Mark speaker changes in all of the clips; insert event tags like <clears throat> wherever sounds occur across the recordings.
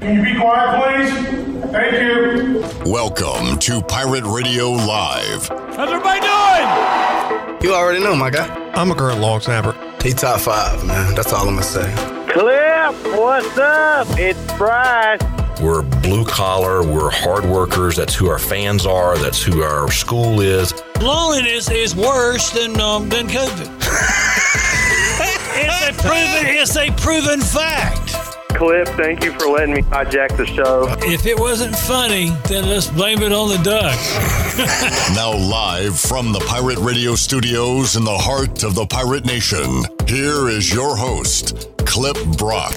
Speaker 1: Can you be quiet, please? Thank you.
Speaker 2: Welcome to Pirate Radio Live.
Speaker 3: How's everybody doing?
Speaker 4: You already know, my guy.
Speaker 5: I'm a current long snapper.
Speaker 4: He top five, man. That's all I'm gonna say.
Speaker 6: Cliff, what's up? It's Bryce.
Speaker 7: We're blue collar, we're hard workers. That's who our fans are, that's who our school is.
Speaker 3: Loneliness is worse than um, than COVID. it's a proven it's a proven fact.
Speaker 6: Cliff, thank you for letting me hijack the show.
Speaker 3: If it wasn't funny, then let's blame it on the
Speaker 8: <laughs>
Speaker 3: duck.
Speaker 2: Now, live from the Pirate Radio Studios in the heart of the Pirate Nation, here is your host, Clip Brock.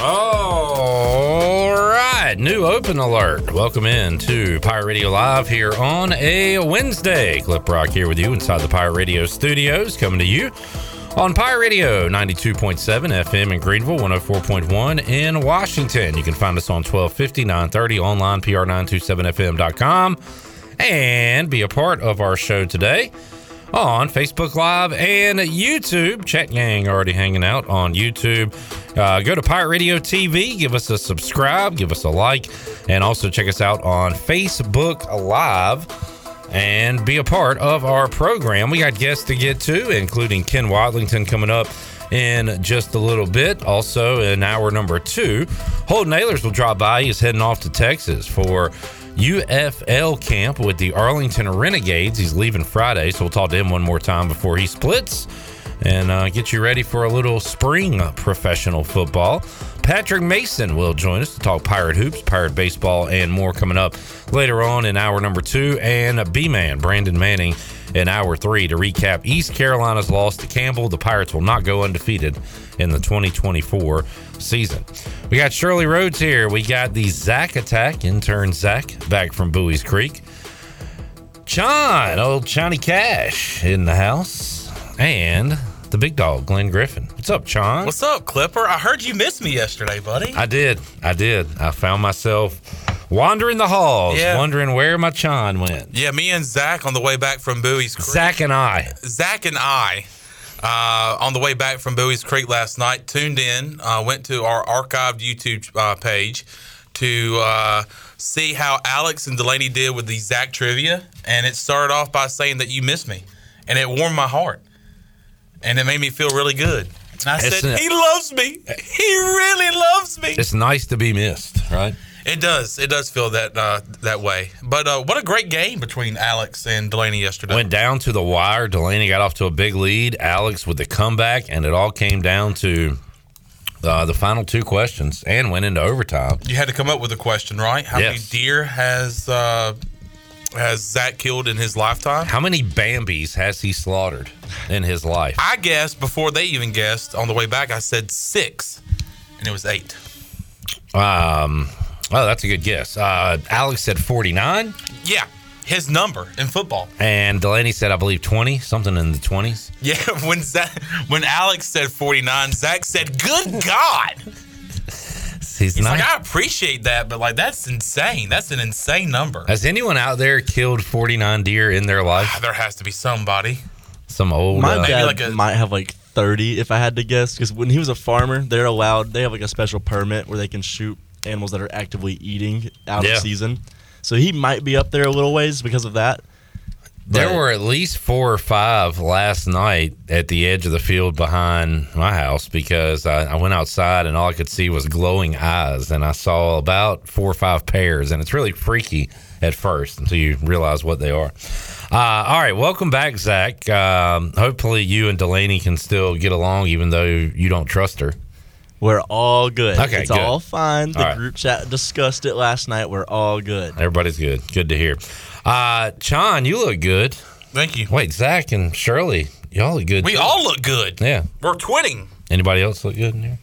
Speaker 9: All right, new open alert. Welcome in to Pirate Radio Live here on a Wednesday. Clip Rock here with you inside the Pirate Radio studios, coming to you on Pirate Radio 92.7 FM in Greenville, 104.1 in Washington. You can find us on 1250, 930, online, pr927fm.com, and be a part of our show today on Facebook Live and YouTube. Chat Gang already hanging out on YouTube. Uh, go to Pirate Radio TV, give us a subscribe, give us a like, and also check us out on Facebook Live and be a part of our program. We got guests to get to, including Ken Watlington coming up in just a little bit. Also, in hour number two, Holden Ayers will drop by. He's heading off to Texas for UFL camp with the Arlington Renegades. He's leaving Friday, so we'll talk to him one more time before he splits and uh, get you ready for a little spring professional football. Patrick Mason will join us to talk Pirate Hoops, Pirate Baseball, and more coming up later on in hour number two. And B Man, Brandon Manning, in hour three to recap East Carolina's loss to Campbell. The Pirates will not go undefeated in the 2024 season. We got Shirley Rhodes here. We got the Zach Attack, intern Zach, back from Bowie's Creek. John, old Johnny Cash in the house, and the big dog, Glenn Griffin. What's up, John?
Speaker 10: What's up, Clipper? I heard you missed me yesterday, buddy.
Speaker 9: I did. I did. I found myself wandering the halls,
Speaker 10: Yeah.
Speaker 9: wondering where my John went.
Speaker 10: Yeah, me and Zach on the way back from Bowie's Creek.
Speaker 9: Zach and I.
Speaker 10: Zach and I, uh, on the way back from Bowie's Creek last night, tuned in, uh, went to our archived YouTube uh, page to uh, see how Alex and Delaney did with the Zach trivia. And it started off by saying that you missed me. And it warmed my heart. And it made me feel really good. And I
Speaker 9: It's
Speaker 10: said,
Speaker 9: a-
Speaker 10: He loves me. He really loves me.
Speaker 9: It's nice to be missed, right?
Speaker 10: It does. It does feel that uh, that way. But uh, what a great game between Alex and Delaney yesterday.
Speaker 9: Went down to the wire. Delaney got off to a big lead. Alex with the comeback, and it all came down to uh, the final two questions and went into overtime.
Speaker 10: you had to come up with a question, right? How many
Speaker 9: Yes.
Speaker 10: deer has uh, has Zach killed in his lifetime?
Speaker 9: How many Bambies has he slaughtered in his life?
Speaker 10: I guessed before they even guessed on the way back. I said six, and it was eight.
Speaker 9: Um, oh, that's a good guess. Uh, Alex said 49,
Speaker 10: Yeah, his number in football. <laughs>
Speaker 9: and Delaney said, I believe, 20, something in the 20s.
Speaker 10: Yeah, when Zach, when Alex said forty nine, Zach said, "Good God!"
Speaker 9: He's
Speaker 10: He's
Speaker 9: not.
Speaker 10: like, "I appreciate that, but like that's insane. That's an insane number."
Speaker 9: has anyone out there killed 49 deer in their life?
Speaker 10: Ah, there has to be somebody.
Speaker 9: Some old.
Speaker 11: My
Speaker 9: uh,
Speaker 10: dad
Speaker 11: dad
Speaker 10: like a-
Speaker 11: might have like 30 if I had to guess, because when he was a farmer, they're allowed, they have like a special permit where they can shoot animals that are actively eating out
Speaker 9: Yeah.
Speaker 11: of season. So he might be up there a little ways because of that.
Speaker 9: There
Speaker 11: But-
Speaker 9: were at least four or five last night at the edge of the field behind my house because I, I went outside and all I could see was glowing eyes. And I saw about four or five pairs. And it's really freaky at first until you realize what they are. Uh, all right. Welcome back, Zach. Um, hopefully, you and Delaney can still get along, even though you don't trust her.
Speaker 11: We're all good.
Speaker 9: Okay,
Speaker 11: it's
Speaker 9: good.
Speaker 11: all fine. The
Speaker 9: All right.
Speaker 11: group chat discussed it last night. We're all good.
Speaker 9: Everybody's good. Good to hear. Uh, Chon, you look good.
Speaker 10: Thank you.
Speaker 9: Wait, Zach and Shirley, y'all look good.
Speaker 10: We
Speaker 9: too.
Speaker 10: all look good.
Speaker 9: Yeah.
Speaker 10: We're twinning.
Speaker 9: Anybody else look good in here?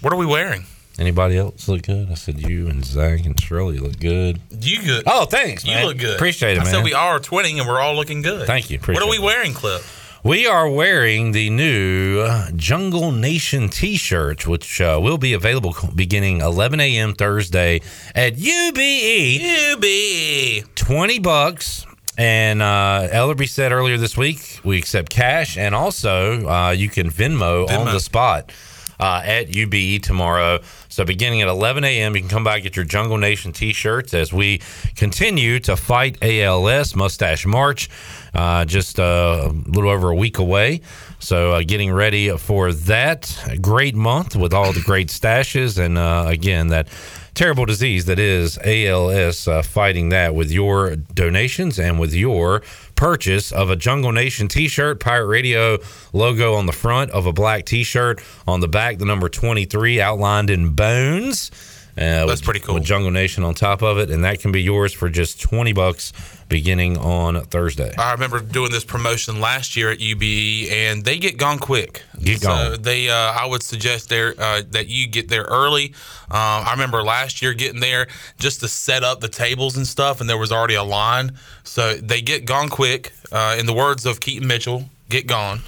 Speaker 10: What are we wearing?
Speaker 9: Anybody else look good? I said you and Zach and Shirley look good.
Speaker 10: You good?
Speaker 9: Oh, thanks.
Speaker 10: you
Speaker 9: man.
Speaker 10: look good.
Speaker 9: Appreciate it,
Speaker 10: I
Speaker 9: man.
Speaker 10: said we
Speaker 9: we,
Speaker 10: are twinning and we're all looking good.
Speaker 9: Thank you.
Speaker 10: what
Speaker 9: Appreciate
Speaker 10: are we
Speaker 9: it.
Speaker 10: wearing, Clip?
Speaker 9: are wearing the new uh, Jungle Nation T-shirt, which uh, will be available c- beginning 11 a.m. Thursday at UBE.
Speaker 10: You be.
Speaker 9: 20 bucks. And uh, Ellerby said earlier this week, we accept cash, and also uh, you can Venmo, on
Speaker 10: Venmo.
Speaker 9: the spot. uh, at UBE tomorrow. So beginning at 11 a.m., you can come by and get your Jungle Nation T-shirts as we continue to fight ALS Mustache March, uh, just uh, a little over a week away. So uh, getting ready for that great month with all the great stashes and uh, again that terrible disease that is ALS, uh, fighting that with your donations and with your purchase of a Jungle Nation t shirt, Pirate Radio logo on the front of a black t shirt, on the back, the number 23 outlined in bones. Uh,
Speaker 10: That's
Speaker 9: with-
Speaker 10: pretty cool.
Speaker 9: With Jungle Nation on top of it, and that can be yours for just 20 bucks beginning on Thursday.
Speaker 10: I remember doing this promotion last year at UBE, and they get gone quick.
Speaker 9: Get
Speaker 10: So
Speaker 9: gone.
Speaker 10: they, uh, I would suggest there uh, that you get there early. Um, I remember last year getting there just to set up the tables and stuff, and there was already a line. So they get gone quick. Uh, in the words of Keaton Mitchell, get gone.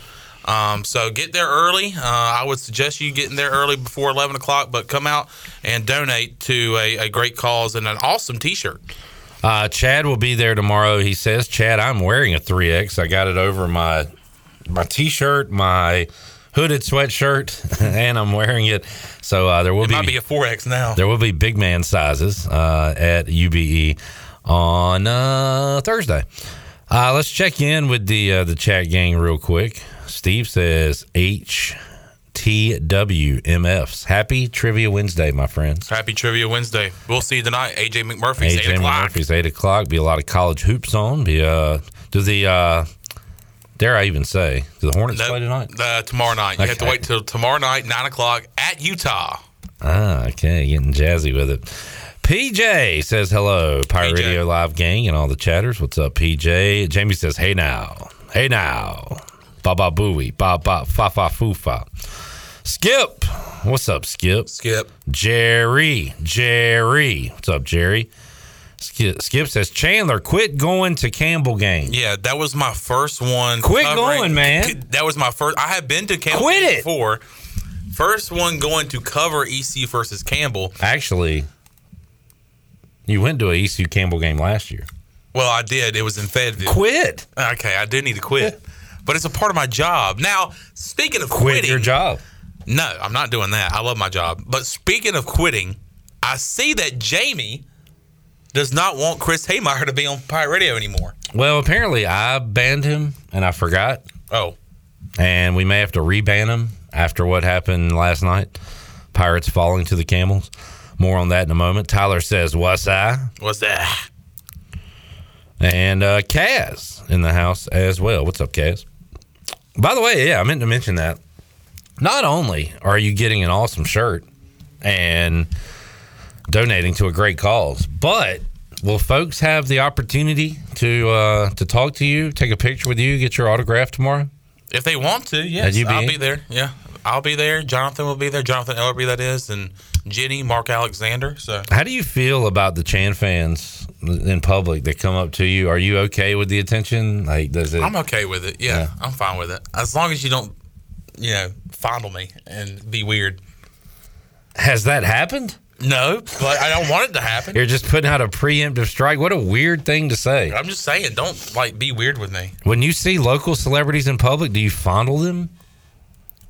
Speaker 10: Um, so get there early. Uh, I would suggest you getting there early before eleven o'clock, but come out and donate to a, a great cause and an awesome T-shirt.
Speaker 9: Uh, Chad will be there tomorrow. He says, Chad, I'm wearing a 3X. I got it over my my T-shirt, my hooded sweatshirt, <laughs> and I'm wearing it. So uh, there will
Speaker 10: It
Speaker 9: be,
Speaker 10: might be a four X now.
Speaker 9: there will be big man sizes uh, at UBE on uh, Thursday. Uh, let's check in with the uh, the chat gang real quick. Steve says HTWMFs. Happy Trivia Wednesday, my friends.
Speaker 10: Happy Trivia Wednesday. We'll see you tonight. AJ McMurphy's
Speaker 9: AJ
Speaker 10: eight o'clock.
Speaker 9: Murphy's eight o'clock. Be a lot of college hoops on. Be uh, do the uh, dare I even say do the Hornets
Speaker 10: No,
Speaker 9: play tonight?
Speaker 10: Uh, tomorrow night. You have to
Speaker 9: Okay.
Speaker 10: wait till tomorrow night, nine o'clock at Utah.
Speaker 9: Ah, okay, getting jazzy with it. PJ says hello, Pirate
Speaker 10: PJ.
Speaker 9: Radio Live gang and all the chatters. What's up, PJ? Jamie says hey now, hey now, ba ba booey, ba ba fa fa foo fa. Skip, what's up, Skip?
Speaker 10: Skip.
Speaker 9: Jerry, Jerry, what's up, Jerry? Skip, Skip says Chandler, quit going to Campbell games.
Speaker 10: Yeah, that was my first one.
Speaker 9: Quit going, man.
Speaker 10: That was my first. I have been to Campbell
Speaker 9: Quit it.
Speaker 10: before. First one going to cover EC versus Campbell.
Speaker 9: Actually, you went to a ECU Campbell game last year.
Speaker 10: Well, I did. It was in Fayetteville.
Speaker 9: Quit.
Speaker 10: Okay, I do need to quit. But it's a part of my job. Now, speaking of
Speaker 9: Quit
Speaker 10: quitting,
Speaker 9: your job.
Speaker 10: No, I'm not doing that. I love my job. But speaking of quitting, I see that Jamie does not want Chris Haymeyer to be on Pirate Radio anymore.
Speaker 9: Well, apparently I banned him and I forgot,
Speaker 10: Oh,
Speaker 9: and we may have to reban him after what happened last night. Pirates falling to the camels. More on that in a moment. Tyler says, "What's I?"
Speaker 10: what's that?
Speaker 9: and uh, Kaz in the house as well. What's up, Kaz? By the way, yeah, I meant to mention that. Not only are you getting an awesome shirt and donating to a great cause, but will folks have the opportunity to uh, to talk to you, take a picture with you, get your autograph tomorrow?
Speaker 10: If they want to, yes,
Speaker 9: At UBA?
Speaker 10: I'll be there. Yeah, I'll be there. Jonathan will be there. Jonathan Ellerby, that is, and Jenny, Mark Alexander. So
Speaker 9: How do you feel about the Chan fans in public that come up to you? Are you okay with the attention? Like, does it?
Speaker 10: I'm okay with it. Yeah, I'm fine with it. As long as you don't, you know, fondle me and be weird.
Speaker 9: has that happened?
Speaker 10: No, but I don't want it to happen.
Speaker 9: You're just putting out a preemptive strike. What a weird thing to say.
Speaker 10: I'm just saying, don't like be weird with me.
Speaker 9: When you see local celebrities in public, do you fondle them?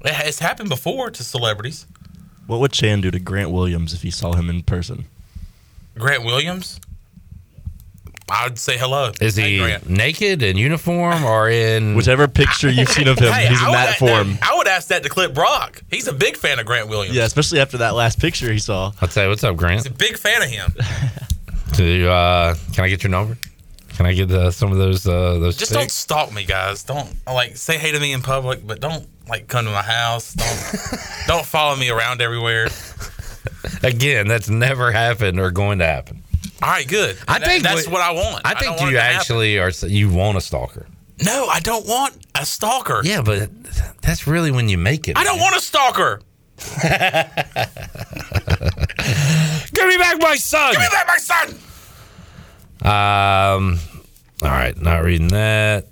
Speaker 10: It- It's happened before to celebrities.
Speaker 11: What would Chan do to Grant Williams if he saw him in person?
Speaker 10: Grant Williams. I'd say hello.
Speaker 9: Is he
Speaker 10: Hey, Grant.
Speaker 9: naked in uniform or in?
Speaker 11: Whichever picture you've seen of him,
Speaker 10: Hey,
Speaker 11: he's
Speaker 10: I
Speaker 11: in
Speaker 10: would
Speaker 11: that
Speaker 10: ask
Speaker 11: form.
Speaker 10: I would ask that to Clip Brock. He's a big fan of Grant Williams.
Speaker 11: Yeah, especially after that last picture he saw.
Speaker 9: I'd say, what's up, Grant?
Speaker 10: He's a big fan of him.
Speaker 11: <laughs>
Speaker 9: Do, uh, can I get your number? Can I get uh, some of those? Uh, those.
Speaker 10: Just don't
Speaker 9: pics?
Speaker 10: stalk me, guys. Don't like say hey to me in public, but don't like come to my house.
Speaker 11: <laughs>
Speaker 10: Don't don't follow me around everywhere.
Speaker 9: Again, that's never happened or going to happen.
Speaker 10: All right, good.
Speaker 9: I
Speaker 10: That-
Speaker 9: think
Speaker 10: that's
Speaker 9: what-
Speaker 10: what I want.
Speaker 9: I
Speaker 10: don't
Speaker 9: think
Speaker 10: want
Speaker 9: you
Speaker 10: it to happen.
Speaker 9: actually are. You want a stalker.
Speaker 10: no. I don't want a stalker.
Speaker 9: Yeah, but that's really when you make it.
Speaker 10: I don't want
Speaker 9: <laughs>
Speaker 10: a stalker.
Speaker 9: <laughs> Give me back my son.
Speaker 10: Give me back my son.
Speaker 9: Um, all right, not reading that.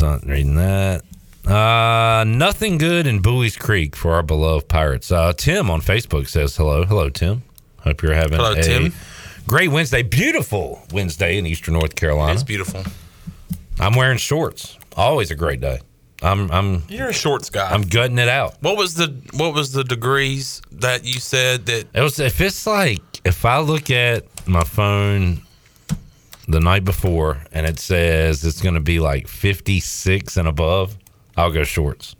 Speaker 9: Not reading that. Uh, nothing good in Bowie's Creek for our beloved Pirates. Uh, Tim on Facebook says hello. Hello, Tim. Hope you're having
Speaker 10: Hello,
Speaker 9: a
Speaker 10: Tim.
Speaker 9: great Wednesday. Beautiful Wednesday in Eastern North Carolina.
Speaker 10: It's beautiful.
Speaker 9: I'm wearing shorts. Always a great day. I'm I'm
Speaker 10: You're a shorts guy.
Speaker 9: I'm gutting it out.
Speaker 10: what was the what was the degrees that you said that
Speaker 9: It was if it's like if I look at my phone the night before and it says it's going to be like 56 and above, I'll go shorts.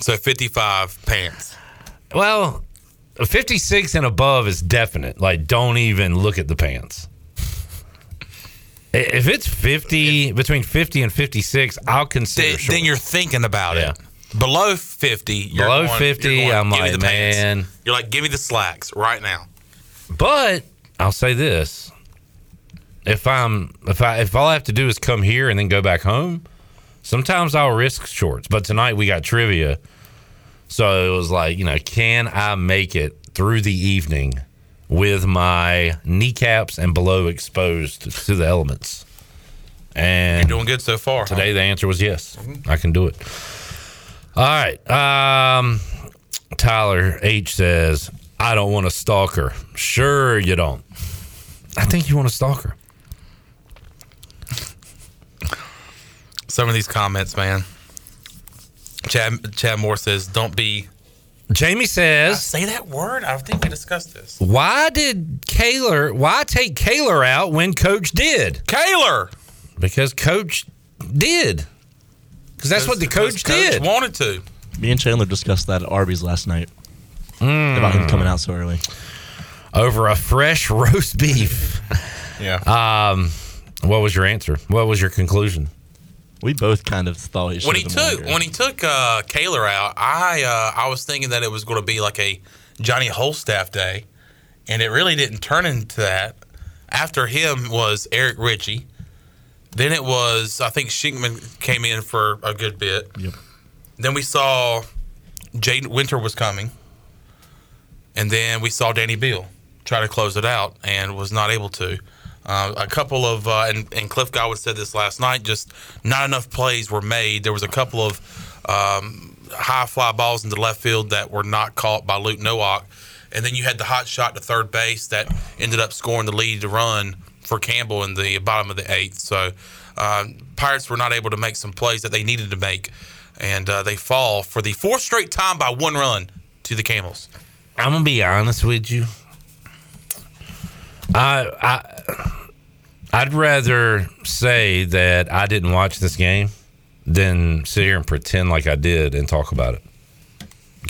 Speaker 10: so 55 pants.
Speaker 9: Well, 56 and above is definite. Like, don't even look at the pants. I- If it's 50, between 50 and 56, I'll consider
Speaker 10: Th-
Speaker 9: shorts.
Speaker 10: then you're thinking about it.
Speaker 9: Yeah.
Speaker 10: Below 50, you're
Speaker 9: Below
Speaker 10: going-
Speaker 9: 50,
Speaker 10: you're going,
Speaker 9: I'm
Speaker 10: "Give me
Speaker 9: like,
Speaker 10: the pants."
Speaker 9: man.
Speaker 10: You're like, give me the slacks right now.
Speaker 9: But I'll say this: if I'm if I if all I have to do is come here and then go back home, sometimes I'll risk shorts. But tonight we got trivia, so it was like you know, can I make it through the evening with my kneecaps and below exposed to the elements? And
Speaker 10: Doing good so far. huh?
Speaker 9: Today, the answer was yes. I can do it. All right. Um, Tyler H says, I don't want a stalker. Sure, you don't. I think you want a stalker.
Speaker 10: Some of these comments, man. Chad Chad Moore says, "Don't be."
Speaker 9: Jamie says,
Speaker 10: Say that word. I think we discussed this.
Speaker 9: Why did Kaler, why take Kaler out when coach did?
Speaker 10: Kaler.
Speaker 9: Because coach did. Because that's what the coach, did.
Speaker 10: Wanted to.
Speaker 11: Me and Chandler discussed that at Arby's last night
Speaker 9: Hmm.
Speaker 11: about him coming out so early.
Speaker 9: Ah. Over a fresh roast beef. Um,
Speaker 10: Yeah.
Speaker 9: what was your answer? What was your conclusion?
Speaker 11: We both kind of thought he should
Speaker 10: when he took when he took uh, Kaler out, I uh, I was thinking that it was going to be like a Johnny Holstaff day, and it really didn't turn into that. After him was Eric Ritchie. Then it was I think Shinkman came in for a good bit.
Speaker 11: Yep.
Speaker 10: Then we saw Jaden Winter was coming, and then we saw Danny Beal try to close it out and was not able to. Uh, a couple of uh, and, and Cliff Godwin said this last night. Just not enough plays were made. There was a couple of um, high fly balls into left field that were not caught by Luke Nowak, and then you had the hot shot to third base that ended up scoring the lead to run for Campbell in the bottom of the eighth. So um, Pirates were not able to make some plays that they needed to make, and uh, they fall for the fourth straight time by one run to the Camels.
Speaker 9: I'm gonna be honest with you. I I I'd rather say that I didn't watch this game than sit here and pretend like I did and talk about it.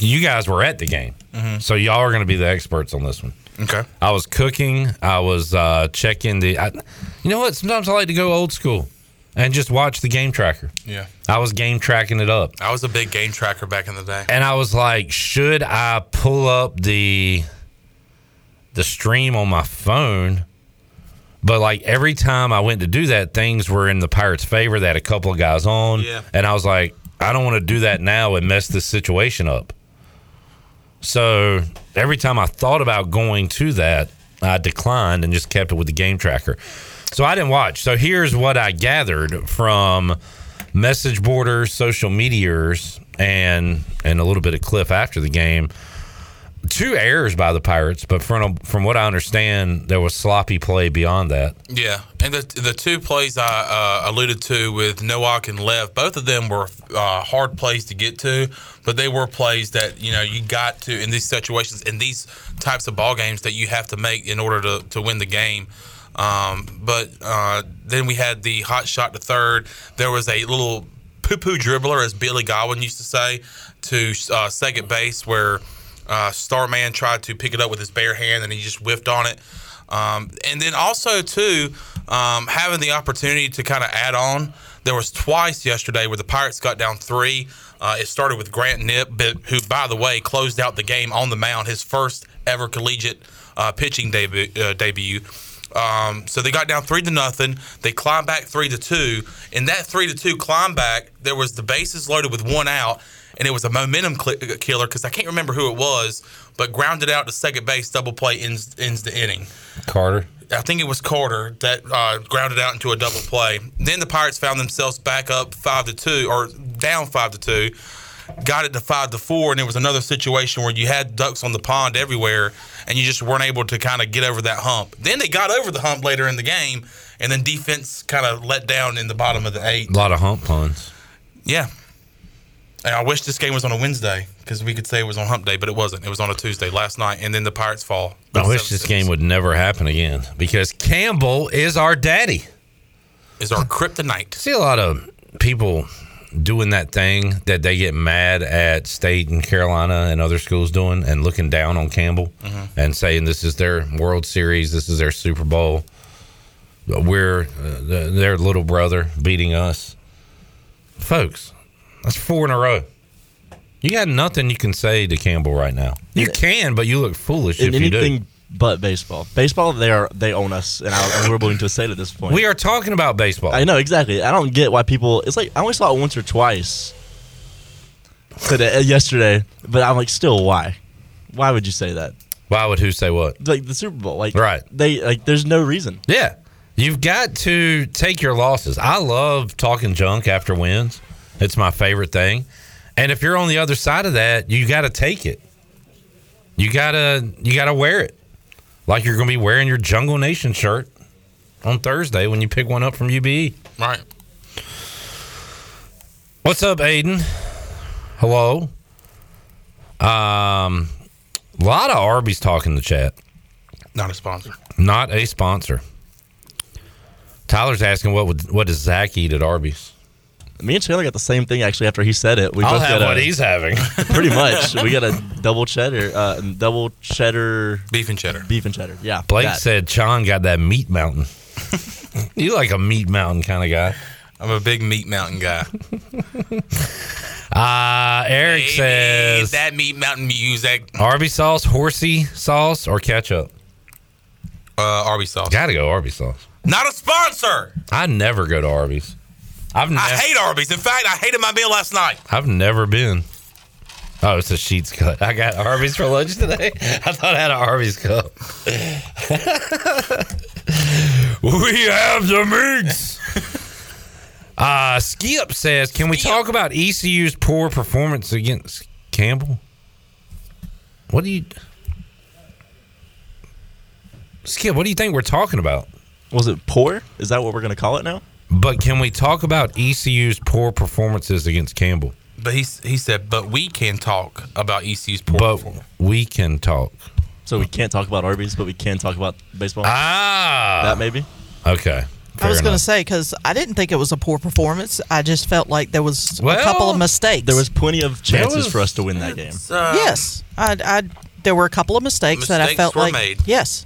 Speaker 9: You guys were at the game, so y'all are gonna be the experts on this one.
Speaker 10: Mm-hmm. Okay.
Speaker 9: I was cooking. I was uh, checking the. I, you know what? Sometimes I like to go old school and just watch the game tracker.
Speaker 10: Yeah.
Speaker 9: I was game tracking it up.
Speaker 10: I was a big game tracker back in the day.
Speaker 9: and I was like, should I pull up the the stream on my phone? But like every time I went to do that, things were in the Pirates' favor. They had a couple of guys on,
Speaker 10: Yeah.
Speaker 9: and I was like, I don't want to do that now and mess this situation up. So every time I thought about going to that, I declined and just kept it with the game tracker. So I didn't watch. So here's what I gathered from message boarders, social meteors, and and a little bit of Cliff after the game. Two errors by the Pirates, but from from what I understand, there was sloppy play beyond that.
Speaker 10: Yeah, and the the two plays I uh, alluded to with Nowak and Lev, both of them were uh, hard plays to get to, but they were plays that you know you got to in these situations in these types of ball games that you have to make in order to, to win the game. Um, but uh, then we had the hot shot to third. There was a little poo poo dribbler, as Billy Godwin used to say, to uh, second base where uh, Starman tried to pick it up with his bare hand and he just whiffed on it. Um, and then also too, um, having the opportunity to kind of add on. There was twice yesterday where the Pirates got down three. Uh, it started with Grant Nip, but- who, by the way, closed out the game on the mound, his first ever collegiate uh, pitching debut. Uh, debut. Um, so they got down three to nothing. They climbed back three to two. In that three to two climb back, there was the bases loaded with one out, and it was a momentum cli killer because I can't remember who it was, but grounded out to second base, double play ends ends the inning.
Speaker 9: Carter,
Speaker 10: I think it was Carter that uh, grounded out into a double play. Then the Pirates found themselves back up five to two or down five to two. Got it to five to four, and there was another situation where you had ducks on the pond everywhere, and you just weren't able to kind of get over that hump. Then they got over the hump later in the game, and then defense kind of let down in the bottom of the eight.
Speaker 9: a lot of hump puns.
Speaker 10: Yeah, And I wish this game was on a Wednesday because we could say it was on Hump Day, but it wasn't. It was on a Tuesday last night, and then the Pirates fall.
Speaker 9: I wish this game would never happen again because Campbell is our daddy.
Speaker 10: is our kryptonite.
Speaker 9: see a lot of people doing that thing that they get mad at state and carolina and other schools doing and looking down on campbell
Speaker 10: Mm-hmm.
Speaker 9: and saying this is their world series this is their super bowl we're uh, th- their little brother beating us folks that's four in a row you got nothing you can say to campbell right now you can but you look foolish
Speaker 11: in
Speaker 9: if you do
Speaker 11: anything but baseball. Baseball, they are they own us, and, I, and we're willing to say it at this point.
Speaker 9: we are talking about baseball
Speaker 11: I know exactly. I don't get why people. It's like I only saw it once or twice today, uh, yesterday, but I'm like, still, why? Why would you say that?
Speaker 9: why would who say what
Speaker 11: Like the Super Bowl, like
Speaker 9: Right.
Speaker 11: They like, there's no reason.
Speaker 9: Yeah. You've got to take your losses. I love talking junk after wins. It's my favorite thing. And if you're on the other side of that, you got to take it. You got to you got to wear it. Like you're going to be wearing your Jungle Nation shirt on Thursday when you pick one up from E. UBE.
Speaker 10: Right.
Speaker 9: What's up, Aiden? Hello. Um a lot of Arby's talk in the chat.
Speaker 10: Not a sponsor.
Speaker 9: Not a sponsor. Tyler's asking what would what does Zach eat at Arby's?
Speaker 11: Me and Taylor got the same thing actually. After he said it, we
Speaker 9: I'll
Speaker 11: both
Speaker 9: have
Speaker 11: got
Speaker 9: what
Speaker 11: a,
Speaker 9: he's having.
Speaker 11: <laughs> pretty much.
Speaker 9: <laughs>
Speaker 11: We got a double cheddar, uh, double cheddar
Speaker 10: Beef and cheddar.
Speaker 11: beef and cheddar. Yeah,
Speaker 9: Blake
Speaker 11: that.
Speaker 9: said Sean got that meat
Speaker 11: <laughs>
Speaker 9: mountain. you like a meat mountain kind of guy.
Speaker 10: I'm a big meat mountain guy.
Speaker 9: <laughs> Uh, Eric
Speaker 10: Baby,
Speaker 9: says
Speaker 10: that meat mountain music.
Speaker 9: Arby sauce, horsey sauce, or ketchup.
Speaker 10: Uh, Arby's sauce.
Speaker 9: Gotta go Arby sauce.
Speaker 10: Not a sponsor.
Speaker 9: I never go to Arby's. I've never,
Speaker 10: I hate Arby's. In fact, I hated my meal last night.
Speaker 9: I've never been. Oh, it's a sheets cut. I got Arby's for lunch today. <laughs> I thought I had an Arby's cup. <laughs> we have the meats. Uh, Skip says, "Can we talk about ECU's poor performance against Campbell? What do you, Skip? What do you think we're talking about?
Speaker 11: was it poor? Is that what we're gonna call it now?
Speaker 9: But can we talk about ECU's poor performances against Campbell?
Speaker 10: But he he said, but we can talk about E ECU's poor
Speaker 9: But
Speaker 10: performance.
Speaker 9: we can talk.
Speaker 11: So we can't talk about Arby's, but we can talk about baseball.
Speaker 9: Ah,
Speaker 11: that maybe.
Speaker 9: Okay.
Speaker 5: I was
Speaker 9: Fair
Speaker 5: going to
Speaker 9: enough.
Speaker 5: say because I didn't think it was a poor performance. I just felt like there was
Speaker 9: Well,
Speaker 5: a couple of mistakes.
Speaker 11: There was plenty of chances
Speaker 9: was-
Speaker 11: for us to win that game.
Speaker 10: Uh,
Speaker 5: yes, I, I there were a couple of mistakes, that I
Speaker 10: Mistakes
Speaker 5: felt
Speaker 10: were
Speaker 5: like
Speaker 10: made.
Speaker 5: yes,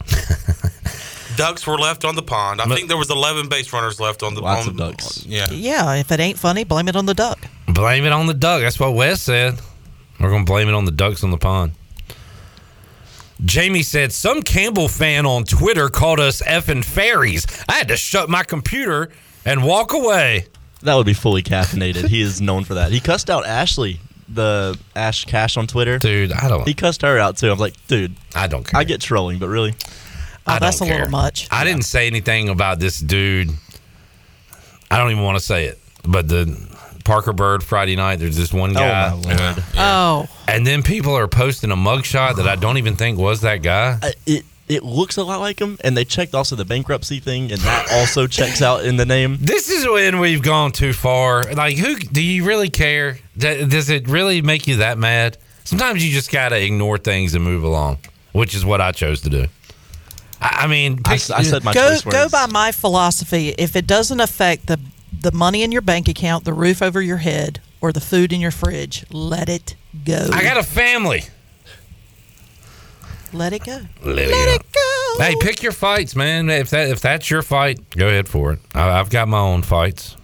Speaker 10: Ducks were left on the pond. I think there was 11 base runners left on the
Speaker 11: Lots
Speaker 10: on,
Speaker 11: of ducks.
Speaker 10: Yeah.
Speaker 5: yeah. If it ain't funny, blame it on the duck.
Speaker 9: Blame it on the duck. That's what Wes said. We're going to blame it on the ducks on the pond. Jamie said, Some Campbell fan on Twitter called us effing fairies. I had to shut my computer and walk away.
Speaker 11: That would be fully caffeinated. he is known for that. He cussed out Ashley, the Ash Cash on Twitter.
Speaker 9: Dude, I don't.
Speaker 11: He cussed her out too. I'm like, dude,
Speaker 9: I don't care.
Speaker 11: I get trolling, but really,
Speaker 5: Oh,
Speaker 9: I
Speaker 5: that's
Speaker 9: don't
Speaker 5: a little
Speaker 9: care.
Speaker 5: much.
Speaker 9: I didn't say anything about this dude. I don't even want to say it. But the Parker Bird Friday night, there's this one guy.
Speaker 11: oh my lord,
Speaker 5: Oh,
Speaker 9: and then people are posting a mugshot that I don't even think was that guy.
Speaker 11: I, it it looks a lot like him. And they checked also the bankruptcy thing, and that also checks out in the name.
Speaker 9: This is when we've gone too far. Like, who do you really care? Th- Does it really make you that mad? Sometimes you just gotta ignore things and move along, which is what I chose to do. I, I mean,
Speaker 11: I,
Speaker 9: pick-
Speaker 11: s- I said my
Speaker 5: go
Speaker 11: choice
Speaker 5: go
Speaker 11: words.
Speaker 5: by my philosophy. If it doesn't affect the the money in your bank account, the roof over your head, or the food in your fridge, let it go.
Speaker 9: I got a family.
Speaker 5: let it go.
Speaker 9: Let
Speaker 5: Let
Speaker 9: it
Speaker 5: it go.
Speaker 9: Hey, pick your fights, man. If that if that's your fight, go ahead for it. I, I've got my own fights.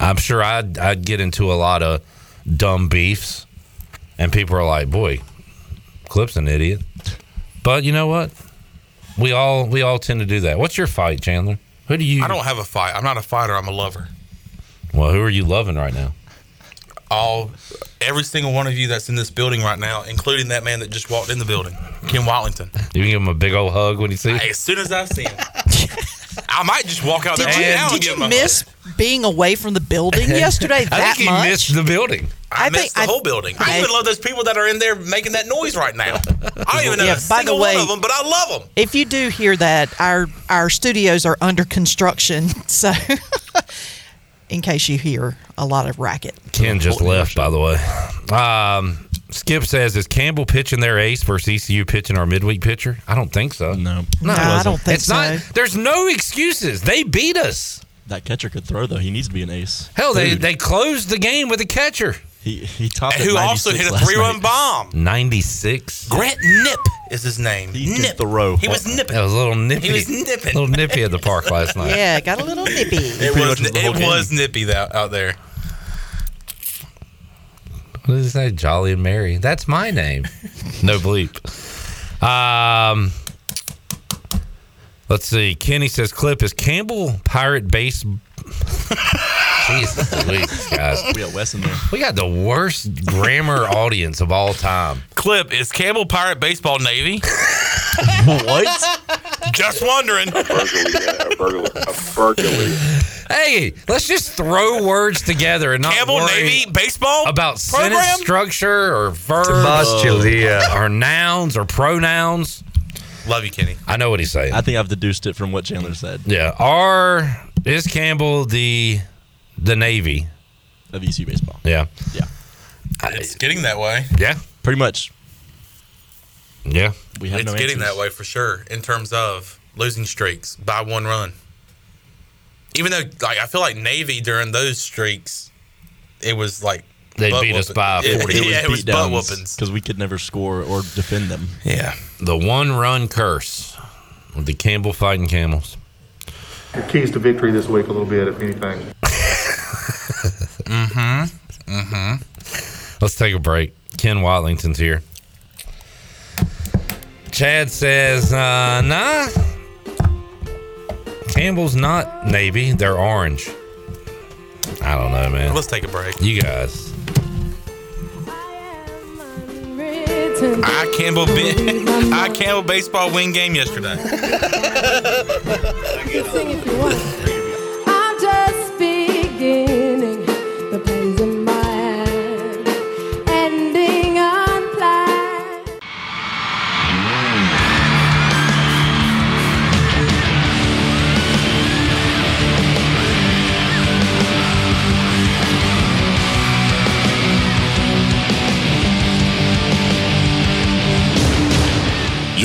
Speaker 9: I'm sure I'd I'd get into a lot of dumb beefs, and people are like, "Boy, Clip's an idiot." But you know what? We all we all tend to do that. What's your fight, Chandler? Who do you?
Speaker 10: I don't have a fight. I'm not a fighter. I'm a lover.
Speaker 9: Well, who are you loving right now?
Speaker 10: All every single one of you that's in this building right now, including that man that just walked in the building, Ken Watlington.
Speaker 9: You can give him a big old hug when you see. him?
Speaker 10: Hey, as soon as I
Speaker 5: <laughs>
Speaker 10: see him, I might just walk out there
Speaker 5: Did you,
Speaker 10: right now and
Speaker 5: did
Speaker 10: give
Speaker 5: you
Speaker 10: him a-
Speaker 5: miss being away from
Speaker 9: <laughs>
Speaker 5: the
Speaker 10: <laughs>
Speaker 5: building yesterday that
Speaker 9: I think he
Speaker 5: much?
Speaker 9: missed the building.
Speaker 10: I,
Speaker 5: I
Speaker 10: missed
Speaker 5: think
Speaker 10: the
Speaker 5: I-
Speaker 10: whole building. I,
Speaker 5: I-
Speaker 10: even love those people that are in there making that noise
Speaker 5: <laughs>
Speaker 10: right now. I don't even know
Speaker 5: Yeah,
Speaker 10: a
Speaker 5: by the
Speaker 10: single
Speaker 5: way-
Speaker 10: one of them, but I love them.
Speaker 5: if you do <laughs> hear that, our our studios are under construction, so in case you hear a lot of racket.
Speaker 9: Ken just left, by the way. Um, Skip says, "Is Campbell pitching their ace versus ECU pitching our midweek pitcher?" I don't think so.
Speaker 11: No.
Speaker 5: No, I don't think
Speaker 9: it's
Speaker 5: so.
Speaker 9: not. There's no excuses. They beat us.
Speaker 11: That catcher could throw though. He needs to be an ace.
Speaker 9: Hell, they,
Speaker 11: Dude,
Speaker 9: they closed the game with a catcher.
Speaker 11: he he topped at
Speaker 10: Who also
Speaker 11: 96
Speaker 10: hit a
Speaker 11: last
Speaker 10: three run
Speaker 11: night.
Speaker 10: bomb.
Speaker 9: Ninety six.
Speaker 10: Grant Nip is his name.
Speaker 11: He can
Speaker 10: Nip.
Speaker 11: throw.
Speaker 10: He was nipping.
Speaker 9: That was a little nippy.
Speaker 10: He was nipping.
Speaker 9: little nippy at the park
Speaker 10: <laughs>
Speaker 9: last night.
Speaker 5: Yeah, got a little nippy.
Speaker 10: It
Speaker 11: pretty
Speaker 10: was,
Speaker 11: much was the whole
Speaker 10: it
Speaker 11: game.
Speaker 10: was nippy that, out there.
Speaker 9: What does it say? Jolly and Mary. That's my name. no bleep. Um, let's see. Kenny says, "Clip is Campbell Pirate Base." <laughs> Jesus, Louise, guys,
Speaker 11: We got Wes in there.
Speaker 9: we got the worst grammar audience of all time.
Speaker 10: Clip is Campbell Pirate Baseball Navy.
Speaker 11: <laughs> what?
Speaker 10: <laughs> Just wondering.
Speaker 9: Hey, let's just throw words together and not
Speaker 10: Campbell
Speaker 9: worry
Speaker 10: Navy baseball
Speaker 9: about
Speaker 10: program.
Speaker 9: sentence structure or verbs or nouns or pronouns.
Speaker 10: Love you, Kenny.
Speaker 9: I know what he's saying.
Speaker 11: I think I've deduced it from what Chandler said
Speaker 9: yeah, are is Campbell the the Navy?
Speaker 11: of
Speaker 10: E
Speaker 11: ECU baseball.
Speaker 9: Yeah.
Speaker 11: Yeah,
Speaker 10: It's getting that way.
Speaker 9: Yeah.
Speaker 11: pretty much.
Speaker 9: Yeah.
Speaker 11: We have
Speaker 10: It's
Speaker 11: no
Speaker 10: getting
Speaker 11: answers.
Speaker 10: that way for sure in terms of losing streaks by one run. Even though, like, I feel like Navy during those streaks, it was like
Speaker 9: They
Speaker 10: butt
Speaker 9: beat us
Speaker 10: whooping.
Speaker 9: by
Speaker 10: Yeah, <laughs>
Speaker 9: 40.
Speaker 10: Yeah, it was butt whoopings.
Speaker 11: because we could never score or defend them.
Speaker 10: Yeah,
Speaker 9: The one run curse with the Campbell fighting camels.
Speaker 1: Keys to victory this week, a little bit, if anything.
Speaker 9: Mm-hmm. Let's take a break. Ken Watlington's here. Chad says, uh, nah. Campbell's not Navy. They're orange. I don't know, man.
Speaker 10: let's take a break.
Speaker 9: You guys.
Speaker 10: I Campbell, be- <laughs> I Campbell baseball win game yesterday.
Speaker 8: I'm just beginning. The pains in my hand, ending unplanned.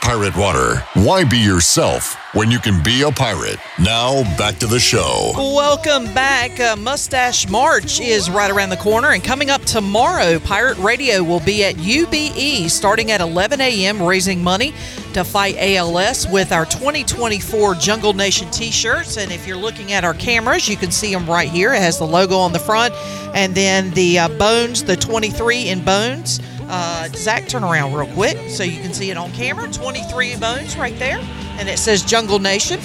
Speaker 2: Pirate Water. Why be yourself when you can be a pirate? Now, back to the show.
Speaker 5: Welcome back. Uh, Mustache March is right around the corner, and coming up tomorrow, Pirate Radio will be at UBE starting at 11 a.m. raising money to fight ALS with our 2024 Jungle Nation T-shirts. And if you're looking at our cameras, you can see them right here. It has the logo on the front, and then the uh, bones, the 23 in bones. Uh, Zach, turn around real quick so you can see it on camera. 23 in bones right there, and it says Jungle Nation.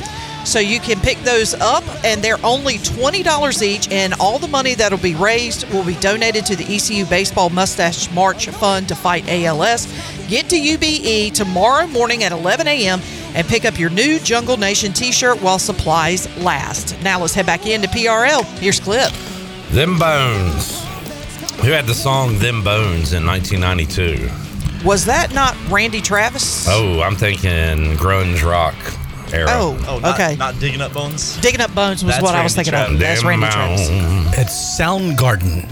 Speaker 5: So you can pick those up, and they're only $20 each, and all the money that'll be raised will be donated to the ECU Baseball Mustache March Fund to fight ALS. Get to UBE tomorrow morning at 11 a.m. and pick up your new Jungle Nation t shirt while supplies last. Now let's head back into PRL. Here's Clip.
Speaker 9: Them Bones. Who had the song Them Bones in 1992?
Speaker 5: Was that not Randy Travis?
Speaker 9: Oh, I'm thinking grunge rock era.
Speaker 5: Oh,
Speaker 11: Oh, not,
Speaker 5: okay.
Speaker 11: Not digging up bones.
Speaker 5: Digging Up Bones was
Speaker 11: That's
Speaker 5: what I was
Speaker 11: Randy
Speaker 5: thinking of.
Speaker 11: Travis.
Speaker 5: That's
Speaker 9: Them
Speaker 5: Randy Travis.
Speaker 9: Bones.
Speaker 4: It's Soundgarden.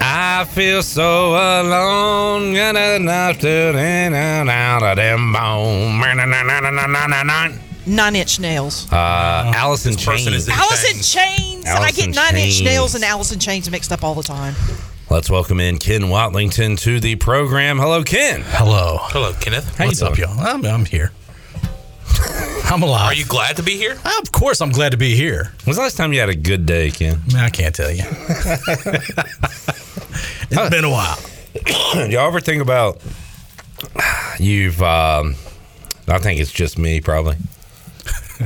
Speaker 9: I feel so alone. and enough to in and out of them bones.
Speaker 5: Nine Inch Nails.
Speaker 9: Uh, Allison
Speaker 10: This person
Speaker 9: Chains.
Speaker 10: is in
Speaker 5: Alice in
Speaker 10: chains.
Speaker 5: Chains. I
Speaker 9: Alice
Speaker 5: get
Speaker 9: in
Speaker 5: Nine Inch
Speaker 9: Chains.
Speaker 5: Nails and Alice in Chains mixed up all the time.
Speaker 9: Let's welcome in Ken Watlington to the program. Hello, Ken.
Speaker 4: Hello.
Speaker 10: Hello, Kenneth.
Speaker 4: How
Speaker 9: What's
Speaker 4: you
Speaker 9: up?
Speaker 4: up, y'all? I'm, I'm
Speaker 9: <laughs>
Speaker 4: here. I'm alive.
Speaker 10: Are you glad to be here?
Speaker 4: Of course, I'm glad to be here.
Speaker 9: When's the last time you had a good day, Ken?
Speaker 4: Man, I can't tell you. it's been a while.
Speaker 9: <coughs> Y'all ever think about you've? Um, I think it's just
Speaker 4: <laughs>
Speaker 9: me, probably.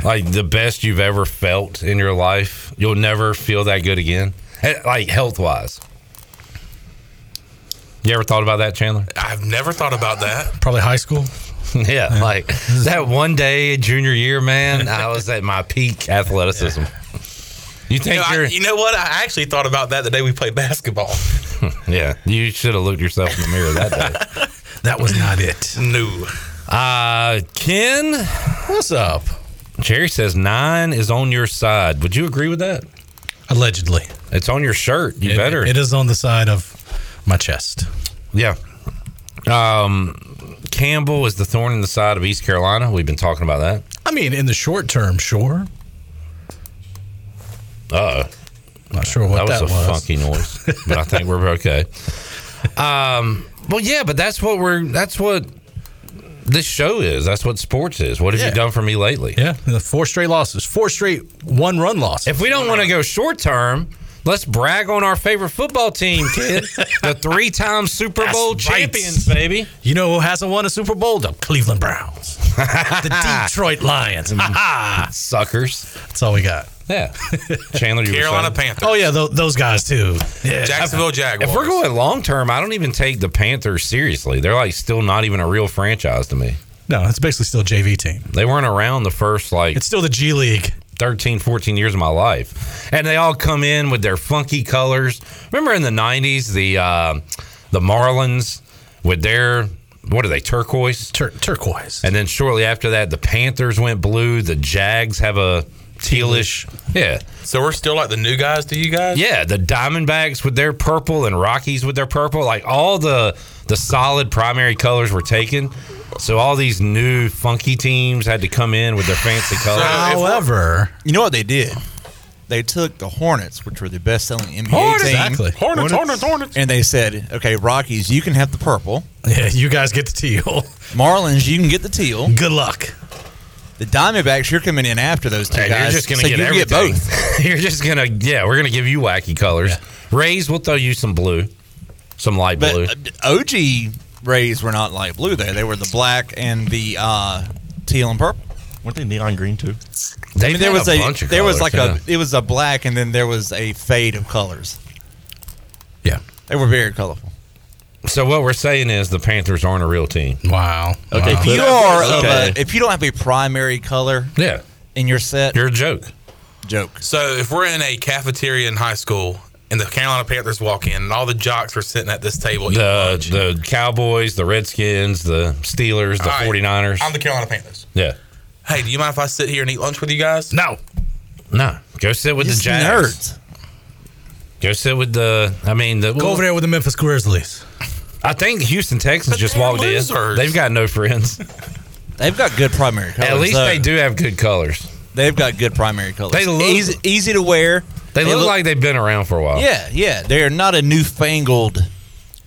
Speaker 9: like the best you've ever felt in your life, you'll never feel that good again. Eh, Like health wise. You ever thought about that, Chandler?
Speaker 10: I've never thought about that.
Speaker 4: Probably high school.
Speaker 9: <laughs> yeah, like
Speaker 4: <laughs>
Speaker 9: that one day junior year, man. I was at my
Speaker 4: <laughs>
Speaker 9: peak athleticism. You
Speaker 10: You
Speaker 9: think
Speaker 10: know, I-
Speaker 9: you're?
Speaker 10: you know what? I actually thought about that the day we played basketball.
Speaker 9: Hmm, yeah, you should have looked yourself in the mirror that day.
Speaker 12: <laughs> that was not it.
Speaker 10: No.
Speaker 9: Uh, Ken,
Speaker 12: what's up?
Speaker 9: Jerry says nine is on your side. Would you agree with that?
Speaker 12: Allegedly,
Speaker 9: it's on your shirt. You
Speaker 12: It-
Speaker 9: better.
Speaker 12: It is on the side of my chest.
Speaker 9: Yeah. Um, Campbell is the thorn in the side of East Carolina. We've been talking about that.
Speaker 12: I mean, in the short term, sure.
Speaker 9: Uh oh.
Speaker 12: Not sure what that
Speaker 9: was a
Speaker 12: was.
Speaker 9: funky noise, but I think we're okay. Um, well, yeah, but that's what we're. That's what this show is. That's what sports is. What have
Speaker 12: Yeah.
Speaker 9: you done for me lately?
Speaker 12: Yeah, the four straight losses, four straight one run losses.
Speaker 9: If we don't want to go short term, let's brag on our favorite football team,
Speaker 12: <laughs>
Speaker 9: kid. the three time Super
Speaker 12: That's
Speaker 9: Bowl
Speaker 12: right.
Speaker 9: champions, baby.
Speaker 12: You know who hasn't won a Super Bowl? The Cleveland Browns,
Speaker 9: <laughs>
Speaker 12: the Detroit Lions, Mm.
Speaker 9: suckers.
Speaker 12: That's all we got. <laughs>
Speaker 9: Yeah, Chandler, you
Speaker 10: Carolina
Speaker 9: were saying?
Speaker 10: Panthers.
Speaker 12: Oh yeah, tho- those guys too. Yeah.
Speaker 10: Jacksonville
Speaker 9: If
Speaker 10: Jaguars.
Speaker 9: we're going long term, I don't even take the Panthers seriously. They're like still not even a real franchise to me.
Speaker 12: No, it's basically still a JV team.
Speaker 9: They weren't around the first like
Speaker 12: It's still the G League.
Speaker 9: 13, 14 years of my life. And they all come in with their funky colors. Remember in the 90s, the uh, the Marlins with their, what are they, turquoise?
Speaker 12: Tur- turquoise.
Speaker 9: And then shortly after that, the Panthers went blue. The Jags have a tealish. Yeah.
Speaker 10: so we're still like the new guys to you guys?
Speaker 9: Yeah. The Diamondbacks with their purple and Rockies with their purple. Like all the, the solid primary colors were taken. So all these new funky teams had to come in with their fancy colors.
Speaker 12: However,
Speaker 13: You know what they did? They took the Hornets, which were the best selling NBA
Speaker 12: Hornets,
Speaker 13: team.
Speaker 12: exactly. Hornets, Hornets, Hornets.
Speaker 13: And they said, okay, Rockies, you can have the purple.
Speaker 12: yeah, you guys get the teal.
Speaker 13: Marlins, you can get the teal.
Speaker 12: Good luck.
Speaker 13: The Diamondbacks, you're coming in after those two
Speaker 9: And
Speaker 13: guys.
Speaker 9: you're just gonna
Speaker 13: so
Speaker 9: get
Speaker 13: you can get
Speaker 9: everything.
Speaker 13: both.
Speaker 9: <laughs> you're just gonna yeah, we're gonna give you wacky colors. Rays, we'll throw you some blue, some light blue.
Speaker 13: But uh, OG Rays were not light blue there. They were the black and the uh, teal and purple.
Speaker 11: Weren't they neon green too?
Speaker 9: They
Speaker 13: I mean, there was a,
Speaker 9: bunch of
Speaker 13: there was like
Speaker 9: colors, yeah.
Speaker 13: a it was a black and then there was a fade of colors.
Speaker 12: Yeah.
Speaker 13: They were very colorful.
Speaker 9: So what we're saying is the Panthers aren't a real team.
Speaker 12: Wow.
Speaker 11: Okay,
Speaker 12: Wow.
Speaker 11: if
Speaker 13: If you
Speaker 11: But-
Speaker 13: are of
Speaker 11: okay.
Speaker 13: a, if you don't have a primary color
Speaker 9: Yeah,
Speaker 13: in your set,
Speaker 9: you're a joke.
Speaker 13: joke.
Speaker 10: So if we're in a cafeteria in high school and the Carolina Panthers walk in and all the jocks are sitting at this table, eating lunch,
Speaker 9: The the Cowboys, the Redskins, the Steelers, the
Speaker 10: All right.
Speaker 9: 49ers.
Speaker 10: I'm the Carolina Panthers.
Speaker 9: yeah,
Speaker 10: Hey, do you mind if I sit here and eat lunch with you guys?
Speaker 12: No.
Speaker 9: no, go sit with the
Speaker 13: Just
Speaker 9: Jags.
Speaker 13: nerds.
Speaker 9: Go sit with the. I mean, the,
Speaker 12: Go over there with the Memphis Grizzlies.
Speaker 9: I think Houston Texans
Speaker 10: But
Speaker 9: just
Speaker 10: they're
Speaker 9: walked in.
Speaker 10: losers.
Speaker 9: They've got no friends.
Speaker 13: They've got good primary colors.
Speaker 9: At least
Speaker 13: though.
Speaker 9: they do have good colors.
Speaker 13: They've got good primary colors.
Speaker 9: They look-
Speaker 13: easy, easy to wear.
Speaker 9: They, look, like they've been around for a while.
Speaker 13: yeah, yeah. They are not a newfangled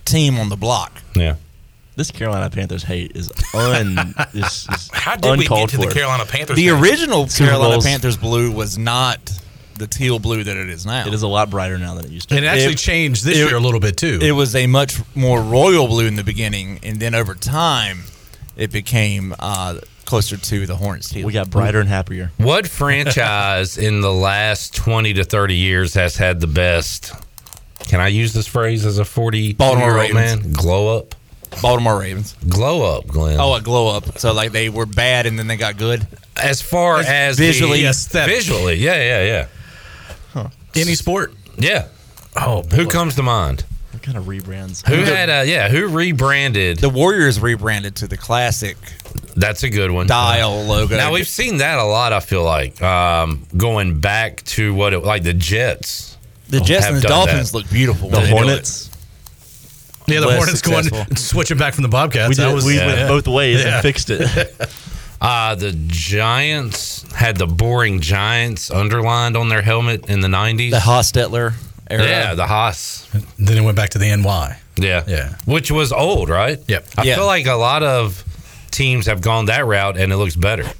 Speaker 13: team on the block.
Speaker 9: yeah.
Speaker 11: This Carolina Panthers hate is <laughs> un. this is
Speaker 10: How did we get
Speaker 11: uncalled
Speaker 10: to the
Speaker 11: for.
Speaker 10: Carolina Panthers?
Speaker 13: The
Speaker 10: game?
Speaker 13: original
Speaker 11: Super
Speaker 13: Carolina
Speaker 11: Bowls.
Speaker 13: Panthers blue was not the teal blue that it is now.
Speaker 11: It is a lot brighter now than it used to.
Speaker 12: And it actually changed this
Speaker 13: it-
Speaker 12: year a little bit too.
Speaker 13: It was a much more royal blue in the beginning, and then over time, it became uh, closer to the Hornets teal.
Speaker 11: we got brighter and happier.
Speaker 9: What franchise in the last 20 to 30 years has had the best? Can I use this phrase as a 40
Speaker 13: Baltimore
Speaker 9: year old
Speaker 13: Ravens.
Speaker 9: man? Glow up.
Speaker 13: Baltimore Ravens.
Speaker 9: Glow up, Glenn.
Speaker 13: Oh, a glow up. So like they were bad, and then they got good.
Speaker 9: as far as
Speaker 13: visually
Speaker 9: the,
Speaker 12: aesthetic.
Speaker 9: Visually. Yeah, yeah, yeah.
Speaker 12: any sport.
Speaker 9: Yeah.
Speaker 12: Oh,
Speaker 9: Who comes to mind?
Speaker 11: What kind of rebrands?
Speaker 9: Who had uh yeah, who rebranded?
Speaker 13: The Warriors rebranded to the classic
Speaker 9: That's a good one.
Speaker 13: dial logo.
Speaker 9: Now we've seen that a lot, I feel like. Um going back to what it like the Jets.
Speaker 13: the Jets
Speaker 9: have
Speaker 13: and the
Speaker 9: done
Speaker 13: Dolphins
Speaker 9: that.
Speaker 13: look beautiful.
Speaker 11: the
Speaker 13: when they do it.
Speaker 11: Hornets?
Speaker 12: Yeah, the
Speaker 13: less
Speaker 12: Hornets going
Speaker 13: successful.
Speaker 12: <laughs> switching back from the Bobcats.
Speaker 11: We, did,
Speaker 12: that
Speaker 11: it-
Speaker 12: was
Speaker 11: we
Speaker 12: yeah.
Speaker 11: went both ways
Speaker 12: Yeah.
Speaker 11: and fixed it.
Speaker 13: <laughs>
Speaker 9: Uh the Giants had the boring Giants underlined on their helmet in the 90s.
Speaker 13: The Hostetler era.
Speaker 9: Yeah, the Haas.
Speaker 12: <laughs> Then it went back to the NY.
Speaker 9: Yeah.
Speaker 12: Yeah.
Speaker 9: Which was old, right?
Speaker 12: Yep.
Speaker 9: I
Speaker 13: Yeah.
Speaker 9: feel like a lot of teams have gone that route and it looks better.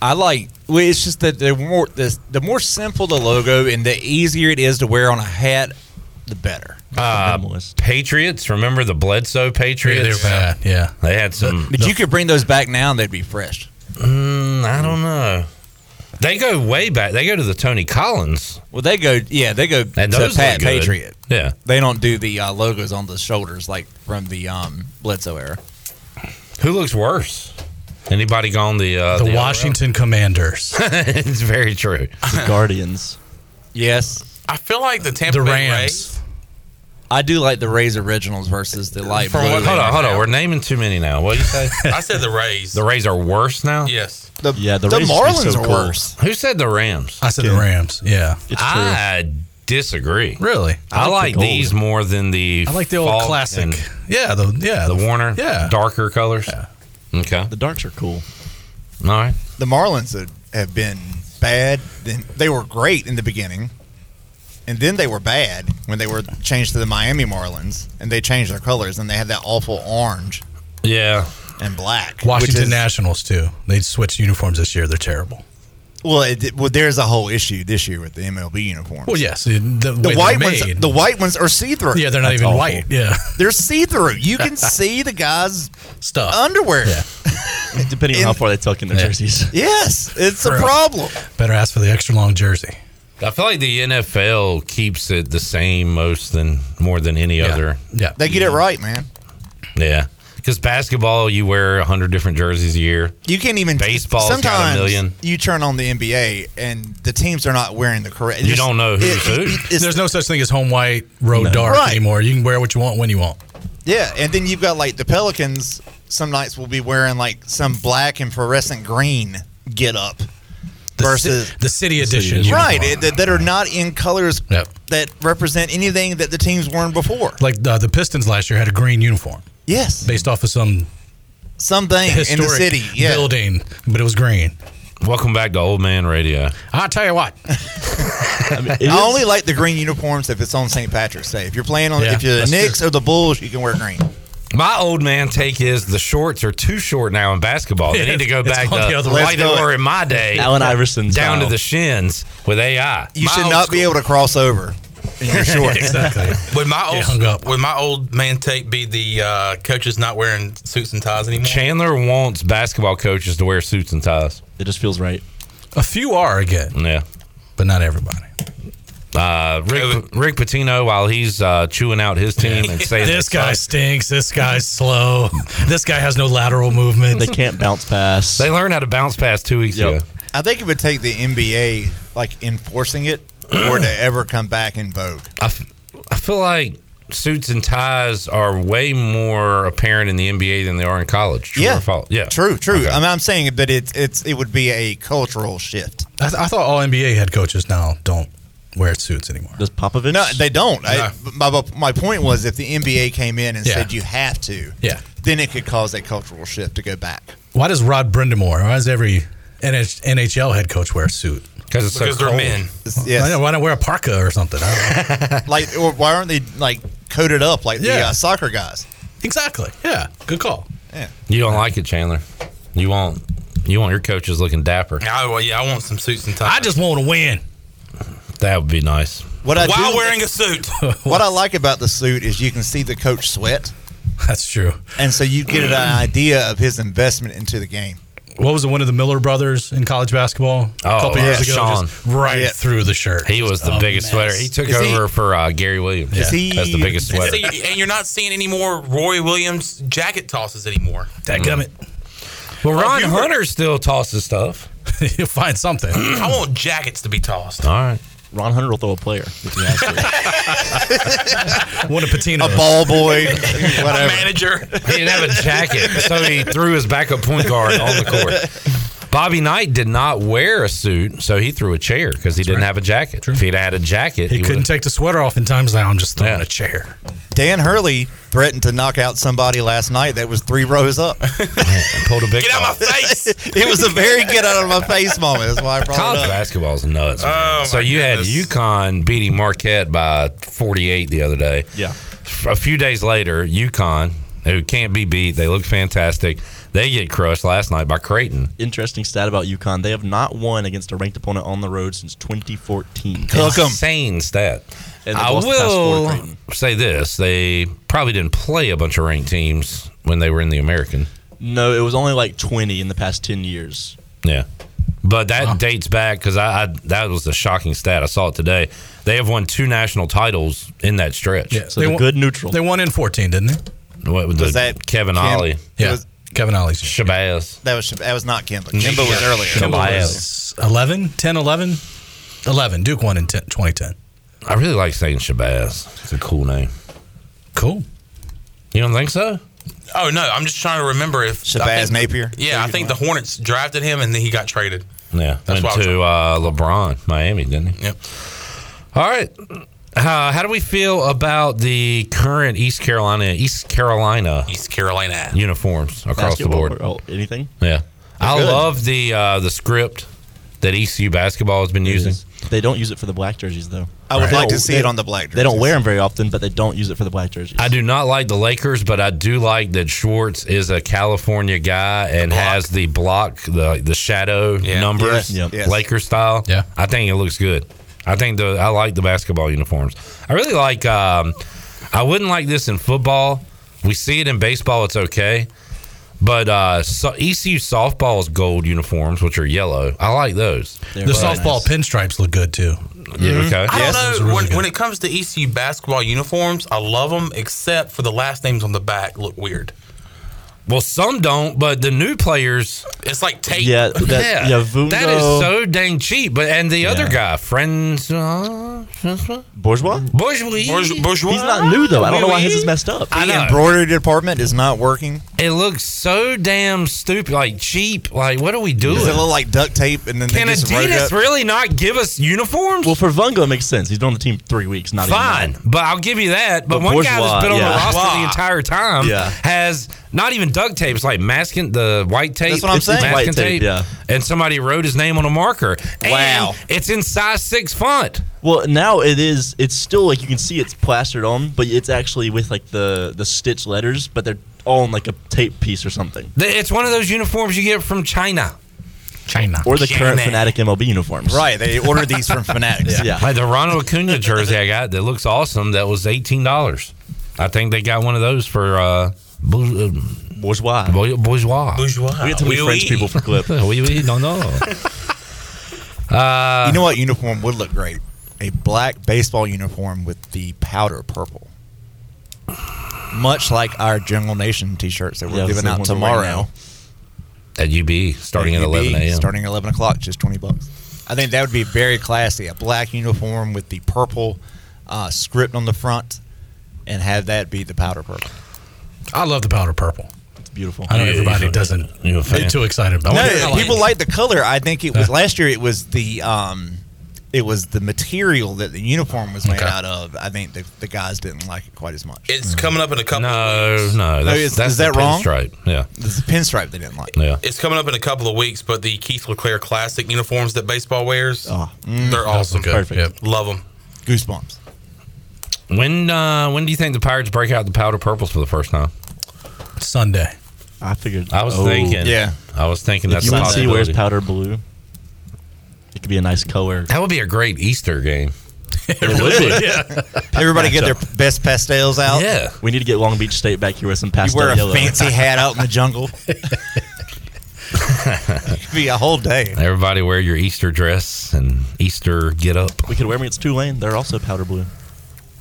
Speaker 13: I like. Well, it's just that the more the, the more simple the logo and the e-, easier it is to wear on a hat, the better.
Speaker 9: Uh,
Speaker 11: Minimalist.
Speaker 9: Patriots, remember the Bledsoe Patriots?
Speaker 12: bad. Yeah.
Speaker 9: They had some.
Speaker 13: But you could bring those back now and they'd be fresh.
Speaker 9: Mm, I don't know. They go way back. They go to the Tony Collins.
Speaker 13: Well, they go. Yeah, they go
Speaker 9: And
Speaker 13: to
Speaker 9: those
Speaker 13: Pat
Speaker 9: look good.
Speaker 13: Patriot.
Speaker 9: Yeah.
Speaker 13: They don't do the uh, logos on the shoulders like from the um, Bledsoe era.
Speaker 9: Who looks worse? Anybody gone the uh,
Speaker 12: The
Speaker 9: other
Speaker 13: <laughs>
Speaker 9: route?
Speaker 12: Washington Commanders.
Speaker 9: it's very true.
Speaker 11: the Guardians.
Speaker 13: Yes,
Speaker 10: I feel like the Tampa
Speaker 12: The Rams.
Speaker 10: Bay Rays.
Speaker 14: I do like the Rays originals versus the light blue.
Speaker 9: hold on, hold
Speaker 13: <laughs>
Speaker 9: on. We're naming too many now. What do you say?
Speaker 10: I said the Rays.
Speaker 9: The Rays are worse now.
Speaker 10: Yes.
Speaker 14: The,
Speaker 9: yeah,
Speaker 14: the the Rays used to be Marlins so are cool. worse.
Speaker 9: Who said the Rams?
Speaker 4: I said the Rams. Yeah.
Speaker 9: I disagree.
Speaker 4: Really? I
Speaker 9: I,
Speaker 4: like
Speaker 9: like
Speaker 4: the gold.
Speaker 9: these more than the.
Speaker 4: I like the old
Speaker 9: Falk
Speaker 4: classic.
Speaker 9: and
Speaker 4: Yeah, the yeah,
Speaker 9: the Warner.
Speaker 4: yeah.
Speaker 9: darker colors. Okay.
Speaker 11: The darks are cool.
Speaker 9: All right.
Speaker 13: The Marlins have- have been bad. Then They were great in the beginning, and then they were bad when they were changed to the Miami Marlins, and they changed their colors, and they had that awful orange
Speaker 9: Yeah.
Speaker 13: and black. which
Speaker 4: Washington
Speaker 13: is-
Speaker 4: Nationals too. They switched uniforms this year. They're terrible.
Speaker 13: Well, it, well, there's a whole issue this year with the MLB uniforms.
Speaker 4: Well, yes, the, the way
Speaker 13: The
Speaker 4: they're
Speaker 13: white
Speaker 4: made.
Speaker 13: ones, the white ones are see through.
Speaker 4: Yeah, they're not even white. Yeah. <laughs>
Speaker 13: they're see through. You can see the guy's
Speaker 4: stuff
Speaker 13: underwear.
Speaker 11: Depending on how far they tuck in their jerseys.
Speaker 13: Yes, it's a
Speaker 4: True.
Speaker 13: problem.
Speaker 4: Better ask for the extra long jersey.
Speaker 9: I feel like the NFL keeps it the same most than more than any other.
Speaker 4: Yeah.
Speaker 13: They get it right, man.
Speaker 9: Yeah. Because basketball, you wear a hundred different jerseys a year.
Speaker 13: You can't even
Speaker 9: Baseball's got a
Speaker 13: sometimes
Speaker 9: million.
Speaker 13: You turn on the NBA and the teams are not wearing the correct.
Speaker 9: You don't know who's
Speaker 4: There's no such thing as home white, road dark
Speaker 13: Right.
Speaker 4: anymore. You can wear what you want when you want.
Speaker 13: Yeah, and then you've got like the Pelicans. Some nights will be wearing like some black and fluorescent green get up versus
Speaker 4: The city edition.
Speaker 13: right
Speaker 4: uniform.
Speaker 13: it- that, that are not in colors
Speaker 4: Yep.
Speaker 13: that represent anything that the teams worn before.
Speaker 4: Like uh, the, the Pistons last year had a green uniform.
Speaker 13: Yes.
Speaker 4: Based off of some
Speaker 13: Something in the
Speaker 4: historic
Speaker 13: city. Yeah.
Speaker 4: building, but it was green.
Speaker 9: Welcome back to Old Man Radio.
Speaker 4: I'll tell you what.
Speaker 13: <laughs> I only like the green uniforms if it's on St. Patrick's Day. If you're playing on,
Speaker 9: Yeah,
Speaker 13: if you're the
Speaker 9: that's
Speaker 13: Knicks or the Bulls, you can wear green.
Speaker 4: Oh,
Speaker 9: My old man take is the shorts are too short now in basketball. They need to go
Speaker 4: <laughs>
Speaker 13: It's
Speaker 9: back
Speaker 13: on the
Speaker 9: to
Speaker 13: other
Speaker 9: the way
Speaker 13: way.
Speaker 9: they were in my day.
Speaker 11: Allen uh, Iverson
Speaker 9: down
Speaker 11: style.
Speaker 9: to the shins with AI.
Speaker 13: You
Speaker 9: My
Speaker 13: should
Speaker 9: old
Speaker 13: not
Speaker 9: school-
Speaker 13: be able to cross over in
Speaker 9: <laughs>
Speaker 13: your shorts.
Speaker 10: Would my old
Speaker 9: hung up.
Speaker 10: would my old man take be the uh, coaches not wearing suits and ties anymore?
Speaker 9: Chandler wants basketball coaches to wear suits and ties.
Speaker 11: It just feels right.
Speaker 4: A few are again,
Speaker 9: Yeah.
Speaker 4: but not everybody.
Speaker 9: Uh, Rick, Rick Patino, while he's uh, chewing out his team and saying
Speaker 4: this
Speaker 9: they
Speaker 4: guy
Speaker 9: suck,
Speaker 4: stinks. This guy's <laughs> slow. This guy has no lateral movement.
Speaker 11: They can't bounce pass.
Speaker 9: They learned how to bounce pass two weeks ago.
Speaker 13: I think it would take the NBA like enforcing it for it to ever come back in vogue.
Speaker 9: I, f- I feel like suits and ties are way more apparent in the NBA than they are in college. True
Speaker 13: yeah,
Speaker 9: or false? Yeah.
Speaker 13: true, true. I mean, I'm saying that it's it's it would be a cultural shift.
Speaker 4: I, th- I thought all NBA head coaches now don't wear suits anymore.
Speaker 11: Does Popovich?
Speaker 13: No, they don't. I, my my point was if the NBA came in and
Speaker 4: Yeah.
Speaker 13: said you have to,
Speaker 4: Yeah.
Speaker 13: then it could cause a cultural shift to go back. <laughs>
Speaker 4: Why does Rod Brendamore? Why does every NH- NHL head coach wear a suit?
Speaker 9: Because
Speaker 13: it's so Because they're cold. men. Yes.
Speaker 4: Why, not, why not wear a parka or something? I don't know.
Speaker 13: like, or why aren't they like coated up like the
Speaker 4: Yeah.
Speaker 13: uh, soccer guys?
Speaker 4: exactly. Yeah. Good call.
Speaker 9: You don't like it, Chandler. You want you want your coaches looking dapper.
Speaker 10: I, Oh, well, yeah, I want some suits and ties.
Speaker 4: I just want to win.
Speaker 9: That would be nice.
Speaker 13: What I
Speaker 10: while
Speaker 13: do- <laughs>
Speaker 10: wearing a suit.
Speaker 13: What I like about the suit is you can see the coach sweat,
Speaker 4: That's true.
Speaker 13: and so you get an idea of his investment into the game.
Speaker 4: What was the one of the Miller brothers in college basketball a
Speaker 9: Oh,
Speaker 4: couple
Speaker 9: yeah,
Speaker 4: years ago?
Speaker 9: Sean.
Speaker 4: Just right
Speaker 13: Yeah.
Speaker 4: through the shirt.
Speaker 9: He was the
Speaker 4: A
Speaker 9: biggest
Speaker 4: mess.
Speaker 9: sweater. He took
Speaker 13: Is he-
Speaker 9: over for uh, Gary Williams.
Speaker 13: Is he-
Speaker 9: That's the biggest
Speaker 10: And
Speaker 9: sweater.
Speaker 10: see- and you're not seeing any more Roy Williams jacket tosses anymore.
Speaker 13: Mm-hmm.
Speaker 4: Dadgummit. Oh,
Speaker 9: Well, Ron
Speaker 10: you were-
Speaker 9: Hunter still
Speaker 4: <laughs>
Speaker 9: tosses stuff.
Speaker 4: You'll find something.
Speaker 10: <clears throat>
Speaker 9: <clears throat>
Speaker 10: I want jackets to be
Speaker 9: <laughs>
Speaker 10: tossed.
Speaker 9: All right.
Speaker 11: Ron Hunter will throw a player if you ask him.
Speaker 4: One of Patino's.
Speaker 13: A
Speaker 4: <laughs>
Speaker 13: ball boy,
Speaker 10: A
Speaker 13: whatever.
Speaker 10: manager.
Speaker 9: He didn't have a jacket, so he threw his backup point guard on the court. Bobby Knight did not wear a suit, so he threw a chair because he didn't have a jacket. If he'd had a jacket,
Speaker 4: He couldn't
Speaker 9: would've-
Speaker 4: take the sweater off in times now. I'm just throwing a chair.
Speaker 13: Dan Hurley threatened to knock out somebody last night that was three
Speaker 4: <laughs>
Speaker 13: rows up.
Speaker 9: pulled a big.
Speaker 10: Get out of my
Speaker 13: <laughs>
Speaker 10: face.
Speaker 13: it was a very get out of my face moment. That's why I
Speaker 11: Oh,
Speaker 13: brought
Speaker 9: College
Speaker 13: it up.
Speaker 9: basketball's nuts. man.
Speaker 10: Oh,
Speaker 9: so
Speaker 10: my
Speaker 9: you had
Speaker 10: goodness.
Speaker 9: UConn beating Marquette by 48 the other day.
Speaker 11: Yeah.
Speaker 9: A few days later, UConn, who can't be beat, they look fantastic. They get crushed last night by Creighton.
Speaker 11: Interesting stat about UConn. They have not won against a ranked opponent on the road since 2014.
Speaker 13: Cook 'em.
Speaker 9: Insane stat.
Speaker 11: And they
Speaker 9: I
Speaker 11: lost the past four to
Speaker 9: will
Speaker 11: Creighton.
Speaker 9: say this: they probably didn't play a bunch of ranked teams when they were in the American.
Speaker 11: No, it was only like 20 in the past 10 years.
Speaker 9: Yeah, but that dates back because I, I that was a shocking stat. I saw it today. They have won two national titles in that stretch.
Speaker 4: Yeah.
Speaker 11: So
Speaker 4: They
Speaker 11: the
Speaker 4: won-
Speaker 11: good neutral.
Speaker 4: They won in 14, didn't they?
Speaker 9: What was
Speaker 13: Was
Speaker 9: that?
Speaker 13: that
Speaker 9: Kevin
Speaker 13: Kim-
Speaker 9: Ollie,
Speaker 4: Yeah.
Speaker 13: was-
Speaker 4: Kevin Ollie's.
Speaker 9: Shabazz.
Speaker 13: That was that was not Kimba. Kimba was earlier.
Speaker 9: Kimba was-
Speaker 4: 11, 10, 11? 11. Duke won in 10, 2010.
Speaker 9: I really like saying Shabazz. It's a cool name.
Speaker 4: Cool.
Speaker 9: You don't think so?
Speaker 10: Oh no, I'm just trying to remember if I
Speaker 13: Shabazz
Speaker 10: think-
Speaker 13: Napier?
Speaker 10: Yeah, I think the Hornets drafted him and then he got traded.
Speaker 9: Yeah,
Speaker 10: That's
Speaker 9: went
Speaker 10: what I was
Speaker 9: to uh, LeBron, Miami, didn't he?
Speaker 10: Yep.
Speaker 9: All right. Uh, how do we feel about the current East Carolina, East Carolina,
Speaker 10: East Carolina
Speaker 9: uniforms across the
Speaker 11: Basketball
Speaker 9: board?
Speaker 11: or- oh, anything?
Speaker 9: Yeah,
Speaker 11: They're
Speaker 9: I
Speaker 11: good.
Speaker 9: love the uh, the script that ECU basketball has been using.
Speaker 11: They don't use it for the black jerseys though.
Speaker 9: I would
Speaker 11: They
Speaker 9: like
Speaker 11: don't-
Speaker 9: to see
Speaker 11: they-
Speaker 9: it on the black
Speaker 11: They don't
Speaker 9: jerseys.
Speaker 11: wear them very often, but they don't use it for the black jerseys.
Speaker 9: I do not like the Lakers, but I do like that Schwartz is a California guy and has the block, the the shadow numbers,
Speaker 11: Yes, yep. yes.
Speaker 9: Laker style. Yeah, I think it looks good. I think the I like the basketball uniforms. I really like. Um, I wouldn't like this in football. We see it in baseball; it's okay. But uh, so ECU softball's gold uniforms, which are yellow, I like those.
Speaker 4: the softball pinstripes look good too.
Speaker 9: Yeah,
Speaker 13: Mm-hmm.
Speaker 9: okay.
Speaker 10: I
Speaker 9: Yes,
Speaker 10: don't
Speaker 9: those
Speaker 10: know.
Speaker 9: are really
Speaker 10: when,
Speaker 9: good.
Speaker 10: when it comes to ECU basketball uniforms, I love them except for the last names on the back look weird.
Speaker 9: Well, some don't, but the new players,
Speaker 10: it's like tape.
Speaker 11: Yeah, that- yeah, Vungo.
Speaker 9: that is so dang cheap. But and the other guy, friends, uh,
Speaker 11: Bourgeois?
Speaker 9: Bourgeois.
Speaker 10: Bourgeois.
Speaker 11: He's not new though. I don't know why his is messed up.
Speaker 9: I know.
Speaker 13: embroidery department is not working.
Speaker 9: It looks so damn stupid, like cheap. Like, what are we doing?
Speaker 13: Does it look like duct tape and then
Speaker 9: Can
Speaker 13: they just wrote
Speaker 9: Adidas
Speaker 13: up-
Speaker 9: really not give us uniforms?
Speaker 11: Well, for Vungo, it makes sense. He's been on the team three weeks. Not even
Speaker 9: Fine,
Speaker 11: nine.
Speaker 9: but I'll give you that. But,
Speaker 11: But
Speaker 9: one guy that's
Speaker 11: Bourgeois,
Speaker 9: been on the
Speaker 11: yeah.
Speaker 9: roster the
Speaker 11: Bourgeois.
Speaker 9: entire time
Speaker 11: Yeah.
Speaker 9: has not even duct tape. It's like masking the white tape.
Speaker 11: That's what I'm
Speaker 9: It's
Speaker 11: saying.
Speaker 9: masking
Speaker 11: White tape, yeah.
Speaker 9: And somebody wrote his name on a marker. wow. It's in size six font.
Speaker 11: Well, now it is. It's still like you can see it's plastered on, but it's actually with like the the stitch letters, but they're all in like a tape piece or something,
Speaker 9: Th- It's one of those uniforms you get from China. China
Speaker 11: or the current Fanatic MLB uniforms. <laughs> yeah.
Speaker 9: Like the Ronald Acuna jersey I got that looks awesome. That was eighteen dollars. I think they got one of those for uh, bour- uh,
Speaker 11: bourgeois.
Speaker 9: Bourgeois.
Speaker 10: Bourgeois.
Speaker 11: We have to be French people for
Speaker 9: <laughs>
Speaker 11: clip.
Speaker 9: we, we don't know.
Speaker 13: you know what uniform would look great? A black baseball uniform with the powder purple. Much like our General Nation T-shirts that we're
Speaker 9: Yeah,
Speaker 13: giving
Speaker 9: the
Speaker 13: out
Speaker 9: ones we're wearing
Speaker 13: tomorrow
Speaker 9: now. At UB, starting at,
Speaker 13: UB,
Speaker 9: 11 a.m.
Speaker 13: Starting at eleven o'clock, just twenty bucks. I think that would be very classy. A black uniform with the purple uh, script on the front, and have that be the powder purple.
Speaker 4: I love the powder purple.
Speaker 11: It's beautiful.
Speaker 4: I know
Speaker 13: You-
Speaker 4: everybody
Speaker 13: you-
Speaker 4: doesn't
Speaker 9: you
Speaker 13: fan?
Speaker 4: get too excited about it.
Speaker 13: No, people like the color. I think it was last year. It was the um, it was the material that the uniform was made
Speaker 10: Okay.
Speaker 13: out of. I think the, the guys didn't like it quite as much.
Speaker 10: It's coming up in a couple.
Speaker 9: No,
Speaker 10: of weeks.
Speaker 9: no, that's,
Speaker 13: Oh, is-
Speaker 9: that's
Speaker 13: is that
Speaker 9: the
Speaker 13: wrong?
Speaker 9: Pinstripe. Yeah,
Speaker 13: It's the pinstripe they didn't like.
Speaker 9: yeah.
Speaker 10: It's coming up in a couple of weeks, but the Keith LeClaire Classic uniforms that baseball wears,
Speaker 13: Oh, mm.
Speaker 10: they're awesome.
Speaker 9: good. Perfect. Yep.
Speaker 10: Love them.
Speaker 13: Goosebumps.
Speaker 9: When uh, when do you think the Pirates break out the powder purples for the first time?
Speaker 4: Sunday.
Speaker 11: I figured. Oh.
Speaker 9: I was thinking. I was thinking
Speaker 11: If
Speaker 9: that's a
Speaker 11: UNC wears
Speaker 9: possibility.
Speaker 11: powder blue, it could be a nice color.
Speaker 9: That would be a great Easter game.
Speaker 4: <laughs>
Speaker 11: It would be. <laughs>
Speaker 13: Everybody get their
Speaker 11: Matchup.
Speaker 13: best pastels out.
Speaker 9: Yeah.
Speaker 11: We need to get Long Beach State back here with some pastel
Speaker 13: you wear a
Speaker 11: yellow.
Speaker 13: fancy hat out in the jungle. be a whole day.
Speaker 9: Everybody wear your Easter dress and Easter get up.
Speaker 11: <laughs> We could wear them against Tulane. They're also powder blue.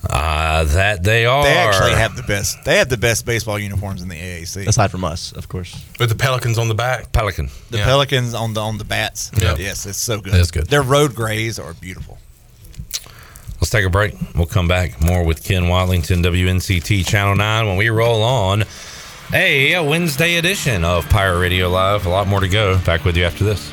Speaker 9: Uh, that they are.
Speaker 13: They actually have the best. They have the best baseball uniforms in the AAC.
Speaker 11: Aside from us, of course.
Speaker 10: With the Pelicans on the back.
Speaker 9: Pelican.
Speaker 13: The Pelicans on the on the bats.
Speaker 9: Yeah.
Speaker 13: Yes, it's so good.
Speaker 9: That's good.
Speaker 13: Their road grays are beautiful.
Speaker 9: Let's take a break. We'll come back more with Ken Watlington, WNCT Channel 9, when we roll on a Wednesday edition of Pirate Radio Live. A lot more to go. Back with you after this.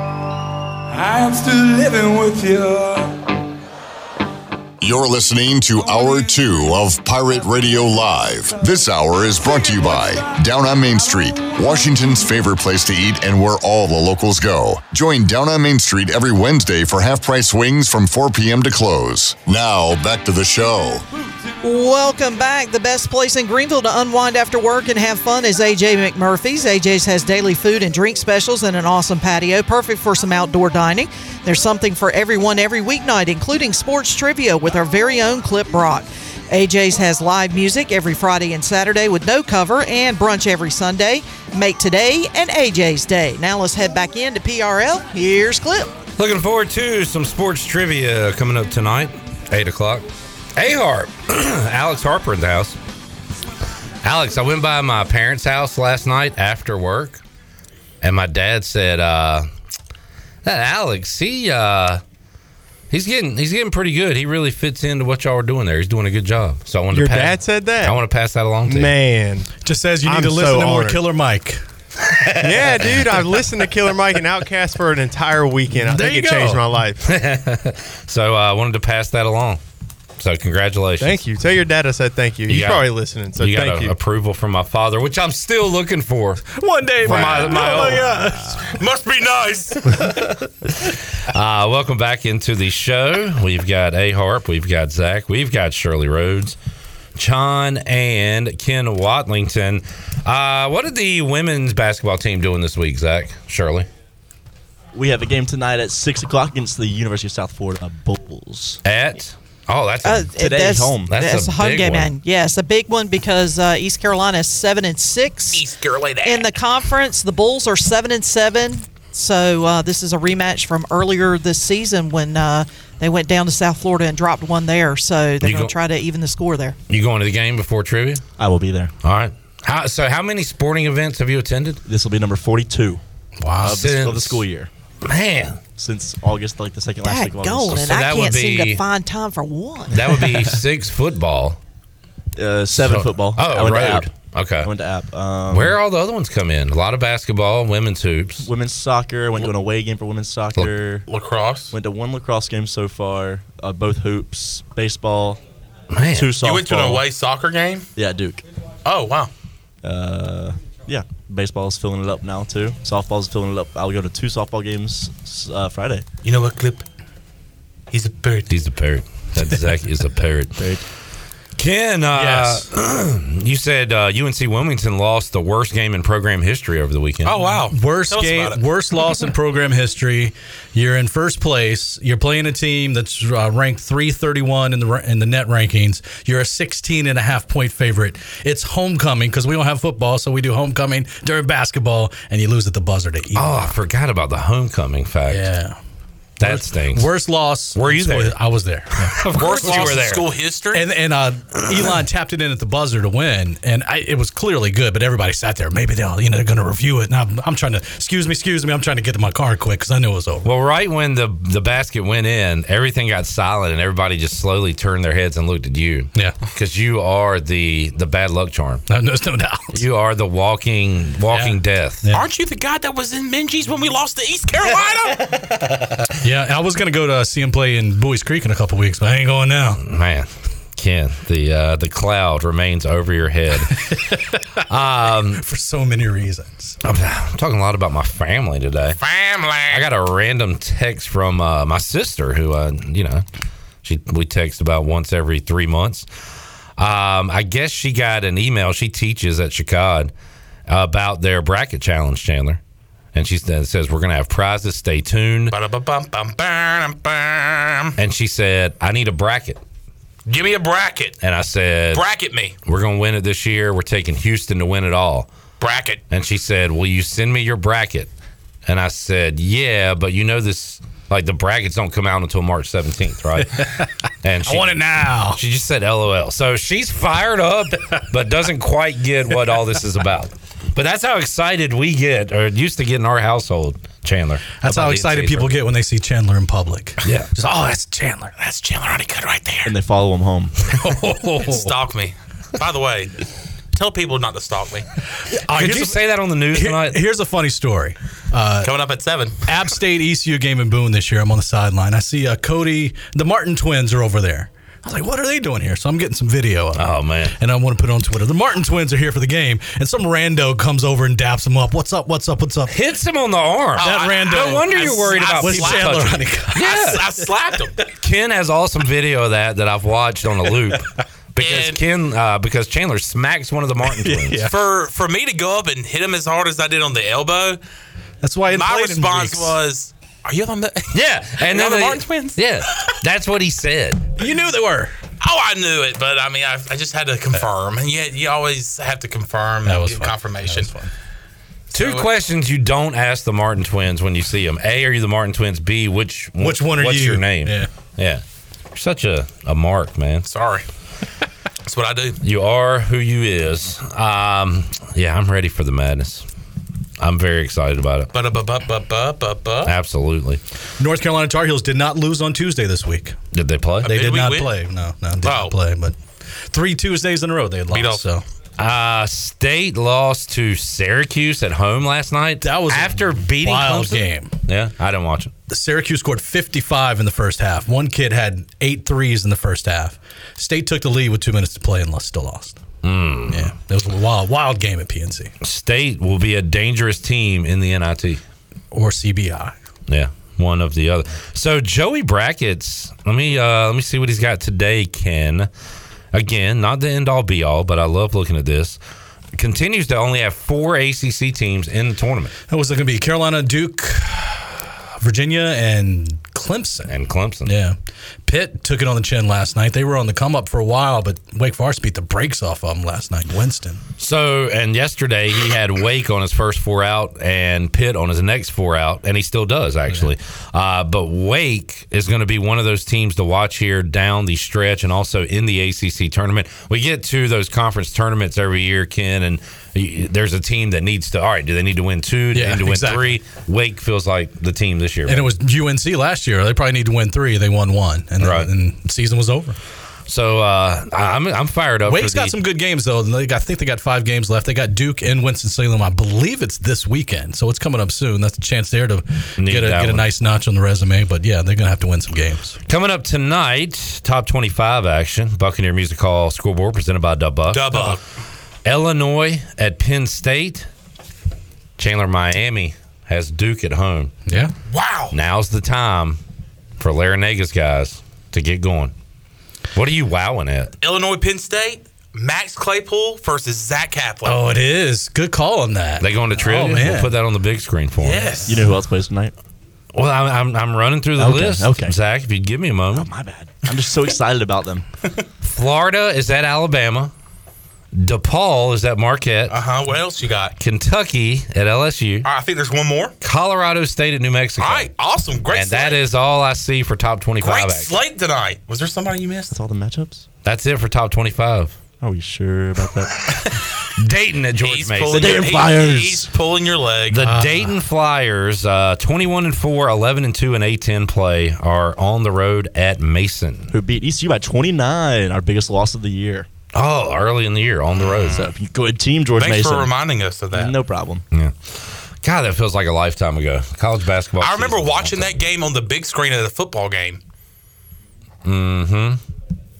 Speaker 15: I'm still living with you.
Speaker 2: You're listening to Hour 2 of Pirate Radio Live. This hour is brought to you by Down on Main Street, Washington's favorite place to eat and where all the locals go. Join Down on Main Street every Wednesday for half price wings from 4 p.m. to close. Now, back to the show.
Speaker 5: Welcome back. The best place in Greenville to unwind after work and have fun is AJ McMurphy's. AJ's has daily food and drink specials and an awesome patio, perfect for some outdoor dining. There's something for everyone every weeknight, including sports trivia with our very own Clip Brock. AJ's has live music every Friday and Saturday with no cover and brunch every Sunday. Make today and AJ's day. Now let's head back into PRL. Here's Clip.
Speaker 9: Looking forward to some sports trivia coming up tonight, 8 o'clock. A Harp, <clears throat> Alex Harper in the house. Alex, I went by my parents' house last night after work, and my dad said, uh, that Alex, he uh he's getting he's getting pretty good. He really fits into what y'all are doing there. He's doing a good job. So I wanted
Speaker 12: Your
Speaker 9: to pass,
Speaker 12: dad said that?
Speaker 9: I want to pass that along to you.
Speaker 12: Man, just says you need
Speaker 9: I'm
Speaker 12: to listen
Speaker 9: so
Speaker 12: to more
Speaker 9: honored.
Speaker 12: Killer Mike. <laughs> yeah, dude, I've listened to Killer Mike and Outcast for an entire weekend. I
Speaker 9: There
Speaker 12: think
Speaker 9: you
Speaker 12: it changed
Speaker 9: go.
Speaker 12: my life.
Speaker 9: so uh, I wanted to pass that along. So congratulations.
Speaker 12: Thank you. Tell your dad I said thank you. He's
Speaker 9: got-
Speaker 12: probably listening, so
Speaker 9: you got
Speaker 12: thank
Speaker 9: a-
Speaker 12: you.
Speaker 9: approval from my father, which I'm still looking
Speaker 12: <laughs>
Speaker 9: for.
Speaker 12: One day,
Speaker 9: For my-
Speaker 12: man.
Speaker 9: my
Speaker 12: oh my
Speaker 9: own-
Speaker 12: gosh.
Speaker 10: Must be
Speaker 12: <laughs>
Speaker 10: nice.
Speaker 9: Uh, welcome back into the show. We've got A Harp, we've got Zach, we've got Shirley Rhodes, John, and Ken Watlington. Uh, what did the women's basketball team doing this week, Zach? Shirley,
Speaker 11: We have a game tonight at six o'clock against the University of South Florida Bulls.
Speaker 9: At oh, that's
Speaker 11: a, today's
Speaker 5: Uh, that's,
Speaker 11: home.
Speaker 5: That's, a, home game, man. Yeah, it's a big one because uh, East Carolina is seven and six. East
Speaker 10: Carolina
Speaker 5: in the conference, the Bulls are seven and seven. So uh, this is a rematch from earlier this season when uh, they went down to South Florida and dropped one there. So they're
Speaker 9: You
Speaker 5: going
Speaker 9: go-
Speaker 5: to try to even the score there.
Speaker 9: you going to the game before trivia?
Speaker 11: I will be there.
Speaker 9: All right. How, so, how many sporting events have you attended?
Speaker 11: This will be number forty-two.
Speaker 9: Wow,
Speaker 11: of, the, of the
Speaker 9: Since-
Speaker 11: school year,
Speaker 9: man.
Speaker 11: Since August, like the second last week of August.
Speaker 5: Daggone, and
Speaker 9: So
Speaker 5: I
Speaker 9: that would
Speaker 5: can't seem
Speaker 9: be-
Speaker 5: to find time for one.
Speaker 9: That would be six football,
Speaker 11: uh, seven football.
Speaker 9: Oh,
Speaker 11: I went to
Speaker 9: road.
Speaker 11: App.
Speaker 9: Okay.
Speaker 11: I went to App. Um,
Speaker 9: Where all the other ones come in? A lot of basketball, women's hoops.
Speaker 11: Women's soccer. I went to an away game for women's soccer.
Speaker 10: lacrosse.
Speaker 11: Went to one lacrosse game so far. Uh, both hoops, baseball, two softball.
Speaker 10: You went to an away soccer game?
Speaker 11: Yeah, Duke.
Speaker 10: Oh wow.
Speaker 11: Uh, yeah, baseball's filling it up now too. Softball's filling it up. I'll go to two softball games s- uh, Friday.
Speaker 10: You know what, Clip? He's a bird.
Speaker 9: He's a parrot. That Zach is a parrot.
Speaker 11: <laughs>
Speaker 9: Ken, uh, <clears throat> you said uh, UNC Wilmington lost the worst game in program history over the weekend.
Speaker 12: Oh, Worst game, worst loss in program history. You're in first place. You're playing a team that's uh, ranked 331 in the ra- in the net rankings. You're a 16 and a half point favorite. It's homecoming because we don't have football, so we do homecoming during basketball, and you lose at the buzzer to eat.
Speaker 9: Oh, I forgot about the homecoming fact.
Speaker 12: Yeah.
Speaker 9: That stinks.
Speaker 12: Worst loss.
Speaker 9: Were you
Speaker 12: in school-
Speaker 9: there?
Speaker 12: I was <laughs> there.
Speaker 9: Of course you were there.
Speaker 10: history.
Speaker 12: And and uh, Elon tapped it in at the buzzer to win, and I, it was clearly good. But everybody sat there. Maybe they'll you know they're going to review it. And I'm, I'm trying to excuse me, excuse me. I'm trying to get to my car quick because I knew it was over.
Speaker 9: Well, right when the the basket went in, everything got silent, and everybody just slowly turned their heads and looked at you.
Speaker 12: Yeah,
Speaker 9: because you are the the bad luck charm.
Speaker 12: No, there's no doubt.
Speaker 9: You are the walking walking death.
Speaker 10: Aren't you the guy that was in Minji's when we lost to
Speaker 9: <laughs>
Speaker 10: East Carolina?
Speaker 12: Yeah, and I was going to go to see him play in Boys Creek in a couple weeks, but I ain't going now.
Speaker 9: Man, Ken, the uh, the cloud remains over your
Speaker 12: <laughs>
Speaker 9: head. um,
Speaker 12: For so many reasons.
Speaker 9: I'm, I'm talking a lot about my family today. Family. I got a random text from uh, my sister, who uh, you know, she we text about once every three months. Um, I guess she got an email. She teaches at Chicad about their bracket challenge, Chandler. And she said- says, We're going to have prizes. Stay tuned. And she said, I need a bracket.
Speaker 10: Give me a bracket.
Speaker 9: And I said,
Speaker 10: Bracket me.
Speaker 9: We're going to win it this year. We're taking Houston to win it all.
Speaker 10: Bracket.
Speaker 9: And she said, Will you send me your bracket? And I said, Yeah, but you know this, like the brackets don't come out until March 17th,
Speaker 12: <laughs>
Speaker 9: right? and
Speaker 12: I want it now.
Speaker 9: She just said LOL. So she's fired up, but doesn't quite get what all this is about. But that's how excited we get, or used to get in our household, Chandler.
Speaker 12: That's how
Speaker 9: about the
Speaker 12: excited
Speaker 9: NCAA
Speaker 12: people get when they see Chandler in public. <laughs>
Speaker 9: Yeah.
Speaker 12: Just, oh, that's Chandler. That's Chandler on a good right there.
Speaker 11: And they follow him home.
Speaker 10: <laughs>
Speaker 12: Oh.
Speaker 10: Stalk me. By the way, tell people not to stalk me.
Speaker 12: Oh, Uh,
Speaker 9: Could you say that on the news tonight?
Speaker 12: Here's a funny story. Uh,
Speaker 10: Coming up at seven.
Speaker 12: App State ECU game in Boone this year. I'm on the sideline. I see uh, Cody, the Martin twins are over there. I was like, what are they doing here? So I'm getting some video. Of oh,
Speaker 9: man.
Speaker 12: And I want to put it on Twitter. The Martin twins are here for the game. And some rando comes over and daps them up. What's up? What's up? What's up?
Speaker 9: Hits him on the arm.
Speaker 12: That
Speaker 9: Oh, I-
Speaker 12: rando.
Speaker 9: no wonder you're worried about
Speaker 12: was
Speaker 9: people
Speaker 12: Chandler
Speaker 9: touching you.
Speaker 12: Honeycutt.
Speaker 9: Yeah.
Speaker 10: I, I slapped him.
Speaker 9: Ken has awesome video of that that I've watched on a
Speaker 10: <laughs>
Speaker 9: loop because Ken uh, because Chandler smacks one of the
Speaker 10: <laughs>
Speaker 9: Martin twins.
Speaker 10: For for me to go up and hit him as hard as I did on the elbow,
Speaker 12: That's why
Speaker 10: my response was, "Are you
Speaker 12: <laughs>
Speaker 10: on the
Speaker 9: yeah?" And
Speaker 10: You're
Speaker 9: then
Speaker 10: on the
Speaker 9: they-
Speaker 10: Martin twins.
Speaker 9: Yeah, that's what he said.
Speaker 12: You knew they were.
Speaker 10: Oh, I knew it, but I mean, I, I just had to confirm, and yet you always have to confirm.
Speaker 12: That
Speaker 10: and
Speaker 12: was
Speaker 10: get
Speaker 12: fun.
Speaker 10: confirmation.
Speaker 9: Two questions you don't ask the Martin twins when you see them. A, are you the Martin twins? B, which
Speaker 12: Which one are
Speaker 9: what's
Speaker 12: you?
Speaker 9: your name?
Speaker 12: Yeah.
Speaker 9: yeah. You're such a, a mark, man. <laughs>
Speaker 10: Sorry. That's what I do.
Speaker 9: You are who you is. Um, yeah, I'm ready for the madness. I'm very excited about it.
Speaker 10: Ba-da-ba-ba-ba-ba-ba.
Speaker 9: Absolutely.
Speaker 12: North Carolina Tar Heels did not lose on Tuesday this week.
Speaker 9: Did they play?
Speaker 12: They
Speaker 9: Did
Speaker 12: did
Speaker 9: we
Speaker 12: not
Speaker 9: win? Oh.
Speaker 12: play. No, no, did not play. But three Tuesdays in a row they had lost. So
Speaker 9: Uh, State lost to Syracuse at home last night. That was after beating
Speaker 12: wild
Speaker 9: Clemson?
Speaker 12: game.
Speaker 9: Yeah, I didn't watch it.
Speaker 12: The Syracuse scored 55 in the first half. One kid had eight threes in the first half. State took the lead with two minutes to play and lost- still lost.
Speaker 9: Mm.
Speaker 12: Yeah, it was a wild, wild game at PNC.
Speaker 9: State will be a dangerous team in the NIT
Speaker 12: or CBI.
Speaker 9: Yeah, one of the other. So Joey brackets. Let me uh let me see what he's got today. Ken, again, not the end all be all, but I love looking at this. Continues to only have four ACC teams in the tournament.
Speaker 12: That was going to be Carolina, Duke, Virginia, and Clemson.
Speaker 9: And Clemson.
Speaker 12: Yeah. Pitt took it on the chin last night. They were on the come up for a while, but Wake Forest beat the brakes off of them last night. Winston.
Speaker 9: So and yesterday he had Wake on his first four out and Pitt on his next four out, and he still does actually. Uh, but Wake is going to be one of those teams to watch here down the stretch, and also in the ACC tournament. We get to those conference tournaments every year, Ken, and y- there's a team that needs to. All right, do they need to win two? Do
Speaker 12: Yeah,
Speaker 9: they need to win
Speaker 12: exactly.
Speaker 9: three? Wake feels like the team this year.
Speaker 12: And it was UNC last year. They probably need to win three. They won one, and, and the season was over.
Speaker 9: So uh, I'm I'm fired up. for
Speaker 12: Wake's
Speaker 9: the-
Speaker 12: got some good games though. They got, I think they got five games left. They got Duke and Winston Salem. I believe it's this weekend, so it's coming up soon. That's a chance there to
Speaker 9: Need
Speaker 12: get a
Speaker 9: that
Speaker 12: get a
Speaker 9: one.
Speaker 12: nice notch on the resume. But yeah, they're gonna have to win some games.
Speaker 9: Coming up tonight, top 25 action, Buccaneer Music Hall scoreboard presented by Dubba.
Speaker 10: Dubba.
Speaker 9: Illinois at Penn State. Chandler, Miami has Duke at home.
Speaker 12: Yeah.
Speaker 9: Wow. Now's the time for Larenegas guys to get going. What are you wowing at?
Speaker 10: Illinois Penn State, Max Claypool versus Zach Kaplan.
Speaker 12: Oh, it is good call on that.
Speaker 9: They going to
Speaker 12: Oh
Speaker 9: Trillium?
Speaker 12: man,
Speaker 9: We'll put that on the big screen for them.
Speaker 10: Yes.
Speaker 11: You know who else plays tonight?
Speaker 9: Well, I'm, I'm, I'm running through the
Speaker 11: Okay,
Speaker 9: list.
Speaker 11: okay.
Speaker 9: Zach, if you'd give me a moment. Oh, my bad.
Speaker 11: I'm just so excited about them.
Speaker 9: Florida is at Alabama. DePaul is at Marquette. Uh
Speaker 10: huh. Uh-huh. What else you got?
Speaker 9: Kentucky at LSU.
Speaker 10: I think there's one more.
Speaker 9: Colorado State at New Mexico.
Speaker 10: All right, awesome, great
Speaker 9: And that is all I see for top twenty-five.
Speaker 10: Great
Speaker 9: action.
Speaker 10: slate tonight. Was there somebody you missed?
Speaker 11: That's all the matchups.
Speaker 9: That's it for top twenty-five.
Speaker 11: Are we sure about that?
Speaker 10: <laughs>
Speaker 9: Dayton at George
Speaker 10: He's
Speaker 9: Mason.
Speaker 10: pulling your- he- He's pulling your leg.
Speaker 9: The
Speaker 10: Ah.
Speaker 9: Dayton Flyers, uh, 21 and 4, 11 and 2 and A10 play are on the road at Mason.
Speaker 11: Who beat ECU by 29, our biggest loss of the year. Ah.
Speaker 9: Oh, early in the year on the road.
Speaker 11: So, good team, George
Speaker 10: Thanks
Speaker 11: Mason.
Speaker 10: for reminding us of that.
Speaker 11: No problem.
Speaker 9: Yeah. God, that feels like a lifetime ago. College basketball.
Speaker 10: I remember watching that game on the big screen at a football game.
Speaker 9: Mm-hmm.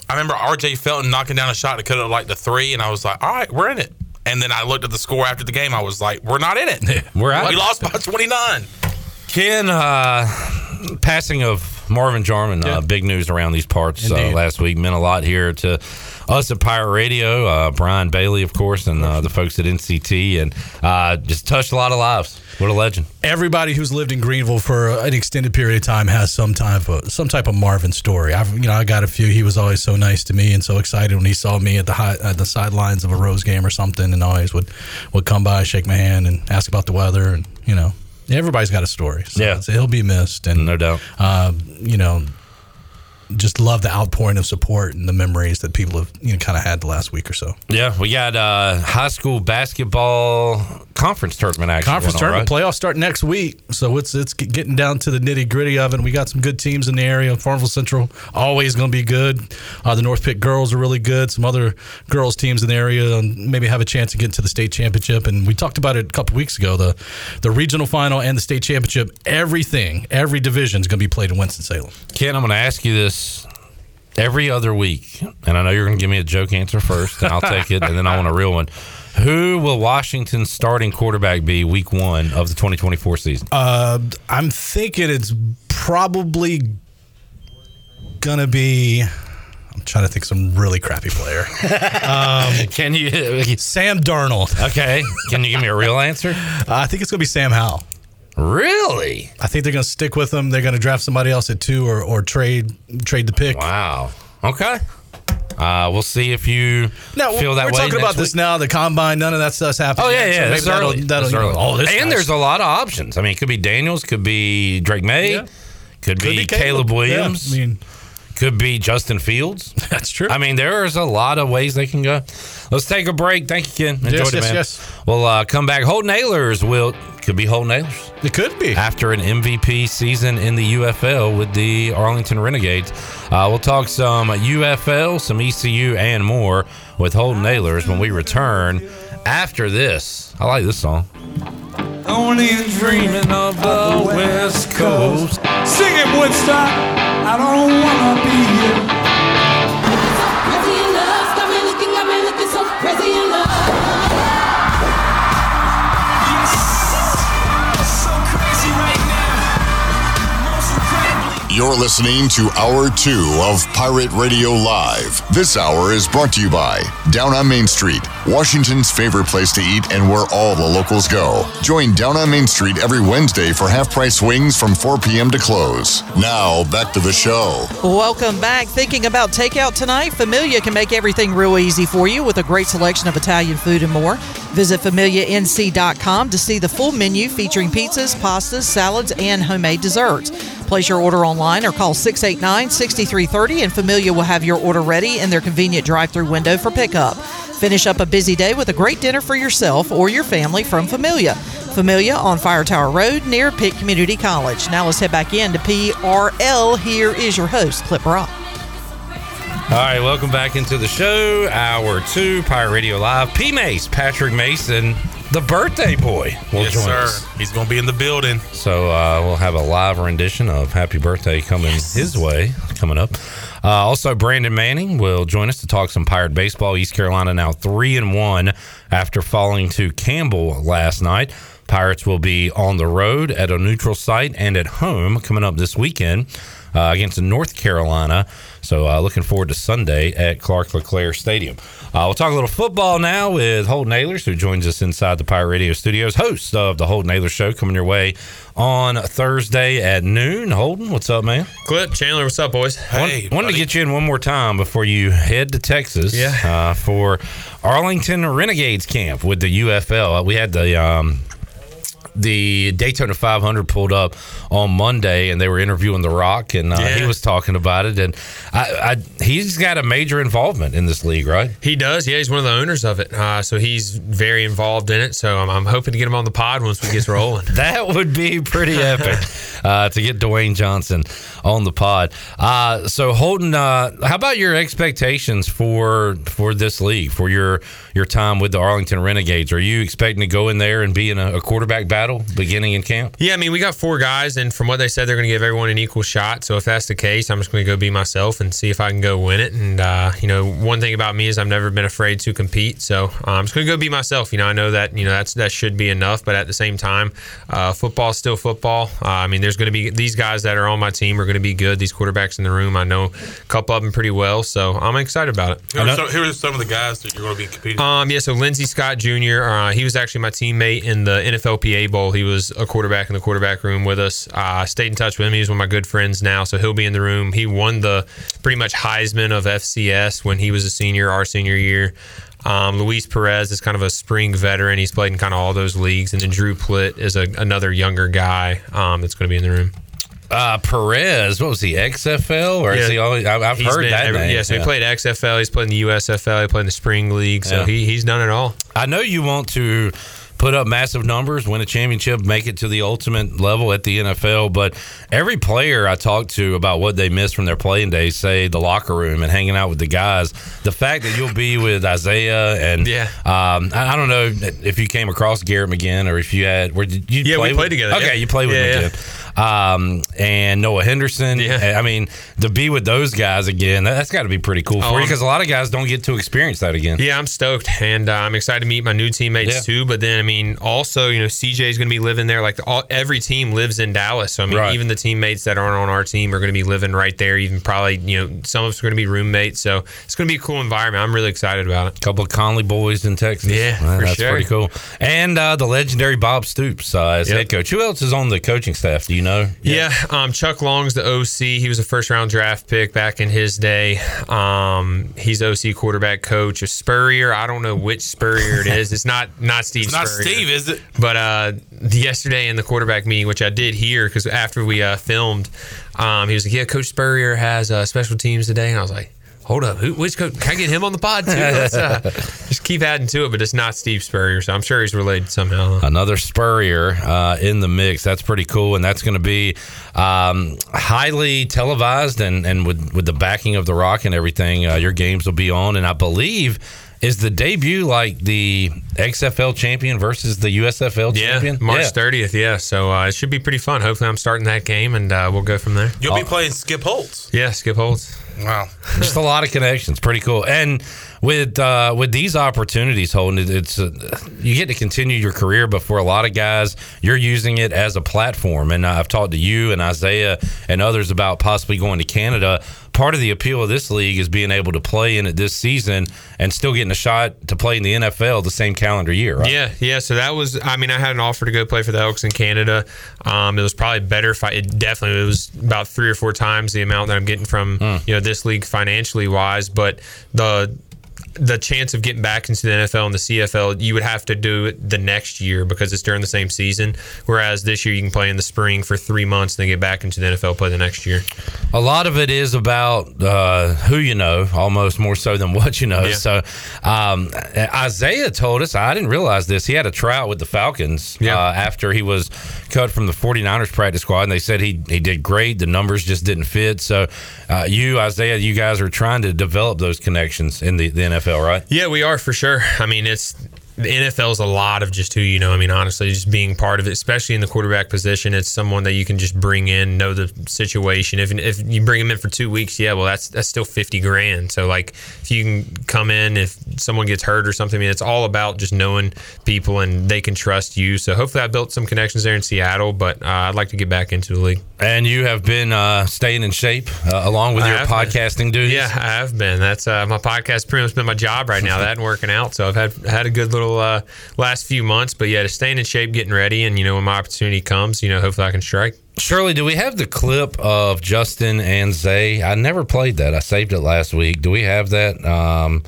Speaker 10: I remember RJ Felton knocking down a shot to cut it like the three, and I was like, all right, we're in it. And then I looked at the score after the game. I was like, we're not in it.
Speaker 9: We're out.
Speaker 10: We lost by 29.
Speaker 9: Ken, uh, passing of Marvin Jarman, uh, big news around these parts uh,
Speaker 10: Indeed.
Speaker 9: last week. Meant a lot here to us at Pirate Radio, uh, Brian Bailey, of course, and uh, the folks at NCT, and uh, just touched a lot of lives. What a legend.
Speaker 12: everybody who's lived in Greenville for an extended period of time has some type of some type of Marvin story. I've you know I got a few. He was always so nice to me and so excited when he saw me at the high, at the sidelines of a Rose game or something, and always would would come by, shake my hand, and ask about the weather, and you know everybody's got a story. So
Speaker 9: Yeah.
Speaker 12: it's- he'll be missed, and
Speaker 9: no doubt.
Speaker 12: Uh, you know. Just love the outpouring of support and the memories that people have, you know, kind of had the last week or so.
Speaker 9: Yeah, we got uh, high school basketball conference tournament action.
Speaker 12: Conference
Speaker 9: going on,
Speaker 12: tournament
Speaker 9: right?
Speaker 12: playoffs start next week, so it's it's get- getting down to the nitty gritty of it. We got some good teams in the area. Farmville Central always going to be good. Uh, the North Pitt girls are really good. Some other girls teams in the area um, maybe have a chance to get to the state championship. And we talked about it a couple weeks ago. The the regional final and the state championship. Everything, every division is going to be played in Winston Salem.
Speaker 9: Ken, I'm going to ask you this every other week, and I know you're going to give me a joke answer first, and I'll take it, and then I want a real one. Who will Washington's starting quarterback be week one of the 2024 season?
Speaker 12: Uh, I'm thinking it's probably gonna be. I'm trying to think of some really crappy player. <laughs> Um,
Speaker 9: <laughs> Can you
Speaker 12: Sam Darnold?
Speaker 9: Okay. Can you give me a real answer?
Speaker 12: <laughs> Uh, I think it's gonna be Sam Howell.
Speaker 9: Really?
Speaker 12: I think they're gonna stick with him. They're gonna draft somebody else at two or, or trade trade the pick.
Speaker 9: Wow. Okay. Uh, we'll see if you
Speaker 12: No,
Speaker 9: feel that
Speaker 12: we're
Speaker 9: way.
Speaker 12: talking
Speaker 9: next
Speaker 12: about this
Speaker 9: week.
Speaker 12: now. The combine, none of that stuff's happening.
Speaker 9: Oh yeah,
Speaker 12: yet, so
Speaker 9: yeah.
Speaker 12: maybe
Speaker 9: That's
Speaker 12: that'll-
Speaker 9: early.
Speaker 12: that'll,
Speaker 9: That's
Speaker 12: you know,
Speaker 9: early.
Speaker 12: oh, this
Speaker 9: and
Speaker 12: guy's-
Speaker 9: there's a lot of options. I mean, it could be Daniels, could be Drake May, could, be,
Speaker 12: be
Speaker 9: Caleb,
Speaker 12: Caleb.
Speaker 9: Williams.
Speaker 12: Yeah, I mean-
Speaker 9: could be Justin Fields.
Speaker 12: <laughs> That's true.
Speaker 9: I mean, there is a lot of ways they can go. Let's take a break. Thank you, Ken. Enjoyed
Speaker 12: Yes,
Speaker 9: it,
Speaker 12: yes,
Speaker 9: man.
Speaker 12: yes.
Speaker 9: We'll uh, come back. Holt Nailers will could be Holt Nailers.
Speaker 12: It could be
Speaker 9: after an MVP season in the UFL with the Arlington Renegades. Uh, we'll talk some UFL, some ECU, and more with Holt Nailers when we return after this. I like this song.
Speaker 15: Only dreaming of the West Coast. Sing it, Woodstock. I don't wanna be here.
Speaker 10: <laughs>
Speaker 8: Crazy in love, got me looking, got me looking so crazy in love.
Speaker 15: So crazy right now. Most incredible.
Speaker 2: You're listening to Hour 2 of Pirate Radio Live. This hour is brought to you by Down on Main Street, Washington's favorite place to eat and where all the locals go. Join Down on Main Street every Wednesday for half price wings from 4 p.m. to close. Now, back to the show.
Speaker 5: Welcome back. Thinking about takeout tonight? Familia can make everything real easy for you with a great selection of Italian food and more. Visit familianc.com to see the full menu featuring pizzas, pastas, salads, and homemade desserts. Place your order online or call 689 6330 and Familia will have your order ready in their convenient drive through window for pickup. Finish up a busy day with a great dinner for yourself or your family from Familia. Familia on Fire Tower Road near Pitt Community College. Now let's head back in to PRL. Here is your host, Clip Rock.
Speaker 9: All right, welcome back into the show. Hour two, Pirate Radio Live. P Mace, Patrick Mason, the birthday boy, will
Speaker 10: Yes,
Speaker 9: join
Speaker 10: sir.
Speaker 9: us.
Speaker 10: He's going to be in the building.
Speaker 9: So uh, we'll have a live rendition of "Happy Birthday" coming his way coming up. Uh, also, Brandon Manning will join us to talk some Pirate baseball. East Carolina now three and one after falling to Campbell last night. Pirates will be on the road at a neutral site and at home coming up this weekend uh, against North Carolina. So uh, looking forward to Sunday at Clark LeClaire Stadium. Uh, we'll talk a little football now with Holt Nailers, who joins us inside the Pirate Radio Studios, host of the Holt Naylor Show, coming your way on Thursday at noon. Holden, what's up, man?
Speaker 16: Clip Chandler, what's up, boys?
Speaker 9: Hey, wanted to get you in one more time before you head to Texas
Speaker 16: Yeah.
Speaker 9: uh, for Arlington Renegades camp with the UFL. Uh, We had the um, the Daytona 500 pulled up on Monday, and they were interviewing The Rock, and uh, he was talking about it. And I, I, he's got a major involvement in this league, <laughs> right?
Speaker 16: He does. Yeah, he's one of the owners of it. Uh, so he's very involved in it. So I'm, I'm hoping to get him on the pod once we get
Speaker 9: <laughs>
Speaker 16: rolling.
Speaker 9: that would be pretty
Speaker 16: <laughs>
Speaker 9: epic uh, to get Dwayne Johnson on the pod. Uh, so Holden, uh, how about your expectations for for this league for your your time with the Arlington Renegades? Are you expecting to go in there and be in a, a quarterback battle beginning in camp?
Speaker 16: Yeah, I mean, we got four guys, and from what they said, they're going to give everyone an equal shot. So if that's the case, I'm just going to go be myself and see if I can go win it. And uh, you know, one thing about me is I've never been afraid to compete. So uh, I'm just going to go be myself. You know, I know that you know that's that should be enough, but at the same time, uh, football's still football. Uh, I mean, there's going to be these guys that are on my team are going to be good. These quarterbacks in the room, I know a couple of them pretty well. So I'm excited about it.
Speaker 10: Who are, some, who are some of the guys that you're going to be competing
Speaker 16: Um, yeah, so Lindsey Scott Jr., uh, he was actually my teammate in the NFLPA Bowl. He was a quarterback in the quarterback room with us. Uh, I stayed in touch with him. He's one of my good friends now, so he'll be in the room. He won the pretty much Heisman of FCS when he was a senior, our senior year. Um, Luis Perez is kind of a spring veteran. He's played in kind of all those leagues. And then Drew Plitt is a, another younger guy um, that's going to be in the room.
Speaker 9: Uh, Perez, what was he XFL or is he always? I, I've
Speaker 16: He's
Speaker 9: heard
Speaker 16: been
Speaker 9: that.
Speaker 16: every-
Speaker 9: name.
Speaker 16: Yeah, so he played XFL. He's played in the USFL. He played in the spring league. So
Speaker 9: Yeah.
Speaker 16: he, he's done it all.
Speaker 9: I know you want to put up massive numbers, win a championship, make it to the ultimate level at the NFL, but every player I talk to about what they miss from their playing days, say the locker room and hanging out with the guys, the fact that you'll be with Isaiah and yeah, um, I, I don't know if you came across Garrett McGinn or if you had where did you
Speaker 16: Yeah, we
Speaker 9: play with-
Speaker 16: played together,
Speaker 9: Okay,
Speaker 16: yeah.
Speaker 9: you played with
Speaker 16: Yeah, yeah.
Speaker 9: McGinn um, and Noah Henderson. Yeah. I mean, to be with those guys again, that, that's got to be pretty cool
Speaker 16: Oh,
Speaker 9: for you
Speaker 16: I'm-
Speaker 9: because a lot of guys don't get to experience that again.
Speaker 16: Yeah, I'm stoked, and uh, I'm excited to meet my new teammates
Speaker 9: Yeah.
Speaker 16: too. But then, I mean, also, you know, CJ's going to be living there. Like all, every team lives in Dallas, so I mean,
Speaker 9: Right.
Speaker 16: even the teammates that aren't on our team are going to be living right there. Even probably, you know, some of us are going to be roommates. So it's going to be a cool environment. I'm really excited about it.
Speaker 9: Couple of Conley boys in Texas.
Speaker 16: Yeah,
Speaker 9: Wow,
Speaker 16: for
Speaker 9: that's
Speaker 16: sure.
Speaker 9: pretty cool. And uh, the legendary Bob Stoops uh, as
Speaker 16: Yep.
Speaker 9: head coach. Who else is on the coaching staff? Do you know.
Speaker 16: Yeah, um, Chuck Long's the OC. He was a first round draft pick back in his day. Um, he's OC quarterback coach of Spurrier. I don't know which Spurrier it is. It's not not Steve.
Speaker 10: It's not
Speaker 16: Spurrier.
Speaker 10: Steve, is it?
Speaker 16: But uh, yesterday in the quarterback meeting, which I did hear because after we uh, filmed, um, he was like, "Yeah, Coach Spurrier has uh, special teams today," and I was like. Hold up, who, which coach? Can I get him on the pod
Speaker 10: <laughs>
Speaker 16: too? Let's, uh, just keep adding to it, but it's not Steve Spurrier, so I'm sure he's related somehow.
Speaker 9: Another Spurrier uh, in the mix. That's pretty cool, and that's going to be um, highly televised, and and with with the backing of the Rock and everything, uh, your games will be on, and I believe. Is the debut like the XFL champion versus the USFL champion?
Speaker 16: March 30th, yeah. So uh, it should be pretty fun. Hopefully, I'm starting that game, and uh, we'll go from there.
Speaker 10: You'll be playing Skip Holtz.
Speaker 16: Yeah,
Speaker 9: <laughs>
Speaker 16: Skip Holtz.
Speaker 10: Wow,
Speaker 9: just a lot of connections. Pretty cool. And with uh, with these opportunities, Holden, it- it's uh, you get to continue your career. But for a lot of guys, you're using it as a platform. And I've talked to you and Isaiah and others about possibly going to Canada. Part of the appeal of this league is being able to play in it this season and still getting a shot to play in the NFL the same calendar year. Right?
Speaker 16: Yeah, yeah. So that was, I mean, I had an offer to go play for the Elks in Canada. Um, it was probably better if I, it definitely it was about three or four times the amount that I'm getting from,
Speaker 9: Hmm.
Speaker 16: you know, this league financially wise. But the, the chance of getting back into the NFL and the CFL, you would have to do it the next year because it's during the same season. Whereas this year, you can play in the spring for three months, and then get back into the NFL, play the next year.
Speaker 9: A lot of it is about uh, who you know, almost more so than what you know.
Speaker 16: Yeah.
Speaker 9: So um, Isaiah told us, I didn't realize this, he had a tryout with the Falcons uh, after he was cut from the 49ers practice squad, and they said he, he did great. The numbers just didn't fit. So uh, you, Isaiah, you guys are trying to develop those connections in the, the NFL, right?
Speaker 16: Yeah, we are for sure. I mean, it's the NFL is a lot of just who you know. I mean, honestly, just being part of it, especially in the quarterback position, it's someone that you can just bring in, know the situation. If if you bring them in for two weeks, yeah, well, that's that's still fifty grand. So like, if you can come in, if someone gets hurt or something, I mean, it's all about just knowing people and they can trust you. So hopefully, I built some connections there in Seattle, but uh, I'd like to get back into the league.
Speaker 9: And you have been uh, staying in shape uh, along with
Speaker 16: I
Speaker 9: your
Speaker 16: have
Speaker 9: podcasting duties.
Speaker 16: Yeah, I have been. That's uh, my podcast. Pretty much been my job right now. That and working out. So I've had had a good little uh, last few months. But yeah, just staying in shape, getting ready, and you know when my opportunity comes, you know hopefully I can strike.
Speaker 9: Shirley, do we have the clip of Justin and Zay? I never played that. I saved it last week. Do we have that? Um,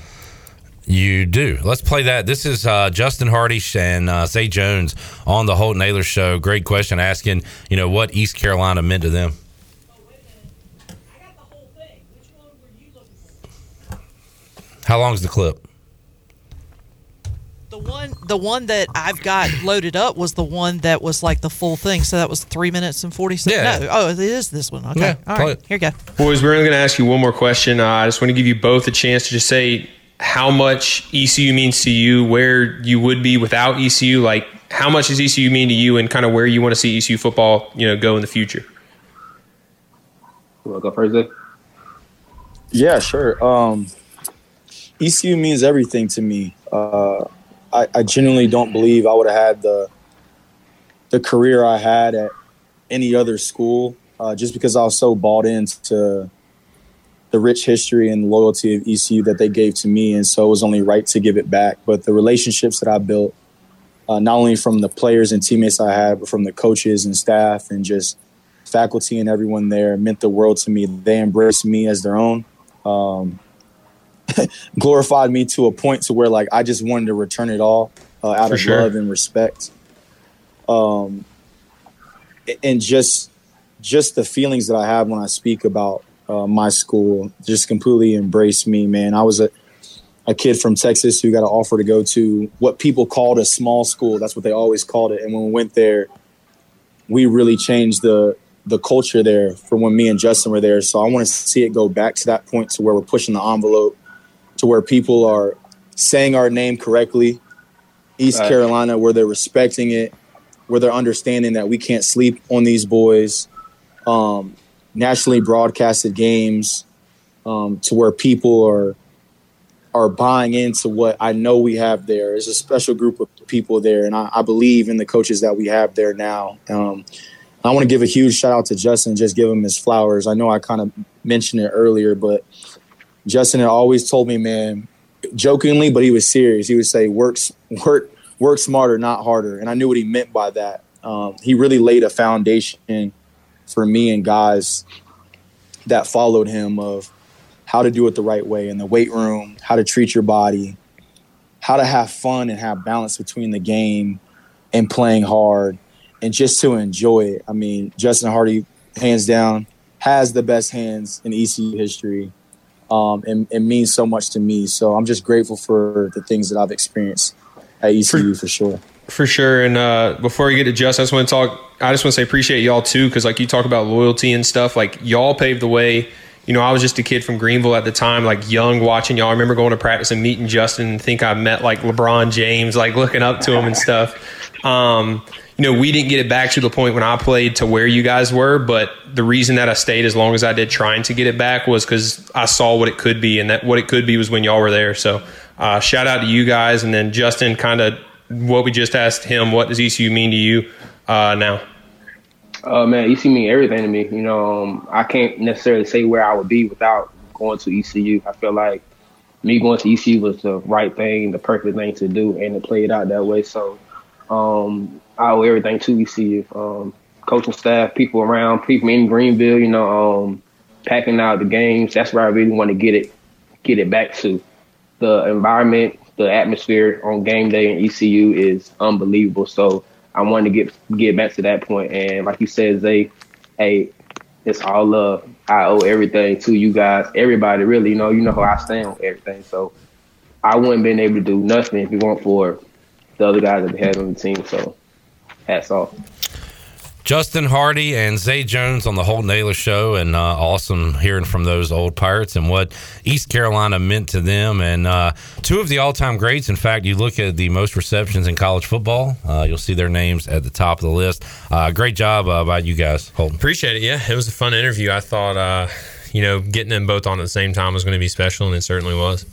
Speaker 9: you do. Let's play that. This is uh, Justin Hardy and uh, Zay Jones on the Holt Naylor Show. Great question asking, you know, what East Carolina meant to them. How long's the clip?
Speaker 5: The one, the one that I've got loaded up was the one that was like the full thing. So that was three minutes and forty seconds.
Speaker 17: Yeah.
Speaker 5: No, oh, it is this one. Okay,
Speaker 17: Yeah,
Speaker 5: all
Speaker 17: play
Speaker 5: right,
Speaker 17: it.
Speaker 5: here you go.
Speaker 17: Boys, we're only going to ask you one more question. Uh, I just want to give you both a chance to just say how much ECU means to you, where you would be without ECU, like how much does ECU mean to you, and kind of where you want to see ECU football, you know, go in the future.
Speaker 18: We'll go first. Dave? Yeah, sure. Um, ECU means everything to me. Uh, I, I genuinely don't believe I would have had the the career I had at any other school uh, just because I was so bought into the rich history and loyalty of ECU that they gave to me, and so it was only right to give it back. But the relationships that I built, uh, not only from the players and teammates I had, but from the coaches and staff, and just faculty and everyone there meant the world to me. They embraced me as their own, um, <laughs> glorified me to a point to where like I just wanted to return it all uh, out
Speaker 17: For
Speaker 18: of
Speaker 17: sure.
Speaker 18: love and respect. Um, a- and just just the feelings that I have when I speak about uh, my school just completely embraced me, man. I was a a kid from Texas who got an offer to go to what people called a small school. That's what they always called it. And when we went there, we really changed the the culture there from when me and Justin were there. So I want to see it go back to that point to where we're pushing the envelope, to where people are saying our name correctly, East
Speaker 17: Right.
Speaker 18: Carolina, where they're respecting it, where they're understanding that we can't sleep on these boys. Um, nationally broadcasted games, um, to where people are are buying into what I know we have there. It's a special group of people there, and I, I believe in the coaches that we have there now. Um, I want to give a huge shout out to Justin. Just give him his flowers. I know I kind of mentioned it earlier, but Justin had always told me, man, jokingly, but he was serious. He would say, "Work, s- work, work smarter, not harder," and I knew what he meant by that. Um, he really laid a foundation for me and guys that followed him of how to do it the right way in the weight room, how to treat your body, how to have fun and have balance between the game and playing hard and just to enjoy it. I mean, Justin Hardy, hands down, has the best hands in ECU history um, and, and means so much to me. So I'm just grateful for the things that I've experienced at ECU for sure.
Speaker 17: For sure. And uh, before we get to Justin, I just want to talk. I just want to say appreciate y'all too, because like you talk about loyalty and stuff. Like y'all paved the way. You know, I was just a kid from Greenville at the time, like young, watching y'all. I remember going to practice and meeting Justin and think I met like LeBron James, like looking up to him and stuff. Um, you know, we didn't get it back to the point when I played to where you guys were, but the reason that I stayed as long as I did trying to get it back was because I saw what it could be, and that what it could be was when y'all were there. So, uh, shout out to you guys, and then Justin, kind of what we just asked him, what does ECU mean to you uh, now?
Speaker 19: Uh, man, ECU mean everything to me. You know, um, I can't necessarily say where I would be without going to ECU. I feel like me going to ECU was the right thing, the perfect thing to do, and it played out that way. So um, I owe everything to ECU. Um, coaching staff, people around, people in Greenville. You know, um, packing out the games. That's where I really want to get it, get it back to. The environment, the atmosphere on game day in ECU is unbelievable. So I wanted to get get back to that point. And like you said, Zay, hey, it's all love. I owe everything to you guys, everybody. Really, you know, you know how I stand on everything. So I wouldn't been able to do nothing if it weren't for the other guys that we had on the team. So hats off.
Speaker 9: Justin Hardy and Zay Jones on the Holt Naylor show, and uh, awesome hearing from those old Pirates and what East Carolina meant to them. And uh, two of the all time greats. In fact, you look at the most receptions in college football, uh, you'll see their names at the top of the list. Uh, great job uh, by you guys, Holt.
Speaker 16: Appreciate it. Yeah, it was a fun interview. I thought, uh, you know, getting them both on at the same time was going to be special, and it certainly was.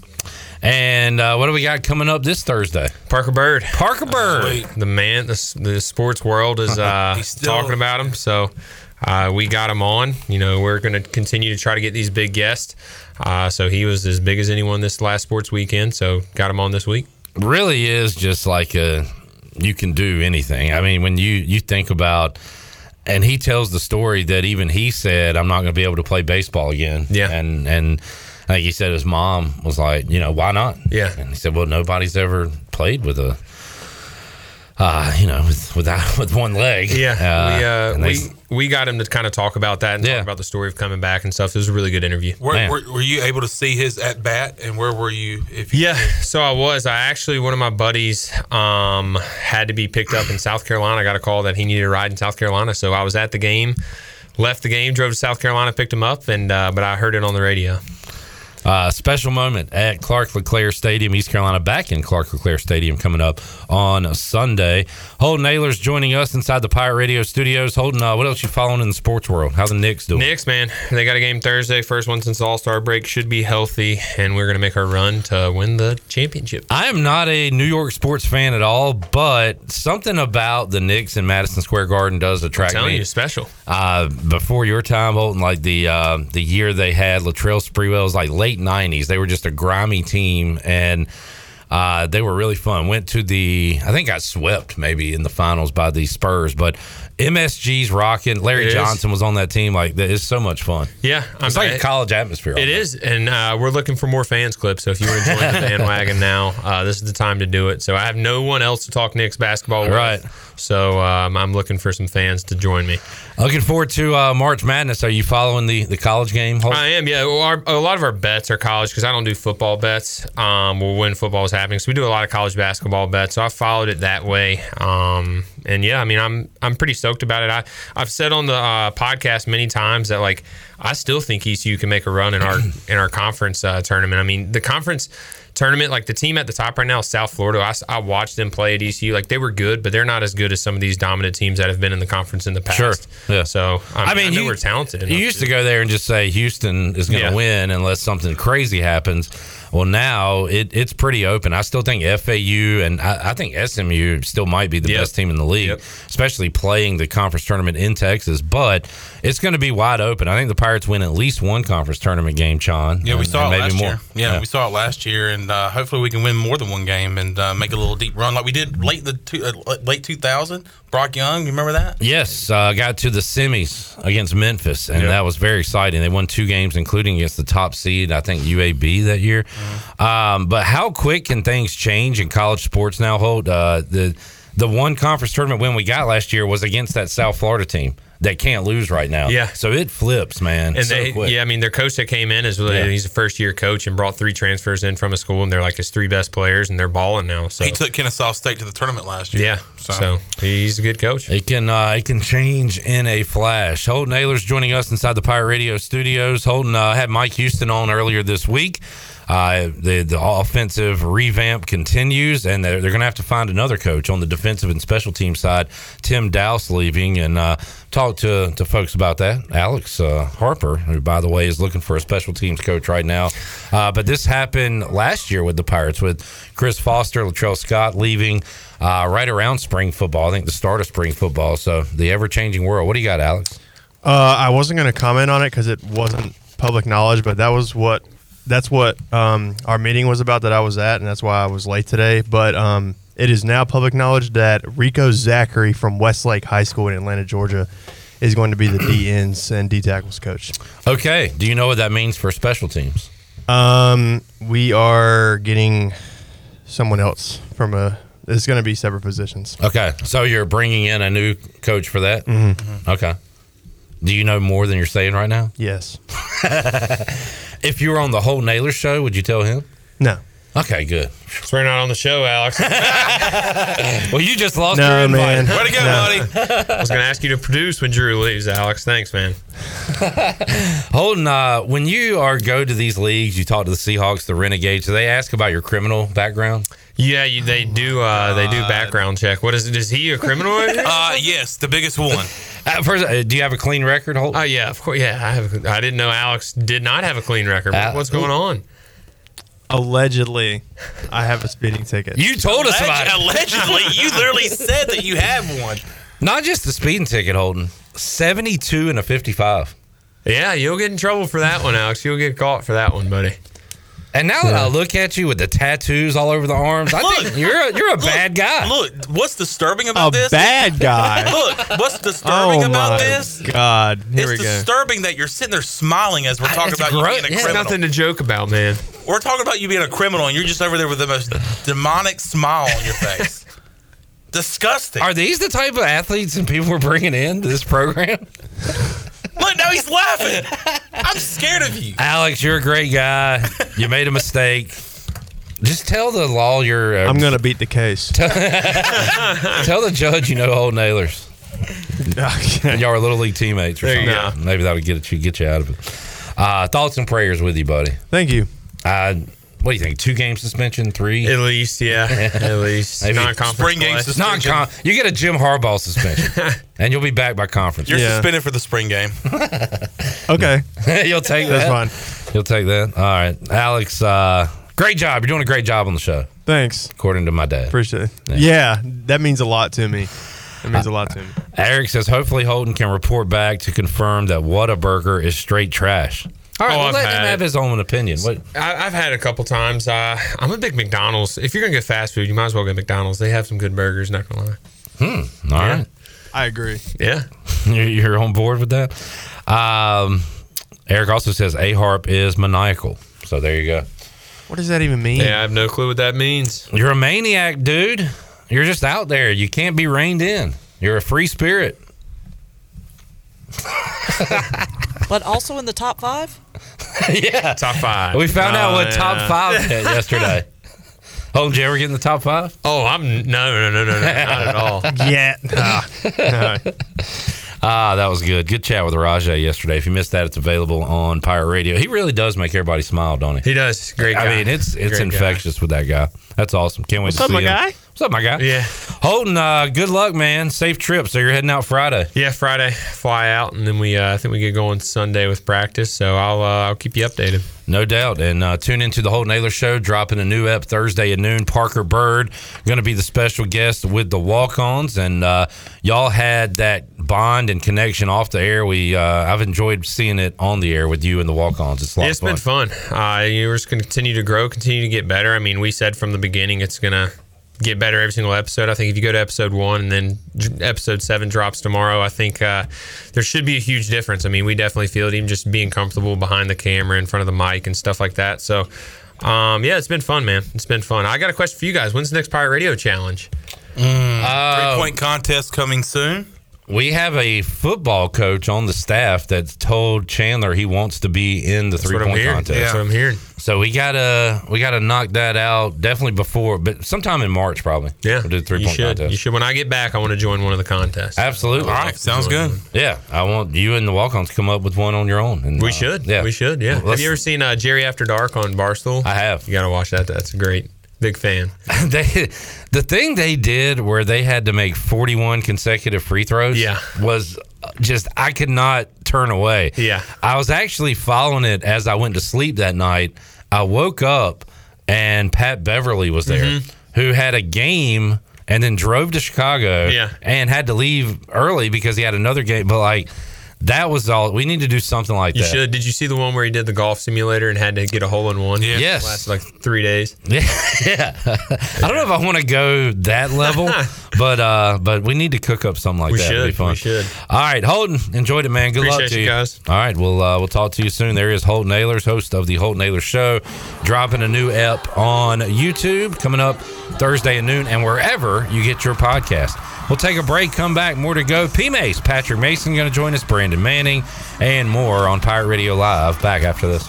Speaker 9: And uh, what do we got coming up this Thursday?
Speaker 16: Parker Bird. Uh,
Speaker 9: Parker Bird.
Speaker 16: the man, the, the sports world
Speaker 9: <laughs>
Speaker 16: is uh, talking about him. So uh, we got him on. You know, we're going to continue to try to get these big guests. Uh, so he was as big as anyone this last sports weekend. So got him on this week.
Speaker 9: really is just like a you can do anything. I mean, when you you think about and he tells the story that even he said, "I'm not going to be able to play baseball again." Yeah, and and like he said, his mom was like, "You know, why not?" Yeah, and he said, "Well, nobody's ever played with a, uh, you know, with without <laughs> with one leg."
Speaker 16: Yeah,
Speaker 9: Uh, and they-
Speaker 16: we, uh, we we got him to kind of talk about that and talk about the story of coming back and stuff. It was a really good interview.
Speaker 10: Where, were, were you able to see his at bat, and where were you? If
Speaker 16: yeah so i was i actually one of my buddies um, had to be picked up in south carolina i got a call that he needed a ride in south carolina so i was at the game left the game drove to south carolina picked him up and uh, but i heard it on the radio
Speaker 9: Uh, special moment at Clark LeClaire Stadium, East Carolina, back in Clark LeClaire Stadium coming up on Sunday. Holden Naylor's joining us inside the Pirate Radio studios. Holden, uh, what else you following in the sports world? How the Knicks doing?
Speaker 16: Knicks, man, they got a game Thursday. First one since All Star break. Should be healthy, and we're gonna make our run to win the championship.
Speaker 9: I am not a New York sports fan at all, but something about the Knicks in Madison Square Garden does attract
Speaker 16: telling
Speaker 9: me.
Speaker 16: you, special.
Speaker 9: Uh, before your time, Holton, like the uh, the year they had Latrell Sprewell it was like late '90s. They were just a grimy team, and uh, they were really fun. Went to the, I think I swept maybe in the finals by the Spurs, but MSG's rocking. Larry
Speaker 16: It is.
Speaker 9: Johnson was on that team. Like that- it's so much fun.
Speaker 16: Yeah,
Speaker 9: It's like a college atmosphere.
Speaker 16: It is, and uh, we're looking for more fans clips. So if you want to
Speaker 9: <laughs>
Speaker 16: join the bandwagon now, uh, this is the time to do it. So I have no one else to talk Knicks basketball with.
Speaker 9: Right.
Speaker 16: So um, I'm looking for some fans to join me.
Speaker 9: Looking forward to uh, March Madness. Are you following the the college game? Holton?
Speaker 16: I am, yeah. Well, our, a lot of our bets are college because I don't do football bets. Um, well, when football is happening, so we do a lot of college basketball bets. So I followed it that way. Um, and yeah, I mean, I'm I'm pretty stoked about it. I I've said on the uh, podcast many times that like I still think ECU can make a run
Speaker 9: <clears throat>
Speaker 16: in our in our conference uh, tournament. I mean, the conference tournament, like the team at the top right now, is South Florida. I, s- I watched them play at ECU. Like they were good, but they're not as good as some of these dominant teams that have been in the conference in the past.
Speaker 9: Sure. Yeah.
Speaker 16: So I mean, I know
Speaker 9: you-
Speaker 16: we're talented.
Speaker 9: You used to go there and just say Houston is going to
Speaker 16: Yeah.
Speaker 9: win unless something crazy happens. Well, now it, it's pretty open. I still think FAU and I, I think SMU still might be the best team in the league, especially playing the conference tournament in Texas. But it's going to be wide open. I think the Pirates win at least one conference tournament game, Sean.
Speaker 10: Yeah, we
Speaker 9: and-
Speaker 10: saw
Speaker 9: and
Speaker 10: it last year. Yeah, we saw it last year, and uh, hopefully we can win more than one game and uh, make a little deep run like we did late the two, uh, late 2000. Brock Young, you remember that?
Speaker 9: Yes, uh, got to the semis against Memphis, and that was very exciting. They won two games, including against the top seed, I think UAB that year.
Speaker 16: Uh-huh.
Speaker 9: Um, but how quick can things change in college sports now? Hold uh, the the one conference tournament win we got last year was against that South Florida team that can't lose right now.
Speaker 16: Yeah.
Speaker 9: so it flips, man.
Speaker 16: And
Speaker 9: so
Speaker 16: they,
Speaker 9: quick.
Speaker 16: yeah, I mean, their coach that came in is really,
Speaker 9: Yeah.
Speaker 16: he's a first year coach and brought three transfers in from a school, and they're like his three best players, and they're balling now. So
Speaker 10: He took Kennesaw State to the tournament last year.
Speaker 16: yeah, so. he's a good coach.
Speaker 9: It can uh, it can change in a flash. Holden Ayler's joining us inside the Pirate Radio studios. Holden uh, had Mike Houston on earlier this week. Uh, the the offensive revamp continues, and they're, they're going to have to find another coach on the defensive and special team side. Tim Dowse leaving, and uh, talk to to folks about that. Alex uh, Harper, who by the way is looking for a special teams coach right now, uh, but this happened last year with the Pirates with Chris Foster, Latrell Scott leaving uh, right around spring football. I think the start of spring football. So the ever changing world. What do you got, Alex?
Speaker 20: Uh, I wasn't going to comment on it because it wasn't public knowledge, but that was what that's what um, our meeting was about that I was at, and that's why I was late today. But um, it is now public knowledge that Rico Zachary from Westlake High School in Atlanta, Georgia, is going to be the DNs and D tackles coach.
Speaker 9: Okay. Do you know what that means for special teams?
Speaker 20: Um, we are getting someone else from a. It's going to be separate positions.
Speaker 9: Okay. So you're bringing in a new coach for that? Mm-hmm.
Speaker 20: Mhm.
Speaker 9: Okay. Do you know more than you're saying right now?
Speaker 20: Yes.
Speaker 9: <laughs> if you were on the whole Naylor show, would you tell him?
Speaker 20: No.
Speaker 9: Okay, good.
Speaker 16: we're not on the show, Alex.
Speaker 9: <laughs>
Speaker 16: <laughs>
Speaker 9: well, you just lost
Speaker 20: No, your invite. man.
Speaker 16: Way to go,
Speaker 20: No. <laughs>
Speaker 16: buddy. I was going to ask you to produce when Drew leaves, Alex. Thanks, man.
Speaker 9: Holden, uh, when you are go to these leagues, you talk to the Seahawks, the Renegades. Do they ask about your criminal background?
Speaker 16: Yeah, you, they do. Uh, they do background check. What is it? Is he a criminal?
Speaker 10: <laughs> uh, yes, the biggest one.
Speaker 9: Uh, <laughs> first, uh, do you have a clean record? Hold.
Speaker 16: Oh yeah, of course. Yeah, I have. I didn't know Alex did not have a clean record.
Speaker 20: Uh,
Speaker 16: What's going on?
Speaker 20: Allegedly, I have a speeding ticket.
Speaker 9: You told us about it.
Speaker 10: Allegedly, you literally said that you have one.
Speaker 9: Not just the speeding ticket, Holden. Seventy-two and a fifty-five.
Speaker 16: Yeah, you'll get in trouble for that one, Alex. You'll get caught for that one, buddy.
Speaker 9: And now that I look at you with the tattoos all over the arms, I think you're a, you're a bad guy.
Speaker 10: Look, what's disturbing about
Speaker 9: A
Speaker 10: this?
Speaker 9: bad guy.
Speaker 10: <laughs> Look, what's disturbing
Speaker 20: oh
Speaker 10: about
Speaker 20: my
Speaker 10: this?
Speaker 20: God, here
Speaker 10: It's
Speaker 20: we go.
Speaker 10: disturbing that you're sitting there smiling as we're talking about you being a
Speaker 16: It's
Speaker 10: criminal.
Speaker 16: nothing to joke about, man.
Speaker 10: We're talking about you being a criminal, and you're just over there with the most demonic smile on your face. Disgusting.
Speaker 9: Are these the type of athletes and people we're bringing in to this program?
Speaker 10: Look, now he's laughing. I'm scared
Speaker 9: <laughs>
Speaker 10: of you.
Speaker 9: Alex, you're a great guy. You made a mistake. Just tell the lawyer. Uh,
Speaker 20: I'm going to beat
Speaker 9: <laughs>
Speaker 20: the case.
Speaker 9: tell the judge you know old nailers.
Speaker 20: <laughs>
Speaker 9: Y'all are little league teammates or
Speaker 20: There you
Speaker 9: something. Maybe that'll get it- you get you out of it. Uh, thoughts and prayers with you, buddy.
Speaker 20: Thank you.
Speaker 9: Uh, what do you think? Two game suspension, three
Speaker 16: At least, yeah.
Speaker 9: <laughs>
Speaker 16: At least
Speaker 9: Maybe-
Speaker 16: non-conference Spring game play. suspension.
Speaker 9: Non-con- You get a Jim Harbaugh
Speaker 16: <laughs>
Speaker 9: suspension, and you'll be back by conference.
Speaker 10: You're suspended for the spring game.
Speaker 20: Okay.
Speaker 9: <laughs> You'll take
Speaker 20: That's
Speaker 9: that. fine. You'll take that. All right, Alex. Uh, great job. You're doing a great job on the show.
Speaker 20: Thanks.
Speaker 9: According to my dad.
Speaker 20: Appreciate it.
Speaker 9: Yeah.
Speaker 20: Yeah. that means a lot to me. That means a lot to me.
Speaker 9: Eric says hopefully Holden can report back to confirm that Whataburger is straight trash. All right,
Speaker 16: Oh,
Speaker 9: well,
Speaker 16: I've
Speaker 9: let
Speaker 16: had
Speaker 9: him
Speaker 16: it.
Speaker 9: have his own opinion. What?
Speaker 16: I, I've had a couple times. Uh, I'm a big McDonald's. If you're gonna go fast food, you might as well go McDonald's. They have some good burgers. Not gonna lie.
Speaker 9: Hmm. All
Speaker 16: Yeah.
Speaker 9: right.
Speaker 20: I agree.
Speaker 16: Yeah.
Speaker 9: You're- You're on board with that. Um, Eric also says A Harp is maniacal. So there you go.
Speaker 20: What does that even mean?
Speaker 16: I have no clue what that means.
Speaker 9: You're a maniac, dude. You're just out there. You can't be reined in. You're a free spirit.
Speaker 5: But also in the top five?
Speaker 9: <laughs> yeah.
Speaker 16: Top five.
Speaker 9: We found out what top
Speaker 16: <laughs>
Speaker 9: five
Speaker 16: is
Speaker 9: meant yesterday. Holden, did you ever get in the top five?
Speaker 16: Oh, I'm no, no, no, no, no not at all.
Speaker 20: Yeah. Ah, no.
Speaker 9: <laughs> Ah, that was good. Good chat with Rajah yesterday. If you missed that, it's available on Pirate Radio. He really does make everybody smile, don't he?
Speaker 16: He does. Great
Speaker 9: I
Speaker 16: guy.
Speaker 9: mean, it's it's
Speaker 16: Great guy.
Speaker 9: infectious with that guy. That's awesome. Can't wait
Speaker 16: What's
Speaker 9: to
Speaker 16: up,
Speaker 9: see
Speaker 16: my
Speaker 9: him.
Speaker 16: guy?
Speaker 9: What's up, my guy? Yeah. Holden, uh, good luck, man. Safe trip. So you're heading out Friday.
Speaker 16: Yeah, Friday fly out, and then we uh, I think we get going Sunday with practice. So I'll uh, I'll keep you updated.
Speaker 9: No doubt. And uh, tune into the whole Naylor Show, dropping a new ep Thursday at noon. Parker Bird going to be the special guest with the walk ons. And uh, y'all had that bond and connection off the air. We uh, I've enjoyed seeing it on the air with you and the walk ons. It's a lot
Speaker 16: Yeah,
Speaker 9: of
Speaker 16: it's
Speaker 9: fun.
Speaker 16: been fun. Uh, you know, we're just gonna continue to grow, continue to get better. I mean, we said from the beginning it's gonna get better every single episode. I think if you go to episode one and then j- episode seven drops tomorrow, I think uh, there should be a huge difference. I mean, we definitely feel it, even just being comfortable behind the camera, in front of the mic, and stuff like that. So, um, yeah, it's been fun, man. It's been fun. I got a question for you guys. When's the next Pirate Radio Challenge? Mm.
Speaker 10: Three point contest coming soon.
Speaker 9: We have a football coach on the staff that's told Chandler he wants to be in the
Speaker 16: That's
Speaker 9: three
Speaker 16: what I'm
Speaker 9: point
Speaker 16: hearing.
Speaker 9: contest.
Speaker 16: That's what I'm hearing.
Speaker 9: So we gotta we gotta knock that out definitely before, but sometime in March probably. Yeah, we'll do the three
Speaker 16: You
Speaker 9: point
Speaker 16: should.
Speaker 9: contest.
Speaker 16: You should. When I get back, I want to join one of the contests.
Speaker 9: Absolutely.
Speaker 16: All right. Sounds good.
Speaker 9: Yeah, I want you and the walk-ons to come up with one on your own. And
Speaker 16: We
Speaker 9: uh,
Speaker 16: should.
Speaker 9: Yeah,
Speaker 16: We should. Yeah.
Speaker 9: Let's-
Speaker 16: have you ever seen uh, Jerry After Dark on Barstool? I
Speaker 9: have.
Speaker 16: You got to watch that. That's a great. Big fan.
Speaker 9: <laughs> they, the thing they did where they had to make 41 consecutive free throws yeah. was just I could not turn away. Yeah. I was actually following it as I went to sleep that night. I woke up and Pat Beverly was there
Speaker 16: Mm-hmm.
Speaker 9: who had a game and then drove to Chicago
Speaker 16: Yeah.
Speaker 9: and had to leave early because he had another game but like that was all we need to do something like
Speaker 16: You
Speaker 9: that.
Speaker 16: should. Did you see the one where he did the golf simulator and had to get a hole in one? Yeah.
Speaker 9: Yes.
Speaker 16: Lasted like three days.
Speaker 9: <laughs> Yeah. I don't know if I want to go that
Speaker 16: <laughs>
Speaker 9: level, but uh, but we need to cook up something like
Speaker 16: We
Speaker 9: that. It'd
Speaker 16: should.
Speaker 9: Be fun.
Speaker 16: We should.
Speaker 9: All right, Holden, enjoyed it, man. Good luck
Speaker 16: Appreciate
Speaker 9: to
Speaker 16: you
Speaker 9: you,
Speaker 16: guys.
Speaker 9: All right, we'll uh, we'll talk to you soon. There is Holden Naylor's host of the Holden Naylor Show, dropping a new ep on YouTube coming up Thursday at noon and wherever you get your podcast. We'll take a break, come back, more to go. P Mace, Patrick Mason, going to join us, Brandon Manning, and more on Pirate Radio Live. Back after this.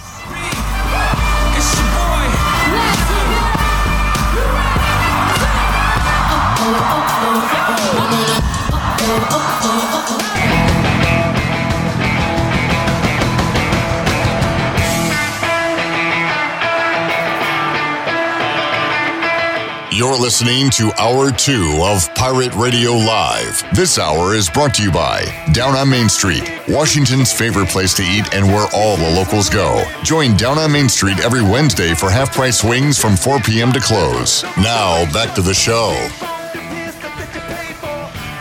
Speaker 2: You're listening to Hour 2 of Pirate Radio Live. This hour is brought to you by Down on Main Street, Washington's favorite place to eat and where all the locals go. Join Down on Main Street every Wednesday for half price wings from 4 p.m. to close. Now, back to the show.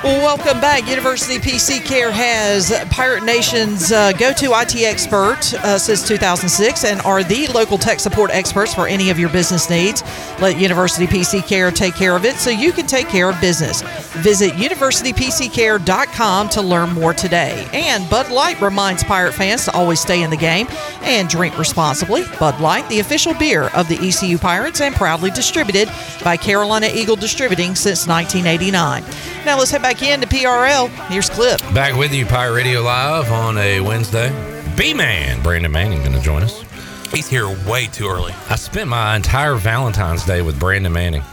Speaker 5: Well, welcome back. University PC Care has Pirate Nation's uh, go to IT expert uh, since 2006 and are the local tech support experts for any of your business needs. Let University PC Care take care of it so you can take care of business. Visit universitypccare.com to learn more today. And Bud Light reminds Pirate fans to always stay in the game and drink responsibly. Bud Light, the official beer of the ECU Pirates and proudly distributed by Carolina Eagle Distributing since 1989. Now let's head back in to PRL. Here's Clip.
Speaker 9: Back with you, Pirate Radio Live on a Wednesday. B Man, Brandon Manning, going to join us.
Speaker 10: He's here way too early.
Speaker 9: I spent my entire Valentine's Day with Brandon Manning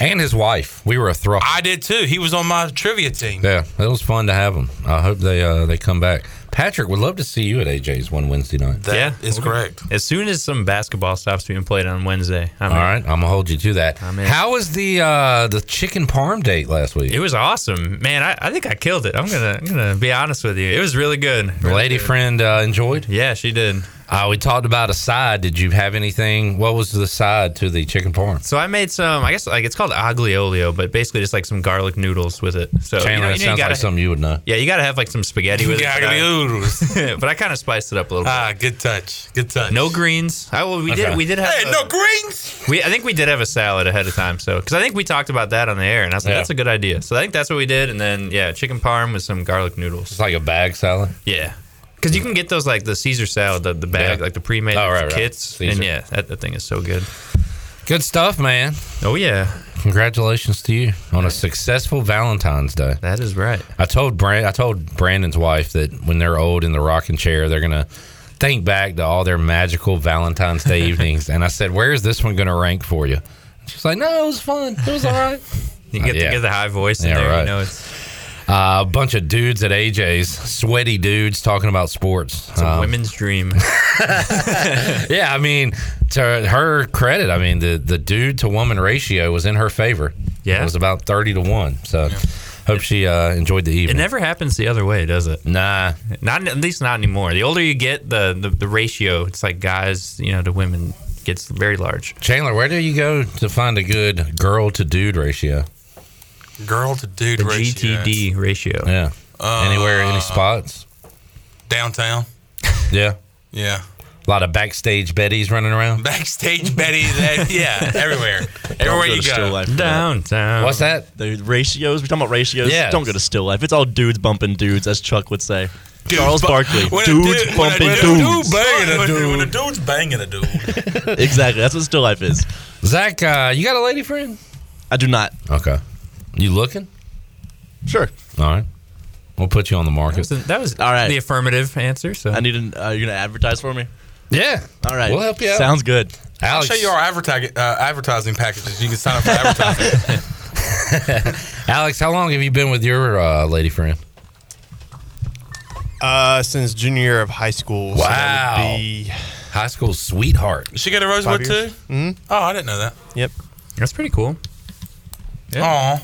Speaker 9: and his wife. We were a thruple.
Speaker 10: I did too. He was on my trivia team.
Speaker 9: Yeah, it was fun to have them. I hope they uh, they come back. Patrick, would love to see you at AJ's one Wednesday night.
Speaker 10: That yeah, is correct.
Speaker 21: As soon as some basketball stops being played on Wednesday, I'm
Speaker 9: All right, I'm gonna hold you to that.
Speaker 21: I'm in.
Speaker 9: How was the uh, the chicken parm date last week?
Speaker 21: It was awesome, man. I, I think I killed it. I'm gonna I'm gonna be honest with you. It was really good.
Speaker 9: Your lady friend uh, enjoyed?
Speaker 21: Yeah, she did.
Speaker 9: Uh, we talked about a side. Did you have anything? What was the side to the chicken parm?
Speaker 21: So I made some. I guess like it's called agliolio, but basically just like some garlic noodles with it. So you
Speaker 9: Chandler,
Speaker 21: know- you know,
Speaker 9: it
Speaker 21: you
Speaker 9: sounds
Speaker 21: gotta-
Speaker 9: like something you would know.
Speaker 21: Yeah, you gotta have like some spaghetti with it. but I- <laughs> but I kind of spiced it up a little bit.
Speaker 10: Ah, good touch. Good touch.
Speaker 21: No greens. I well, we did we did have
Speaker 10: Hey,
Speaker 21: a-
Speaker 10: no greens.
Speaker 21: We, I think we did have a salad ahead of time, so because I think we talked about that on the air, and I was like,
Speaker 10: Yeah.
Speaker 21: "That's a good idea." So I think that's what we did, and then yeah, chicken parm with some garlic noodles. It's
Speaker 9: like a bag salad.
Speaker 21: Yeah, because you can get those like the Caesar salad, the, the bag,
Speaker 9: Yeah.
Speaker 21: like the pre-made
Speaker 9: Oh, right, right.
Speaker 21: kits,
Speaker 9: Caesar.
Speaker 21: and yeah, that, that thing is so good.
Speaker 9: Good stuff, man.
Speaker 21: Oh yeah.
Speaker 9: Congratulations to you on a successful Valentine's Day.
Speaker 21: That is right.
Speaker 9: I told Brand I told Brandon's wife that when they're old in the rocking chair, they're gonna think back to all their magical Valentine's
Speaker 21: <laughs>
Speaker 9: Day evenings. And I said, Where is this one gonna rank for you? She's like, No, it was fun. It was all right.
Speaker 21: You can
Speaker 9: Uh,
Speaker 21: get,
Speaker 9: yeah.
Speaker 21: to get the high voice in
Speaker 9: Yeah,
Speaker 21: there.
Speaker 9: right.
Speaker 21: You know, it's
Speaker 9: Uh, a bunch of dudes at AJ's, sweaty dudes talking about sports.
Speaker 21: It's a
Speaker 9: Um,
Speaker 21: women's
Speaker 9: <laughs>
Speaker 21: dream.
Speaker 9: yeah, I mean, to her credit, I mean the the dude to woman ratio was in her favor.
Speaker 21: Yeah.
Speaker 9: it was about thirty to one. So, hope she uh, enjoyed the
Speaker 21: It
Speaker 9: evening.
Speaker 21: never happens the other way, does it?
Speaker 9: Nah,
Speaker 21: not at least not anymore. The older you get, the the, the ratio it's like guys, you know, to women gets very large.
Speaker 9: Chandler, where do you go to find a good girl to dude ratio?
Speaker 10: Girl to dude
Speaker 21: the
Speaker 10: ratio.
Speaker 21: GTD ratio.
Speaker 9: Yeah, anywhere, any spots?
Speaker 10: Uh, Downtown. <laughs>
Speaker 9: Yeah,
Speaker 10: Yeah.
Speaker 9: a lot of backstage Bettys running around.
Speaker 10: Backstage Betty. that- yeah.
Speaker 11: <laughs>
Speaker 10: Everywhere. Everywhere you go. Oh.
Speaker 9: Downtown. What's that?
Speaker 11: The ratios. We're talking about ratios.
Speaker 10: Yes.
Speaker 11: Don't go to still life. It's all dudes bumping dudes, as Chuck would say.
Speaker 10: Dudes
Speaker 11: Charles
Speaker 10: bu-
Speaker 11: Barkley.
Speaker 10: <laughs> when a
Speaker 11: dudes
Speaker 10: dude- when a
Speaker 11: bumping
Speaker 10: dude-
Speaker 11: dudes.
Speaker 10: Banging a dude. When a dude's banging a dude.
Speaker 11: <laughs> exactly. That's what still life is.
Speaker 9: Zach, uh, you got a lady friend?
Speaker 11: I do not.
Speaker 9: Okay. You looking?
Speaker 11: Sure.
Speaker 9: All right. We'll put you on the market.
Speaker 21: That was
Speaker 11: all right.
Speaker 21: the affirmative answer. So
Speaker 11: I need an. Uh, you're gonna advertise for me.
Speaker 9: Yeah.
Speaker 11: All right.
Speaker 10: We'll help you out.
Speaker 11: Sounds good.
Speaker 10: I'll show you our advertising, uh, advertising packages. You can sign up for advertising.
Speaker 9: <laughs> Alex, how long have you been with your uh, lady friend?
Speaker 20: Uh, since junior year of high school. so that would
Speaker 9: Wow.
Speaker 20: be-
Speaker 9: High school sweetheart.
Speaker 10: Did she go to
Speaker 20: Five
Speaker 10: Rosewood too?
Speaker 20: years.
Speaker 10: Oh, I didn't know that.
Speaker 20: Yep.
Speaker 21: That's pretty cool.
Speaker 10: Yeah.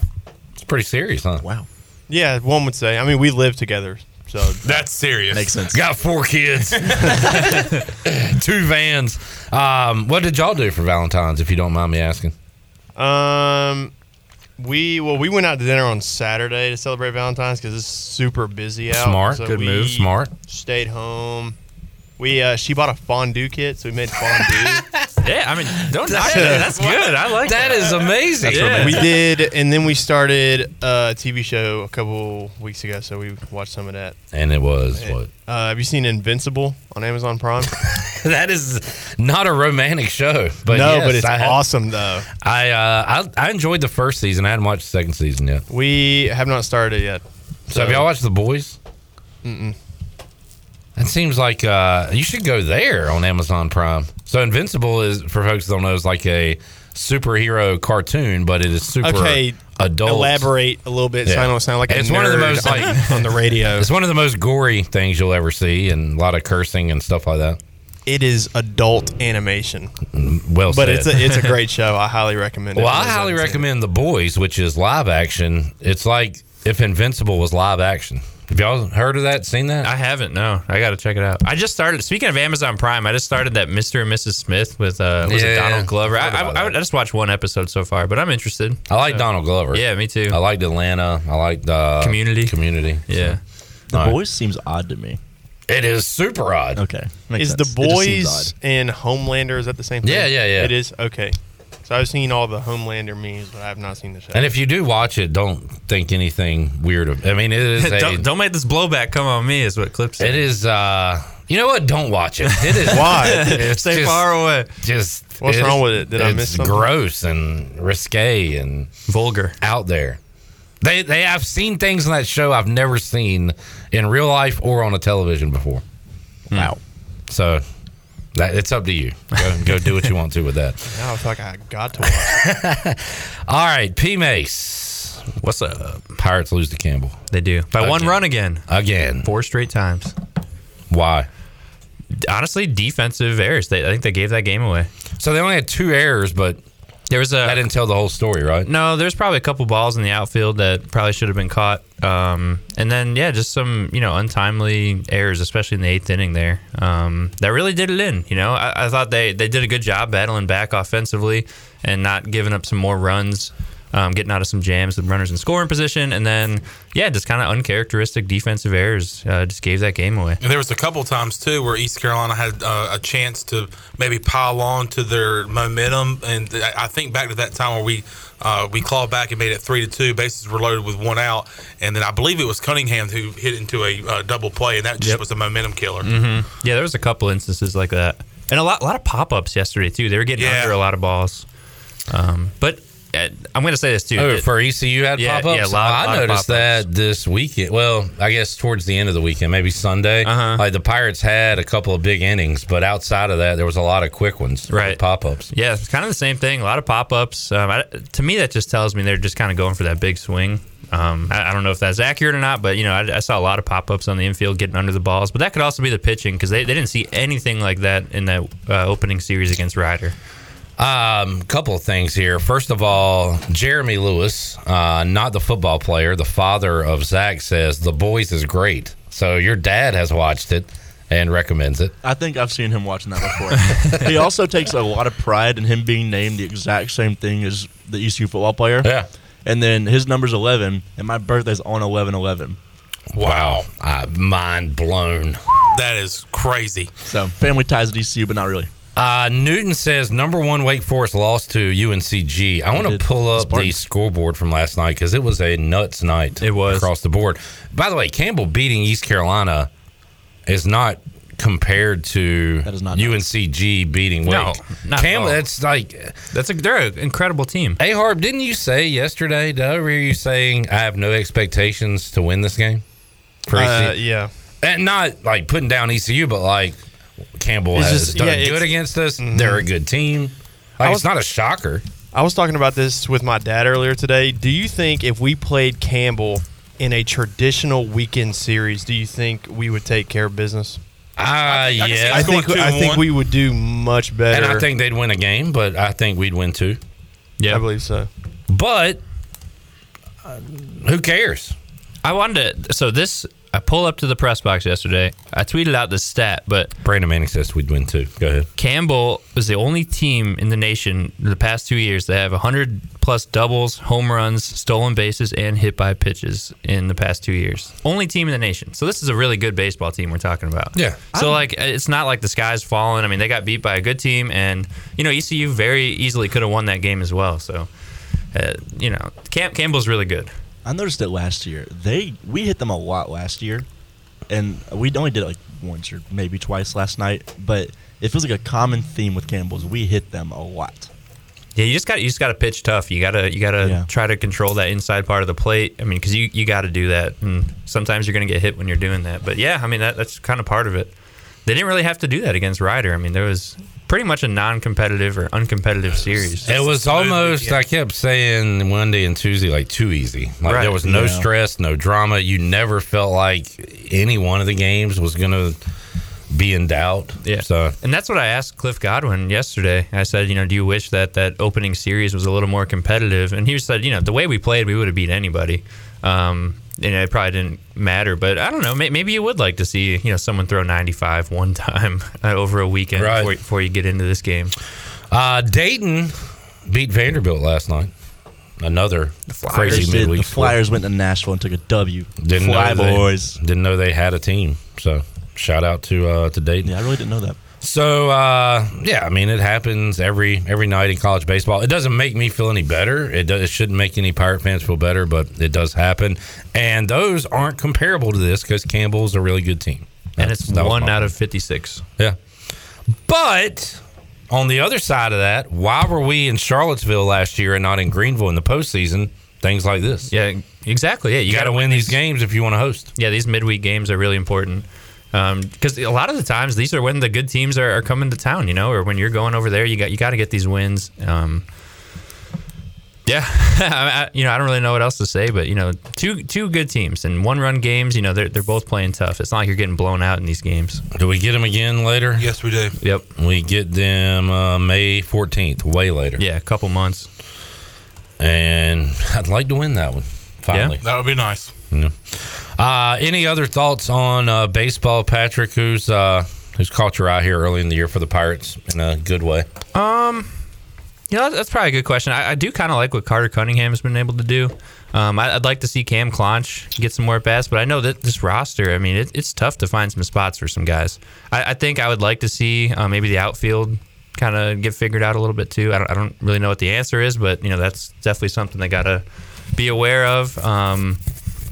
Speaker 9: It's pretty serious, huh? Wow.
Speaker 20: Yeah, one would say. I mean, we live together, so
Speaker 10: that's serious.
Speaker 20: Makes sense.
Speaker 9: Got four kids, <laughs> two vans. Um, what did y'all do for Valentine's, if you don't mind me asking?
Speaker 20: Um, we well, we went out to dinner on Saturday to celebrate Valentine's because it's super busy out.
Speaker 9: Smart. Good
Speaker 20: we
Speaker 9: move. Smart.
Speaker 20: Stayed home. We uh, she bought a fondue kit, so we made fondue.
Speaker 21: yeah, I mean, don't knock that. That's good. I like that.
Speaker 9: That is amazing.
Speaker 20: yeah. we did, and then we started a TV show a couple weeks ago, so we watched some of that.
Speaker 9: And it was what?
Speaker 20: Uh, have you seen Invincible on Amazon Prime?
Speaker 9: <laughs> that is not a romantic show, but
Speaker 20: no,
Speaker 9: yes,
Speaker 20: but it's
Speaker 9: I have-
Speaker 20: awesome though.
Speaker 9: I, uh, I I enjoyed the first season. I hadn't watched the second season yet.
Speaker 20: We have not started it yet.
Speaker 9: So, have y'all watched The Boys?
Speaker 20: Mm-mm.
Speaker 9: That seems like uh, you should go there on Amazon Prime. So Invincible is for folks that don't know is like a superhero cartoon, but it is super
Speaker 20: Okay,
Speaker 9: adult.
Speaker 20: elaborate a little bit so I don't sound like a
Speaker 9: it's one of the
Speaker 20: nerd
Speaker 9: most
Speaker 20: on-
Speaker 9: like
Speaker 20: <laughs> on the
Speaker 9: <laughs>
Speaker 20: radio.
Speaker 9: It's one of the most gory things you'll ever see, and a lot of cursing and stuff like that.
Speaker 20: It is adult animation.
Speaker 9: Well,
Speaker 20: but
Speaker 9: said.
Speaker 20: it's a it's
Speaker 9: <laughs>
Speaker 20: a great show. I highly recommend it.
Speaker 9: Well, I highly recommend The Boys, which is live action. It's like if Invincible was live action. Have y'all heard of that? Seen that?
Speaker 21: I haven't. <laughs> No, I got to check it out. I just started. Speaking of Amazon Prime, I just started that Mr. and Mrs. Smith with uh, was it
Speaker 9: Yeah.
Speaker 21: Donald Glover? I,
Speaker 9: Heard about
Speaker 21: I, I just watched one episode so far, but I'm interested.
Speaker 9: I like Donald Glover.
Speaker 21: Yeah, me too.
Speaker 9: I liked Atlanta. I liked uh,
Speaker 21: Community.
Speaker 9: Community.
Speaker 21: Yeah.
Speaker 11: The
Speaker 9: All right.
Speaker 11: boys seems odd to me.
Speaker 9: It is super odd.
Speaker 11: Okay.
Speaker 20: is the boys and Homelander is that the same thing?
Speaker 9: Yeah, yeah, yeah.
Speaker 20: It is okay. So I've seen all the Homelander memes, but I have not seen the show.
Speaker 9: And if you do watch it, don't think anything weird of. I mean, it
Speaker 21: <laughs>
Speaker 9: is. A,
Speaker 21: don't, don't make this blowback come on me. Is what clips.
Speaker 9: It is. uh You know what? Don't watch it. It
Speaker 20: <laughs>
Speaker 9: is.
Speaker 21: Why?
Speaker 9: <laughs> It's
Speaker 21: Stay far away.
Speaker 9: Just
Speaker 21: What's
Speaker 9: it's-
Speaker 21: wrong with it? Did I miss
Speaker 9: it's
Speaker 21: something?
Speaker 9: Gross and risque and
Speaker 21: vulgar
Speaker 9: out there. They they I've seen things in that show I've never seen in real life or on a television before.
Speaker 21: Hmm.
Speaker 11: Wow.
Speaker 9: So that it's up to you. Go, go do what you want to with that. <laughs>
Speaker 20: now it's like I got to watch.
Speaker 9: All right, P Mace.
Speaker 21: What's up?
Speaker 9: Pirates lose to Campbell.
Speaker 21: They do. By one run again.
Speaker 9: Again.
Speaker 21: Four straight times.
Speaker 9: Why?
Speaker 21: Honestly, defensive errors. They, I think they gave that game away.
Speaker 9: So they only had two errors, but
Speaker 21: there was a that
Speaker 9: didn't tell the whole story, right?
Speaker 21: No, there's probably a couple balls in the outfield that probably should have been caught. Um, and then yeah, just some you know untimely errors, especially in the eighth inning there. Um, that really did it in. You know, I, I thought they they did a good job battling back offensively and not giving up some more runs. Um, getting out of some jams with runners in scoring position, and then yeah, just kind of uncharacteristic defensive errors uh, just gave that game away.
Speaker 10: And there was a couple times too where East Carolina had uh, a chance to maybe pile on to their momentum, and I I think back to that time where we uh, we clawed back and made it three to two. Bases were loaded with one out, and then I believe it was Cunningham who hit into a uh, double play, and that just
Speaker 21: Yep.
Speaker 10: was a momentum killer.
Speaker 21: Mm-hmm. Yeah, there was a couple instances like that, and a lot, a lot of pop ups yesterday too. They were getting
Speaker 10: Yeah.
Speaker 21: under a lot of balls. Um, but uh, I'm going to say this too.
Speaker 9: Oh,
Speaker 21: It-
Speaker 9: for ECU had
Speaker 21: yeah,
Speaker 9: pop ups.
Speaker 21: Yeah, a lot,
Speaker 9: I
Speaker 21: lot of
Speaker 9: noticed
Speaker 21: pop-ups.
Speaker 9: that this weekend. Well, I guess towards the end of the weekend, maybe Sunday. Uh-huh. Like the Pirates had a couple of big innings, but outside of that, there was a lot of quick ones, right? Pop ups.
Speaker 21: Yeah, it's kind of the same thing. A lot of pop ups. Um, I- to me, that just tells me they're just kind of going for that big swing Um, I, I don't know if that's accurate or not, but you know, I, I saw a lot of pop ups on the infield getting under the balls. But that could also be the pitching because they, they didn't see anything like that in that uh, opening series against Ryder.
Speaker 9: Um, couple of things here. First of all, Jeremy Lewis, uh, not the football player, the father of Zach says the boys is great. So your dad has watched it and recommends it.
Speaker 11: I think I've seen him
Speaker 9: <laughs>
Speaker 11: watching that before. he also takes a lot of pride in him being named the exact same thing as the ECU football player.
Speaker 9: Yeah.
Speaker 11: And then his number's 11, and my birthday's on 11 11.
Speaker 9: Wow. I, mind blown.
Speaker 10: That is crazy.
Speaker 11: So, family ties at ECU, but not really.
Speaker 9: Uh, Newton says number one Wake Forest lost to UNCG. I want to pull up the
Speaker 21: Spartans.
Speaker 9: scoreboard from last night because it was a nuts night. It was across the board. By the way, Campbell beating East Carolina is not compared to UNCG beating Wake.
Speaker 21: No, not at
Speaker 9: Campbell,
Speaker 21: all.
Speaker 9: that's like
Speaker 21: that's a they're an incredible team.
Speaker 9: Hey Harb, didn't you say yesterday? Did I hear you saying I have no expectations to win this game? For
Speaker 20: Uh,
Speaker 9: ECU?
Speaker 20: yeah.
Speaker 9: and not like putting down ECU, but like Campbell
Speaker 20: It's
Speaker 9: has
Speaker 20: just-
Speaker 9: done
Speaker 20: yeah,
Speaker 9: good
Speaker 20: it's- Mm-hmm.
Speaker 9: against us. They're a good team. Like,
Speaker 20: I
Speaker 9: it's
Speaker 20: was-
Speaker 9: not a shocker.
Speaker 20: I was talking about this with my dad earlier today. Do you think if we played Campbell in a traditional weekend series, do you think we would take care of business?
Speaker 9: Ah, uh, yeah.
Speaker 20: I think I think we would do much better.
Speaker 9: and I think <laughs> they'd win a game, but I think we'd win two.
Speaker 21: Yeah,
Speaker 20: I believe so.
Speaker 9: But uh, who cares?
Speaker 21: I wanted to. So this, I pull up to the press box yesterday. I tweeted out this stat, but
Speaker 9: Brandon Manning says we'd win two. Go ahead.
Speaker 21: Campbell was the only team in the nation in the past two years that have 100 plus doubles, home runs, stolen bases, and hit by pitches in the past two years. Only team in the nation. So this is a really good baseball team we're talking about.
Speaker 9: Yeah.
Speaker 21: So like, it's not like the sky's falling. I mean, they got beat by a good team, and you know, ECU very easily could have won that game as well. So, uh, you know, Camp Campbell's really good.
Speaker 11: I noticed it last year. They we hit them a lot last year, and we only did it like once or maybe twice last night. But it feels like a common theme with Campbell's. We hit them a lot.
Speaker 21: Yeah, you just got you just got to pitch tough. You gotta you gotta
Speaker 11: Yeah.
Speaker 21: try to control that inside part of the plate. I mean, because you you got to do that, and sometimes you're gonna get hit when you're doing that. But yeah, I mean that that's kind of part of it. They didn't really have to do that against Ryder. I mean, there was pretty much a non-competitive or uncompetitive series.
Speaker 9: It was almost. I kept saying Monday and Tuesday like too easy. Like
Speaker 21: Right.
Speaker 9: there was no
Speaker 21: Yeah.
Speaker 9: stress, no drama. You never felt like any one of the games was gonna be in doubt. Yeah. So
Speaker 21: And that's what I asked Cliff Godwin yesterday. I said, you know, do you wish that that opening series was a little more competitive? And he said, you know, the way we played, we would have beat anybody. Um, and it probably didn't matter, but I don't know. May- Maybe you would like to see, you know, someone throw 95 one <laughs> time uh, over a weekend
Speaker 9: Right.
Speaker 21: before, before you get into this game.
Speaker 9: uh, Dayton beat Vanderbilt last night. Another
Speaker 11: They
Speaker 9: crazy
Speaker 11: did.
Speaker 9: midweek.
Speaker 11: The
Speaker 9: score.
Speaker 11: Flyers went to Nashville and took a W.
Speaker 9: Didn't
Speaker 11: Fly
Speaker 9: know they,
Speaker 11: boys.
Speaker 9: Didn't know they had a team. So shout out to uh, to Dayton.
Speaker 11: Yeah, I really didn't know that.
Speaker 9: So uh, yeah, I mean it happens every every night in college baseball. It doesn't make me feel any better. It, do, it shouldn't make any Pirate fans feel better, but it does happen. And those aren't comparable to this because Campbell's a really good team,
Speaker 21: And it's
Speaker 9: that was
Speaker 21: one
Speaker 9: my
Speaker 21: out
Speaker 9: point.
Speaker 21: of 56.
Speaker 9: Yeah. But on the other side of that, why were we in Charlottesville last year and not in Greenville in the postseason? Things like this.
Speaker 21: Yeah, exactly. Yeah,
Speaker 9: you, got to win these games if you want to host.
Speaker 21: Yeah, these midweek games are really important because a lot of the times these are when the good teams are, are coming to town, you know, or when you're going over there, you got you got to get these wins. Um, yeah, <laughs> I, I- you know, I don't really know what else to say, but you know, two two good teams and one run games. You know, they're they're both playing tough. It's not like you're getting blown out in these games.
Speaker 9: Do we get them again later? Yes, we do. Yep. We get them uh, May 14th, way later.
Speaker 21: Yeah, a couple months.
Speaker 9: And I'd like to win that one, finally.
Speaker 10: That would be nice.
Speaker 9: Yeah. Uh, any other thoughts on uh, baseball, Patrick, who's, uh, who's caught your eye here early in the year for the Pirates in a good way?
Speaker 21: Um, you know, that's- that's probably a good question. I, I do kind of like what Carter Cunningham has been able to do. Um, I, I'd like to see Cam Clonch get some more at bats, but I know that this roster, I mean, it, it's tough to find some spots for some guys. I, I think I would like to see uh, maybe the outfield kind of get figured out a little bit too. I don't, I don't really know what the answer is, but you know, that's definitely something they got to be aware of. Um,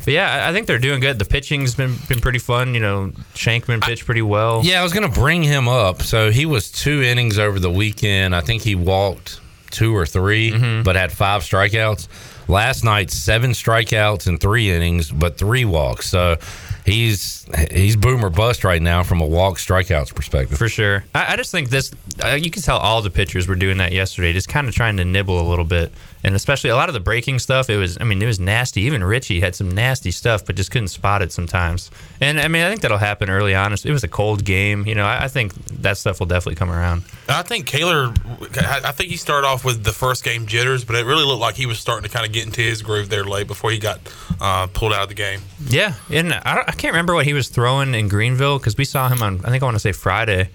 Speaker 21: but yeah, I, I think they're doing good. The pitching's been been pretty fun. You know, Shankman pitched pretty well.
Speaker 9: Yeah, I was going to bring him up. So he was two innings over the weekend. I think he walked two or 3
Speaker 21: Mm-hmm.
Speaker 9: but had five strikeouts. Last night, seven strikeouts in three innings, but three walks. So he's he's boom or bust right now from a walk strikeouts perspective.
Speaker 21: For sure. I, I just think this, uh, you can tell all the pitchers were doing that yesterday, just kind of trying to nibble a little bit. and especially a lot of the breaking stuff. It was, I mean, it was nasty. Even Richie had some nasty stuff, but just couldn't spot it sometimes. And I mean, I think that'll happen early on. It was a cold game, you know. I, I think that stuff will definitely come around.
Speaker 10: I think Kaler, I think he started off with the first game jitters, but it really looked like he was starting to kind of get into his groove there late before he got uh, pulled out of the game.
Speaker 21: Yeah, and I, don't, I can't remember what he was throwing in Greenville because we saw him on I think I want to say Friday.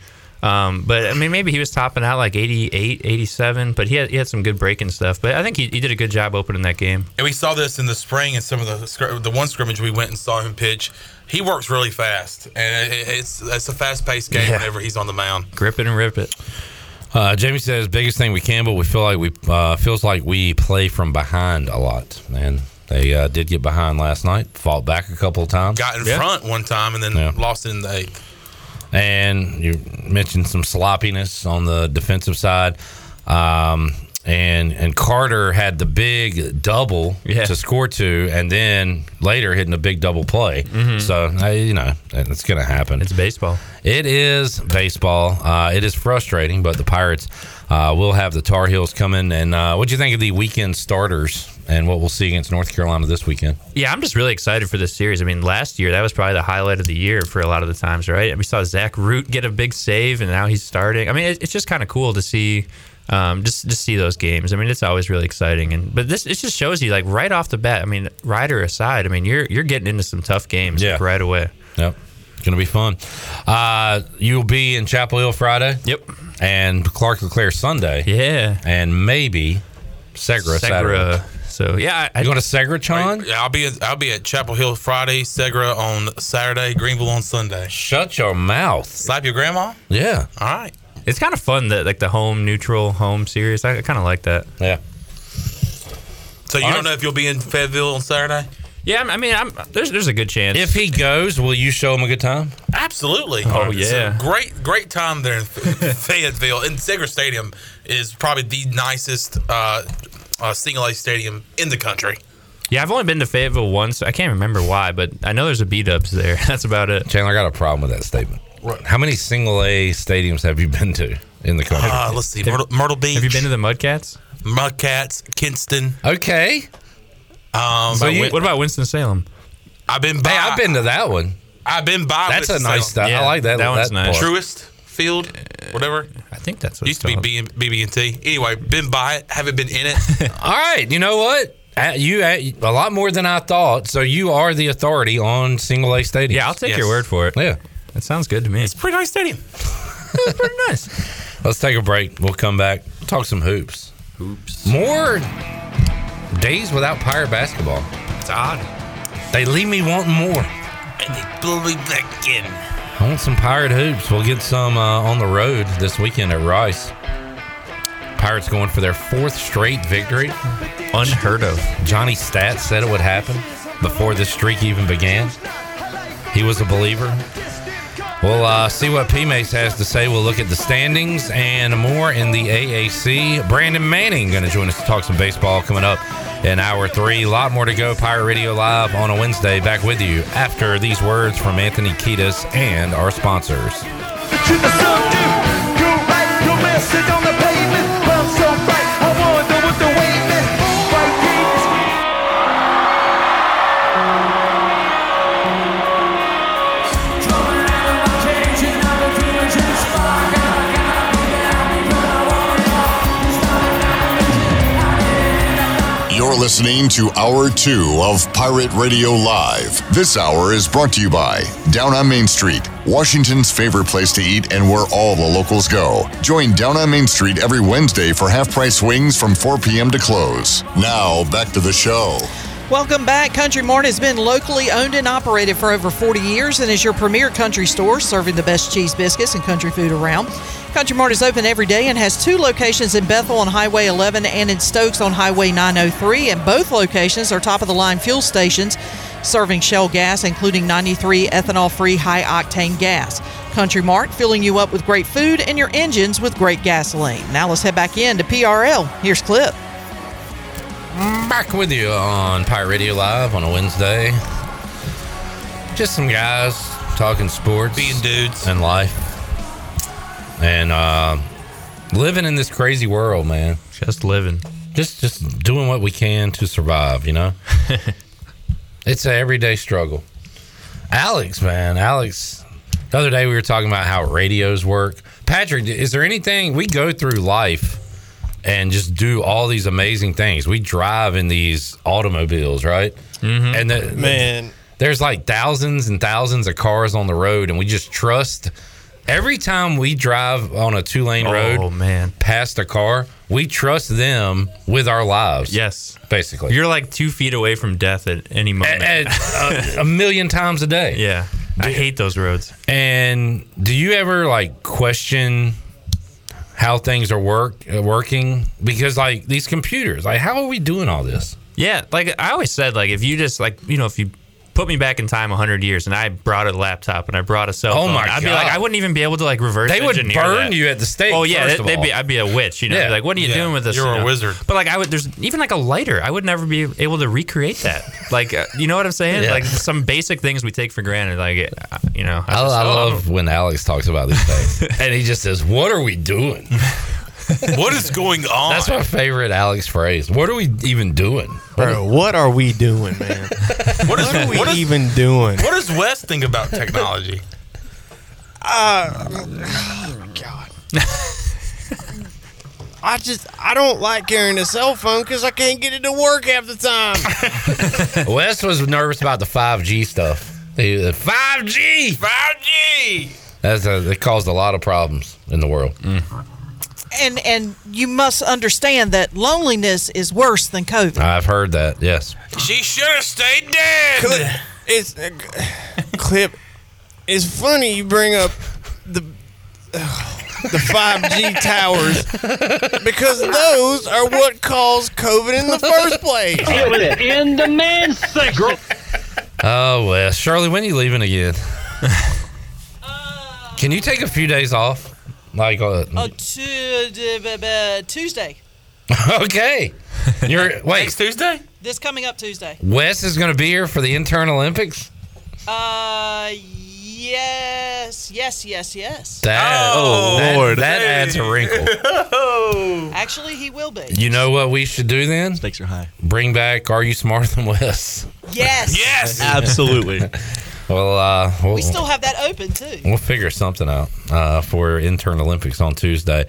Speaker 21: Um, but I mean, maybe he was topping out like 88, 87, but he had, he had some good breaking stuff. But I think he, he did a good job opening that game.
Speaker 10: And we saw this in the spring in some of the scr- the one scrimmage we went and saw him pitch. He works really fast, and it- it's it's a fast paced game
Speaker 9: Yeah.
Speaker 10: whenever he's on the mound.
Speaker 21: Grip it and rip it.
Speaker 9: Uh, Jamie says biggest thing we can, but we feel like we uh, feels like we play from behind a lot. And they uh, did get behind last night, fought back a couple of times,
Speaker 10: Got in front one time and then
Speaker 9: Yeah.
Speaker 10: lost it in the eighth.
Speaker 9: and you mentioned some sloppiness on the defensive side. Um, and and Carter had the big double to score two, and then later hitting a big double play.
Speaker 21: Mhm.
Speaker 9: So uh, you know it's going to happen. It's
Speaker 21: baseball.
Speaker 9: It is baseball. Uh, it is frustrating, but the Pirates uh, will have the Tar Heels coming. And uh, what do you think of the weekend starters and what we'll see against North Carolina this weekend?
Speaker 21: Yeah, I'm just really excited for this series. I mean, last year that was probably the highlight of the year for a lot of the times, right? We saw Zach Root get a big save, and now he's starting. I mean, it, it's just kind of cool to see, um, just just see those games. I mean, it's always really exciting. And but this it just shows you like right off the bat. I mean, Ryder aside, I mean you're you're getting into some tough games like, right away.
Speaker 9: Yep. It's going to be fun. Uh, you'll be in Chapel Hill Friday. Yep. And Clark LeClaire Sunday.
Speaker 21: Yeah.
Speaker 9: And maybe Segra, Saturday.
Speaker 21: So yeah,
Speaker 9: you going to Segra, Chon?
Speaker 10: Yeah, I'll be at, I'll be at Chapel Hill Friday, Segra on Saturday, Greenville on Sunday.
Speaker 9: Shut your mouth.
Speaker 10: Slap your grandma.
Speaker 9: Yeah.
Speaker 10: All right.
Speaker 21: It's kind of fun that like the home neutral home series. I kind of like that.
Speaker 9: Yeah.
Speaker 10: So you don't know if you'll be in Fayetteville on Saturday.
Speaker 21: Yeah, I'm- I mean, I'm, there's there's a good chance.
Speaker 9: If he goes, will you show him a good time?
Speaker 10: Absolutely.
Speaker 21: Oh,
Speaker 10: It's a
Speaker 21: yeah.
Speaker 10: great great time there in <laughs> Fayetteville. And Segra Stadium is probably the nicest uh, uh, single A stadium in the country.
Speaker 21: Yeah, I've only been to Fayetteville once. I can't remember why, but I know there's a beat ups there. <laughs> That's about it.
Speaker 9: Chandler, I got a problem with that statement. How many single A stadiums have you been to in the country?
Speaker 10: Uh, let's see, Myrtle, Myrtle Beach. Have you been to
Speaker 21: the Mudcats?
Speaker 10: Mudcats, Kinston.
Speaker 9: Okay.
Speaker 10: Um,
Speaker 21: So you- what about Winston Salem?
Speaker 10: I've been by.
Speaker 9: Hey, I've been to that one.
Speaker 10: I've been by.
Speaker 9: That's
Speaker 10: with
Speaker 9: a nice sti-
Speaker 10: Salem.
Speaker 9: I Yeah, like that- that one's that nice. part.
Speaker 10: Truest field, whatever.
Speaker 21: Uh, I think that's what
Speaker 10: used to be B- BB&T. Anyway, been by it. Haven't been
Speaker 21: <laughs>
Speaker 10: in it.
Speaker 9: All right, you know what? Uh, You uh, a lot more than I thought. So you are the authority on single A stadiums. Yeah, I'll
Speaker 21: take your word for it.
Speaker 9: Yeah,
Speaker 21: that sounds good to me. It's
Speaker 10: pretty nice stadium.
Speaker 21: pretty nice.
Speaker 9: Let's take a break. We'll come back. Talk some hoops.
Speaker 21: Hoops.
Speaker 9: More days without pirate basketball.
Speaker 21: It's odd.
Speaker 9: They leave me wanting more.
Speaker 10: and they blew me back in.
Speaker 9: I want some pirate hoops. We'll get some uh, on the road this weekend at Rice. Pirates going for their fourth straight victory.
Speaker 21: Unheard of.
Speaker 9: Johnny Stat said it would happen before this streak even began. He was a believer. We'll uh, see what P-Mace has to say. We'll look at the standings and more in the AAC. Brandon Manning going to join us to talk some baseball coming up in hour three. A lot more to go. Pirate Radio Live on a Wednesday. Back with you after these words from Anthony Kiedis and our sponsors.
Speaker 15: Your message on the pavement, but I'm so bright. I wonder what the wave is. Bright days. Coming out of my cage and I'm feeling just fine. Gotta, gotta be down because I want it all.
Speaker 2: You're listening to Hour 2 of Pirate Radio Live. This hour is brought to you by Down on Main Street, Washington's favorite place to eat and where all the locals go. Join Down on Main Street every Wednesday for half price wings from 4 p.m. to close. Now, back to the show.
Speaker 5: Welcome back. Country Mart has been locally owned and operated for over 40 years and is your premier country store serving the best cheese biscuits and country food around. Country Mart is open every day and has two locations in Bethel on Highway 11 and in Stokes on Highway 903. And both locations are top of the line fuel stations serving shell gas, including 93 ethanol free high octane gas. Country Mart filling you up with great food and your engines with great gasoline. Now let's head back in to PRL. Here's Clip.
Speaker 9: Back with you on Pirate Radio Live on a Wednesday. Just some guys talking sports, being
Speaker 10: dudes,
Speaker 9: and life, and uh, living in this crazy world, man.
Speaker 21: Just living.
Speaker 9: just just doing what we can to survive. You know, it's an everyday struggle. Alex, man, Alex. The other day we were talking about how radios work. Patrick, is there anything we go through life and just do all these amazing things? We drive in these automobiles, right?
Speaker 21: Mhm.
Speaker 9: And the,
Speaker 20: Man.
Speaker 9: there's like thousands and thousands of cars on the road, and we just trust. Every time we drive on a two lane road,
Speaker 21: Oh, man.
Speaker 9: past a car, we trust them with our lives.
Speaker 21: Yes.
Speaker 9: Basically.
Speaker 21: You're like two feet away from death at any moment.
Speaker 9: A,
Speaker 21: <laughs>
Speaker 9: a- a million times a day.
Speaker 21: yeah. I hate those roads.
Speaker 9: And do you ever like question how things are work uh, working? Because like these computers, like how are we doing all this?
Speaker 21: Yeah, like I always said, like if you just like you know if you put me back in time 100 years and I brought a laptop and I brought a cell
Speaker 9: Oh
Speaker 21: phone,
Speaker 9: my
Speaker 21: I'd be
Speaker 9: God.
Speaker 21: like I wouldn't even be able to like reverse.
Speaker 9: They would
Speaker 21: engineer
Speaker 9: burn
Speaker 21: that.
Speaker 9: you at the stake,
Speaker 21: Oh yeah,
Speaker 9: first
Speaker 21: they-
Speaker 9: of
Speaker 21: they'd be
Speaker 9: all.
Speaker 21: I'd be a witch. You know,
Speaker 9: Yeah.
Speaker 21: like what are you
Speaker 9: Yeah.
Speaker 21: doing with this?
Speaker 9: You're
Speaker 21: you
Speaker 9: a
Speaker 21: know?
Speaker 9: wizard.
Speaker 21: But like I would, there's even like a lighter. I would never be able to recreate that. Like uh, you know what I'm saying?
Speaker 9: Yeah.
Speaker 21: Like some basic things we take for granted. Like uh, you know,
Speaker 9: I,
Speaker 21: just-
Speaker 9: I
Speaker 21: oh,
Speaker 9: love when Alex talks about these
Speaker 21: <laughs>
Speaker 9: things, and he just says, "What are we doing?
Speaker 10: what is going on?"
Speaker 9: That's my favorite Alex phrase. What are we even doing,
Speaker 7: Bro, what are we doing, man?
Speaker 9: <laughs>
Speaker 10: what is
Speaker 7: What are we
Speaker 10: what is-
Speaker 7: even doing?
Speaker 10: What does Wes think about technology?
Speaker 7: Uh, I just I don't like carrying a cell phone because I can't get it to work half the time.
Speaker 9: <laughs> Wes was nervous about the five G stuff. He- the Five G,
Speaker 10: five G.
Speaker 9: That's a, it caused a lot of problems in the world.
Speaker 5: And and you must understand that loneliness is worse than COVID.
Speaker 9: I've heard that. Yes.
Speaker 10: She should have stayed dead.
Speaker 7: it's uh, clip. It's funny you bring up the the five G towers because those are what caused COVID in the first place.
Speaker 8: It
Speaker 10: <laughs>
Speaker 8: was in the men's section.
Speaker 9: Oh well, Shirley, when are you leaving again? Can you take a few days off? Like, uh, <laughs>
Speaker 5: Uh, tu- uh, uh, Tuesday.
Speaker 9: okay, you're wait. Next
Speaker 10: Tuesday,
Speaker 5: This coming up Tuesday.
Speaker 9: Wes is going to be here for the intern Olympics.
Speaker 5: Uh, yes, yes, yes, yes.
Speaker 9: That,
Speaker 21: Oh,
Speaker 9: that-
Speaker 21: Lord.
Speaker 9: that adds a wrinkle.
Speaker 8: <laughs>
Speaker 10: Oh.
Speaker 5: Actually, he will be.
Speaker 9: You know what we should do then?
Speaker 11: Stakes are high.
Speaker 9: Bring back Are You Smarter Than Wes?
Speaker 5: Yes.
Speaker 10: Yes.
Speaker 11: Absolutely.
Speaker 9: <laughs> well, uh, we'll,
Speaker 5: We still have that open too.
Speaker 9: we'll figure something out uh, for intern Olympics on Tuesday.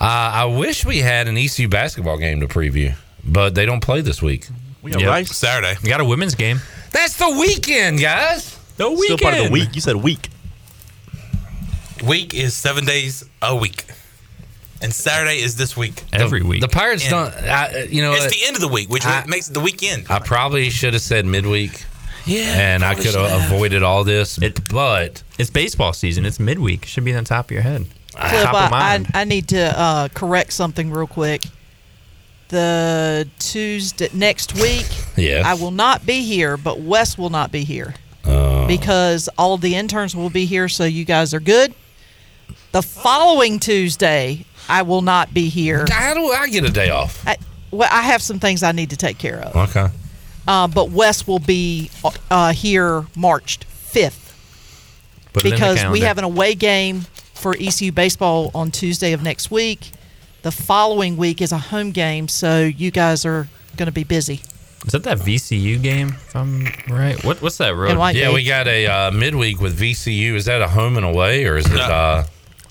Speaker 9: Uh, I wish we had an ECU basketball game to preview, but they don't play this week.
Speaker 11: We got Rice.
Speaker 10: Saturday.
Speaker 9: We got a women's game. That's the weekend, guys.
Speaker 21: The
Speaker 11: <laughs> Still part of the week. You said week.
Speaker 10: Week is seven days a week, and Saturday is this week.
Speaker 9: The- The Pirates don't. I, uh, you know,
Speaker 10: it's
Speaker 9: what?
Speaker 10: the end of the week, which
Speaker 9: I-
Speaker 10: makes it the weekend.
Speaker 9: I probably should have said midweek.
Speaker 21: Yeah,
Speaker 9: and I
Speaker 21: probably
Speaker 9: could
Speaker 21: should
Speaker 9: have
Speaker 21: have.
Speaker 9: avoided all this, but
Speaker 21: it's baseball season. It's midweek. Should be on top of your head.
Speaker 5: Clip,
Speaker 21: top of
Speaker 5: I,
Speaker 21: mind.
Speaker 5: I, I need to uh, correct something real quick. The Tuesday next week,
Speaker 21: Yes.
Speaker 5: I will not be here, but Wes will not be here
Speaker 9: Oh.
Speaker 5: because all of the interns will be here, so you guys are good. The following Tuesday, I will not be here.
Speaker 9: How do I get a day off? Oh,
Speaker 5: I, well, I have some things I need to take care of,
Speaker 9: Okay.
Speaker 5: uh, but Wes will be uh, here March fifth
Speaker 21: Put it in the
Speaker 5: because we
Speaker 21: calendar.
Speaker 5: have an away game for ECU baseball on Tuesday of next week. The following week is a home game, so you guys are going to be busy.
Speaker 21: Is that that VCU game? If I'm right, what what's that road?
Speaker 5: NYU.
Speaker 9: Yeah, we got a uh, midweek with VCU. Is that a home and away, or is it? Uh,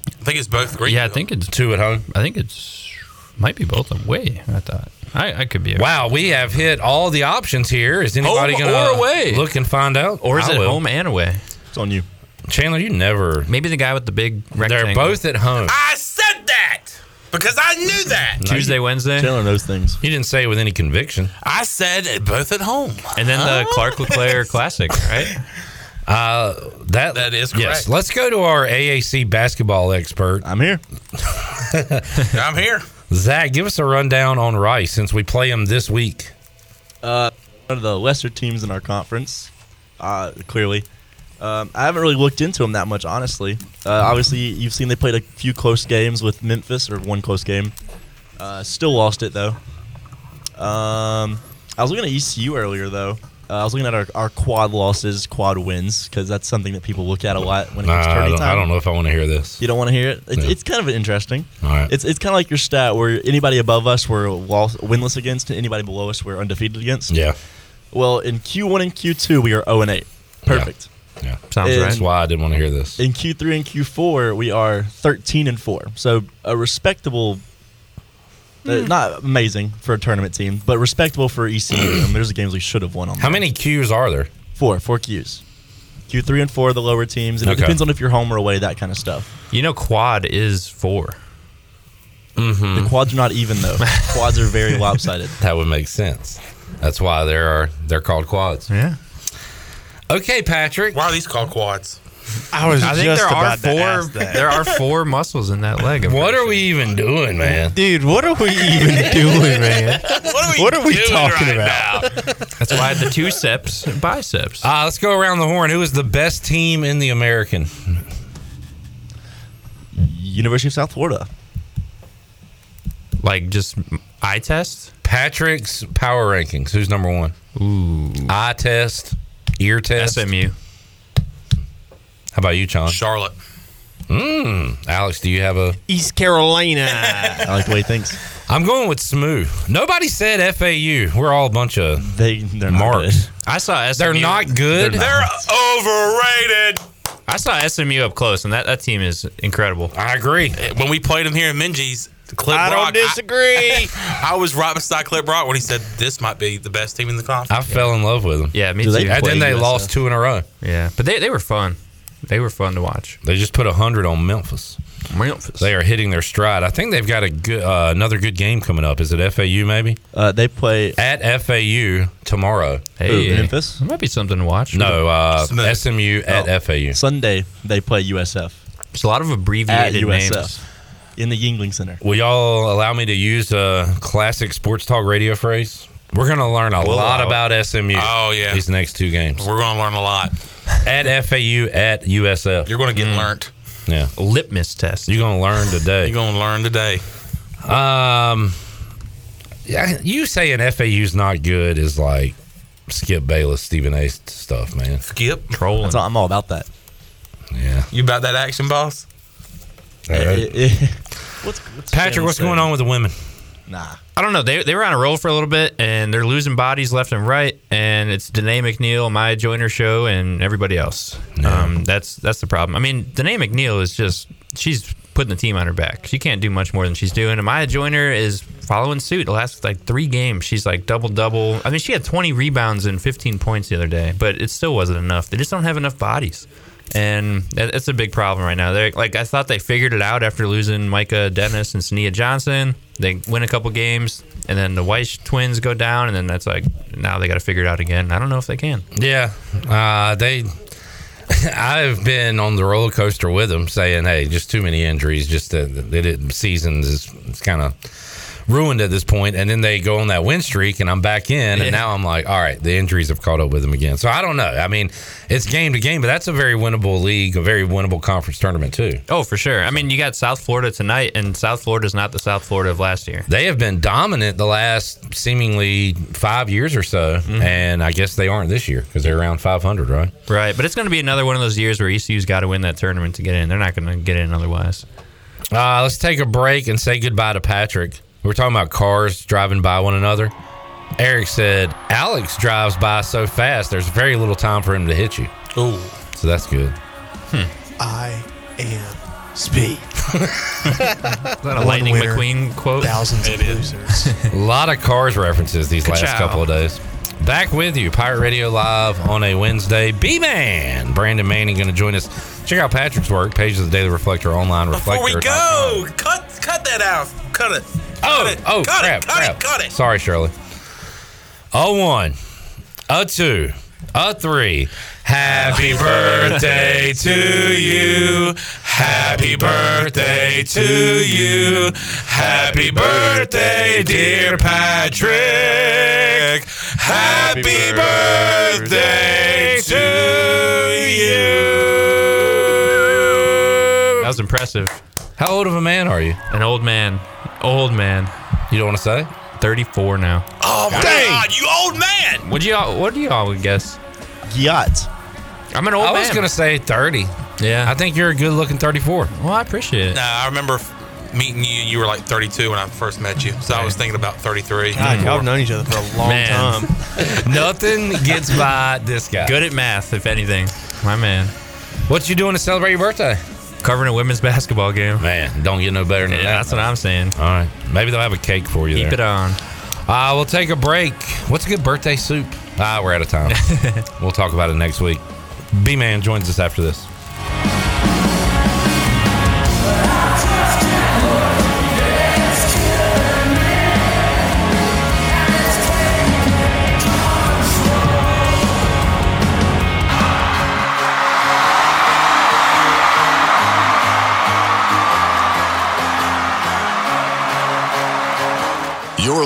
Speaker 10: I think it's both.
Speaker 21: Yeah, I think it's
Speaker 9: two at home.
Speaker 21: I think it's might be both away. I thought I, I could be.
Speaker 9: wow, we have hit all the options here. Is anybody
Speaker 21: Home
Speaker 9: going
Speaker 21: or away.
Speaker 9: to look and find out,
Speaker 21: Or is
Speaker 9: I
Speaker 21: it
Speaker 9: will.
Speaker 21: home and away?
Speaker 11: It's on you,
Speaker 9: Chandler. You never.
Speaker 21: Maybe the guy with the big rectangle.
Speaker 9: They're both at home.
Speaker 10: I said that because I knew that.
Speaker 21: Tuesday, Wednesday.
Speaker 11: Chandler knows things.
Speaker 9: You didn't say it with any conviction. Oh.
Speaker 10: I said it both at home.
Speaker 21: And then the Clark
Speaker 9: <laughs>
Speaker 21: LeClaire Classic, right?
Speaker 9: Uh, that that
Speaker 10: is correct.
Speaker 9: Yes, let's go to our AAC basketball expert. <laughs>
Speaker 11: I'm here.
Speaker 10: I'm here.
Speaker 9: Zach, give us a rundown on Rice since we play him this week.
Speaker 11: Uh, one of the lesser teams in our conference, uh, clearly. Um, I haven't really looked into them that much, honestly. Uh, obviously, you've seen they played a few close games with Memphis, or one close game. Uh, still lost it though. Um, I was looking at ECU E earlier though. Uh, I was looking at our, our quad losses, quad wins, because that's something that people look at a lot when it
Speaker 9: Nah,
Speaker 11: comes to
Speaker 9: I,
Speaker 11: tourney
Speaker 9: don't,
Speaker 11: time.
Speaker 9: I don't know if I want to hear this.
Speaker 11: You don't want to hear it. It's,
Speaker 9: No.
Speaker 11: it's kind of interesting.
Speaker 9: All right.
Speaker 11: It's it's kind of like your stat where anybody above us we're loss, winless against, and anybody below us we're undefeated against.
Speaker 9: Yeah.
Speaker 11: Well, in Q1 and Q2 we are 0 and 8. Perfect.
Speaker 9: Yeah. Sounds right. That's why I didn't want to hear this.
Speaker 11: In Q3 and Q4 we are 13 and 4. So a respectable.
Speaker 9: Hmm.
Speaker 11: uh, not amazing for a tournament team, but respectable for ECU. I mean, there's the games we should have won on.
Speaker 9: How many Qs are there?
Speaker 11: Four. Four Qs. Q three and four are the lower teams, and
Speaker 9: Okay.
Speaker 11: it depends on if you're home or away, that kind of stuff.
Speaker 21: You know, quad is four.
Speaker 11: Mm-hmm. The quads are not even
Speaker 9: <laughs>
Speaker 11: though. quads are very lopsided.
Speaker 9: That would make sense. That's why there are they're called quads.
Speaker 11: Yeah.
Speaker 9: Okay, Patrick. Why
Speaker 10: are these called quads?
Speaker 9: I
Speaker 10: was
Speaker 21: I think
Speaker 10: just
Speaker 21: there are
Speaker 10: about to
Speaker 21: four.
Speaker 10: ask that.
Speaker 21: <laughs> There are four muscles in that leg. I'm
Speaker 9: What
Speaker 21: pretty
Speaker 9: are we even doing, man?
Speaker 21: Dude, what are
Speaker 9: <laughs>
Speaker 21: we even doing, man?
Speaker 9: What are we, doing right
Speaker 21: That's why the two seps and biceps.
Speaker 9: Uh, let's go around the horn. Who is the best team in the American?
Speaker 11: University of South Florida.
Speaker 9: Like just eye test? Patrick's power rankings. Who's number one? Ooh. Eye test, ear test. SMU. How about you, John?
Speaker 10: Charlotte.
Speaker 9: Mm. Alex, do you have a
Speaker 7: East
Speaker 9: <laughs>
Speaker 7: Carolina?
Speaker 9: I
Speaker 11: like the way he thinks.
Speaker 9: I'm going with smooth. Nobody said FAU. We're all a bunch of
Speaker 11: they they're
Speaker 9: marks.
Speaker 21: I saw SMU.
Speaker 9: They're not good.
Speaker 21: They're
Speaker 10: overrated.
Speaker 21: I saw SMU up close, and that, that team is incredible.
Speaker 9: I agree.
Speaker 10: When we played him here in Minji's, Clip
Speaker 21: I don't
Speaker 10: Rock,
Speaker 7: disagree.
Speaker 10: <laughs> I, was right beside Clip Rock when he said this might be the best team in the conference.
Speaker 9: I fell in love with them.
Speaker 21: Yeah, me
Speaker 9: Do
Speaker 21: too.
Speaker 9: they And then play they USF? lost two in a row.
Speaker 21: Yeah, but they, they were fun. They were fun to watch.
Speaker 9: They just put a hundred on Memphis.
Speaker 21: Memphis.
Speaker 9: They are hitting their stride. I think they've got a good uh, another good game coming up. Is it FAU maybe?
Speaker 11: Uh, they play
Speaker 9: at FAU tomorrow.
Speaker 21: Hey, Memphis? There might be something to watch.
Speaker 9: No, uh, SMU at FAU.
Speaker 11: Sunday they play USF.
Speaker 21: It's a lot of
Speaker 11: at
Speaker 21: abbreviated
Speaker 11: USF
Speaker 21: names.
Speaker 11: in the Yingling Center.
Speaker 9: Will y'all allow me to use a classic sports talk radio phrase? We're going to learn a
Speaker 10: We'll
Speaker 9: lot
Speaker 10: allow
Speaker 9: about SMU.
Speaker 10: Oh, yeah.
Speaker 9: these next two games.
Speaker 10: We're going to learn a lot.
Speaker 9: At FAU, at USF,
Speaker 10: you're going to get learnt.
Speaker 9: Mm. Yeah,
Speaker 21: litmus test.
Speaker 9: You're going to learn today.
Speaker 10: you're going to learn today.
Speaker 9: Um, yeah, you saying FAU's not good is like Skip Bayless, Stephen A. stuff, man.
Speaker 10: Skip
Speaker 21: trolling.
Speaker 11: That's all, I'm all about that.
Speaker 10: You about that action, boss?
Speaker 11: <laughs> What's, what's
Speaker 9: Patrick, what's going on with the women?
Speaker 11: Nah.
Speaker 21: I don't know. They, they were on a roll for a little bit, and they're losing bodies left and right. And it's Danae McNeil, my Joiner show, and everybody else. Um, that's that's the problem. I mean, Danae McNeil is just she's putting the team on her back. She can't do much more than she's doing. And Maya Joyner is following suit. The last like three games, she's like double double. I mean, she had 20 rebounds and 15 points the other day, but it still wasn't enough. They just don't have enough bodies. And that- that's a big problem right now. They're like I thought they figured it out after losing Micah Dennis and Sania Johnson. They win a couple games, and then the Weiss twins go down, and then that's like now they got to figure it out again. I don't know if they can.
Speaker 9: Yeah, uh, they. <laughs> I've been on the roller coaster with them, saying, "Hey, just too many injuries. Just that that it seasons is it's kind of ruined at this point." And then they go on that win streak, and I'm back in,
Speaker 21: Yeah.
Speaker 9: and now I'm like, "All right, the injuries have caught up with them again." So I don't know. I mean, it's game to game, but that's a very winnable league, a very winnable conference tournament too.
Speaker 21: Oh, for sure. I mean, you got South Florida tonight, and South Florida is not the South Florida of last year.
Speaker 9: They have been dominant the last seemingly five years or so,
Speaker 21: Mm-hmm.
Speaker 9: and I guess they aren't this year because they're around 500, right?
Speaker 21: Right, but it's going to be another one of those years where E ECU's got to win that tournament to get in. They're not going to get in otherwise.
Speaker 9: Uh, let's take a break and say goodbye to Patrick. We're talking about cars driving by one another. Eric said Alex drives by so fast, there's very little time for him to hit you.
Speaker 10: Ooh.
Speaker 9: So that's good.
Speaker 15: I am speed.
Speaker 21: that
Speaker 9: a Lightning McQueen
Speaker 21: quote?
Speaker 15: Thousands of losers.
Speaker 9: <laughs> a lot of cars references these last
Speaker 15: Ka-chow.
Speaker 9: couple of days. Back with you, Pirate Radio Live on a Wednesday. B Man, Brandon Manning, going to join us. Check out Patrick's work, Pages of the Daily Reflector, online reflector.
Speaker 10: Before we go, cut cut that out. Cut it.
Speaker 9: Oh,
Speaker 10: cut it.
Speaker 9: oh,
Speaker 10: cut
Speaker 9: crap,
Speaker 10: it. Cut
Speaker 9: crap.
Speaker 10: it. Cut it.
Speaker 9: Sorry, Shirley. A one, a two, a three. Happy birthday to you. Happy birthday to you. Happy birthday, dear Patrick. Happy birthday to you.
Speaker 21: That was impressive.
Speaker 9: How old of a man are you?
Speaker 21: An old man. Old man.
Speaker 9: You don't want to say?
Speaker 21: 34 now.
Speaker 10: Oh my God, you old man!
Speaker 21: What do y'all? What do y'all would guess?
Speaker 11: Yacht.
Speaker 21: I'm an old
Speaker 9: I
Speaker 21: man.
Speaker 9: was gonna say 30.
Speaker 21: Yeah.
Speaker 9: I think you're a good looking 34.
Speaker 21: Well, I appreciate it.
Speaker 10: Nah, I remember f- meeting you. You were like 32 when I first met you, so I was thinking about 33.
Speaker 20: God, y'all have known each other for a long
Speaker 21: Man.
Speaker 20: time.
Speaker 21: <laughs> Nothing gets by this guy. Good at math, if anything. My man. What you doing to celebrate your birthday? Covering a women's basketball game.
Speaker 9: Man, don't get no better than
Speaker 21: Yeah,
Speaker 9: that.
Speaker 21: that's what I'm saying.
Speaker 9: All right. Maybe they'll have a cake for you.
Speaker 21: Keep
Speaker 9: there.
Speaker 21: it on.
Speaker 9: Uh, we'll take a break. What's a good birthday soup? Ah, we're out of
Speaker 21: <laughs>
Speaker 9: time. we'll talk about it next week. B Man joins us after this.
Speaker 2: You're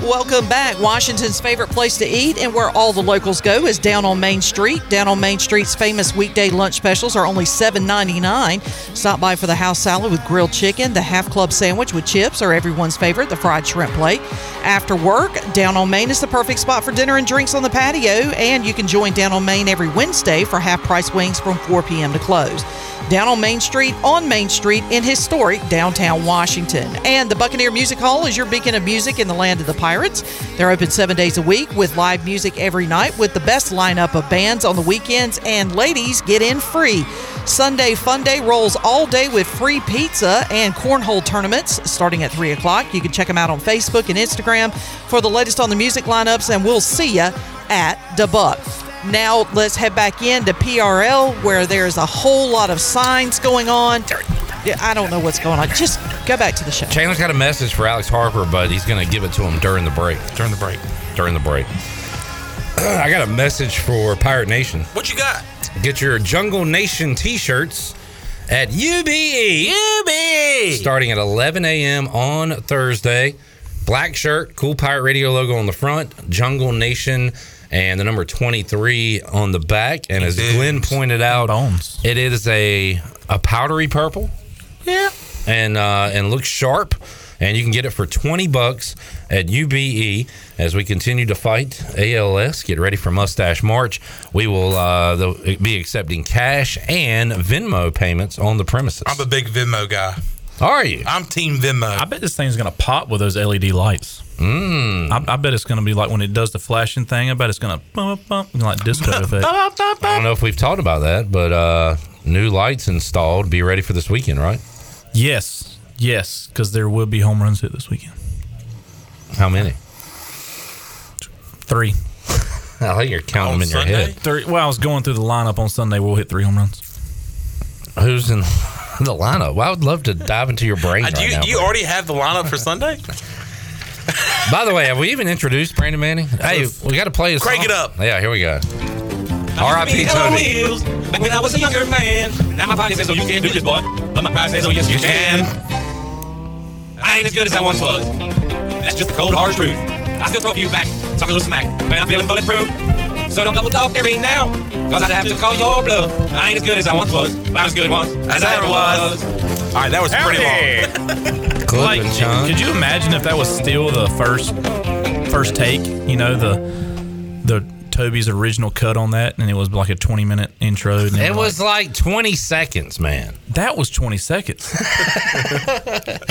Speaker 5: Welcome back. Washington's favorite place to eat and where all the locals go is down on Main Street. Down on Main Street's famous weekday lunch specials are only $7.99. Stop by for the house salad with grilled chicken, the half club sandwich with chips, or everyone's favorite, the fried shrimp plate. After work, Down on Main is the perfect spot for dinner and drinks on the patio, and you can join Down on Main every Wednesday for half price wings from 4 p.m. to close. Down on Main Street, on Main Street in historic downtown Washington. And the Buccaneer Music Hall is your beacon of music in the land of the pirates. They're open seven days a week with live music every night with the best lineup of bands on the weekends, and ladies get in free. Sunday Fun Day rolls all day with free pizza and cornhole tournaments starting at 3 o'clock. You can check them out on Facebook and Instagram for the latest on the music lineups, and we'll see you at the Buck. Now let's head back into PRL where there's a whole lot of signs going on. Yeah, I don't know what's going on. Just go back to the show.
Speaker 9: Chandler's got a message for Alex Harper, but he's going to give it to him during the break.
Speaker 10: During the break.
Speaker 9: During the break. <clears throat> I got a message for Pirate Nation.
Speaker 10: What you got?
Speaker 9: Get your Jungle Nation t shirts at UBE.
Speaker 10: UBE!
Speaker 9: Starting at 11 a.m. on Thursday. Black shirt, cool Pirate Radio logo on the front, Jungle Nation, and the number 23 on the back. And as Glenn pointed out, it is a, a powdery purple. Yeah. And, uh, and looks sharp. And you can get it for 20 bucks at UBE as we continue to fight ALS. Get ready for Mustache March. We will uh, they'll be accepting cash and Venmo payments on the premises.
Speaker 10: I'm a big Venmo guy.
Speaker 9: Are you?
Speaker 10: I'm Team Venmo.
Speaker 6: I bet this thing's going to pop with those LED lights.
Speaker 9: Mm.
Speaker 6: I, I bet it's going to be like when it does the flashing thing. I bet it's going to bump, bump, bump, like disco
Speaker 9: <laughs>
Speaker 6: effect.
Speaker 9: I don't know if we've talked about that, but uh, new lights installed. Be ready for this weekend, right?
Speaker 6: Yes, yes, because there will be home runs hit this weekend.
Speaker 9: How many?
Speaker 6: Three.
Speaker 9: <laughs> I like you're counting them in your head.
Speaker 6: Three. Well, I was going through the lineup on Sunday. We'll hit three home runs.
Speaker 9: Who's in <laughs> the lineup? Well, I would love to dive into your brain
Speaker 10: Uh,
Speaker 9: right
Speaker 10: do you,
Speaker 9: now.
Speaker 10: you already have the lineup for Sunday?
Speaker 9: By the way, have we even introduced Brandon Manning? Hey, we got to play his
Speaker 10: Crank
Speaker 9: song.
Speaker 10: it up.
Speaker 9: Yeah, here we go.
Speaker 22: R.I.P.
Speaker 9: R.I.P. Tony.
Speaker 22: Back when I was a younger man. Now my body says, oh, you can't do this, boy. But my pride says, oh, yes, you can. I ain't as good as I once was. That's just the cold, hard truth. I still throw a few back, talk a little smack. Man, I'm feeling bulletproof. So don't double talk to me now, cause I'd have to call your bluff. I ain't as good as I once was, but I'm as good once as I ever was.
Speaker 10: All right, that was
Speaker 22: pretty long.
Speaker 6: like, could you imagine if that was still the first first take? You know the the Toby's original cut on that, and it was like a twenty minute intro. And
Speaker 9: It was like 20 seconds, man.
Speaker 6: That was twenty
Speaker 9: <laughs>
Speaker 6: seconds.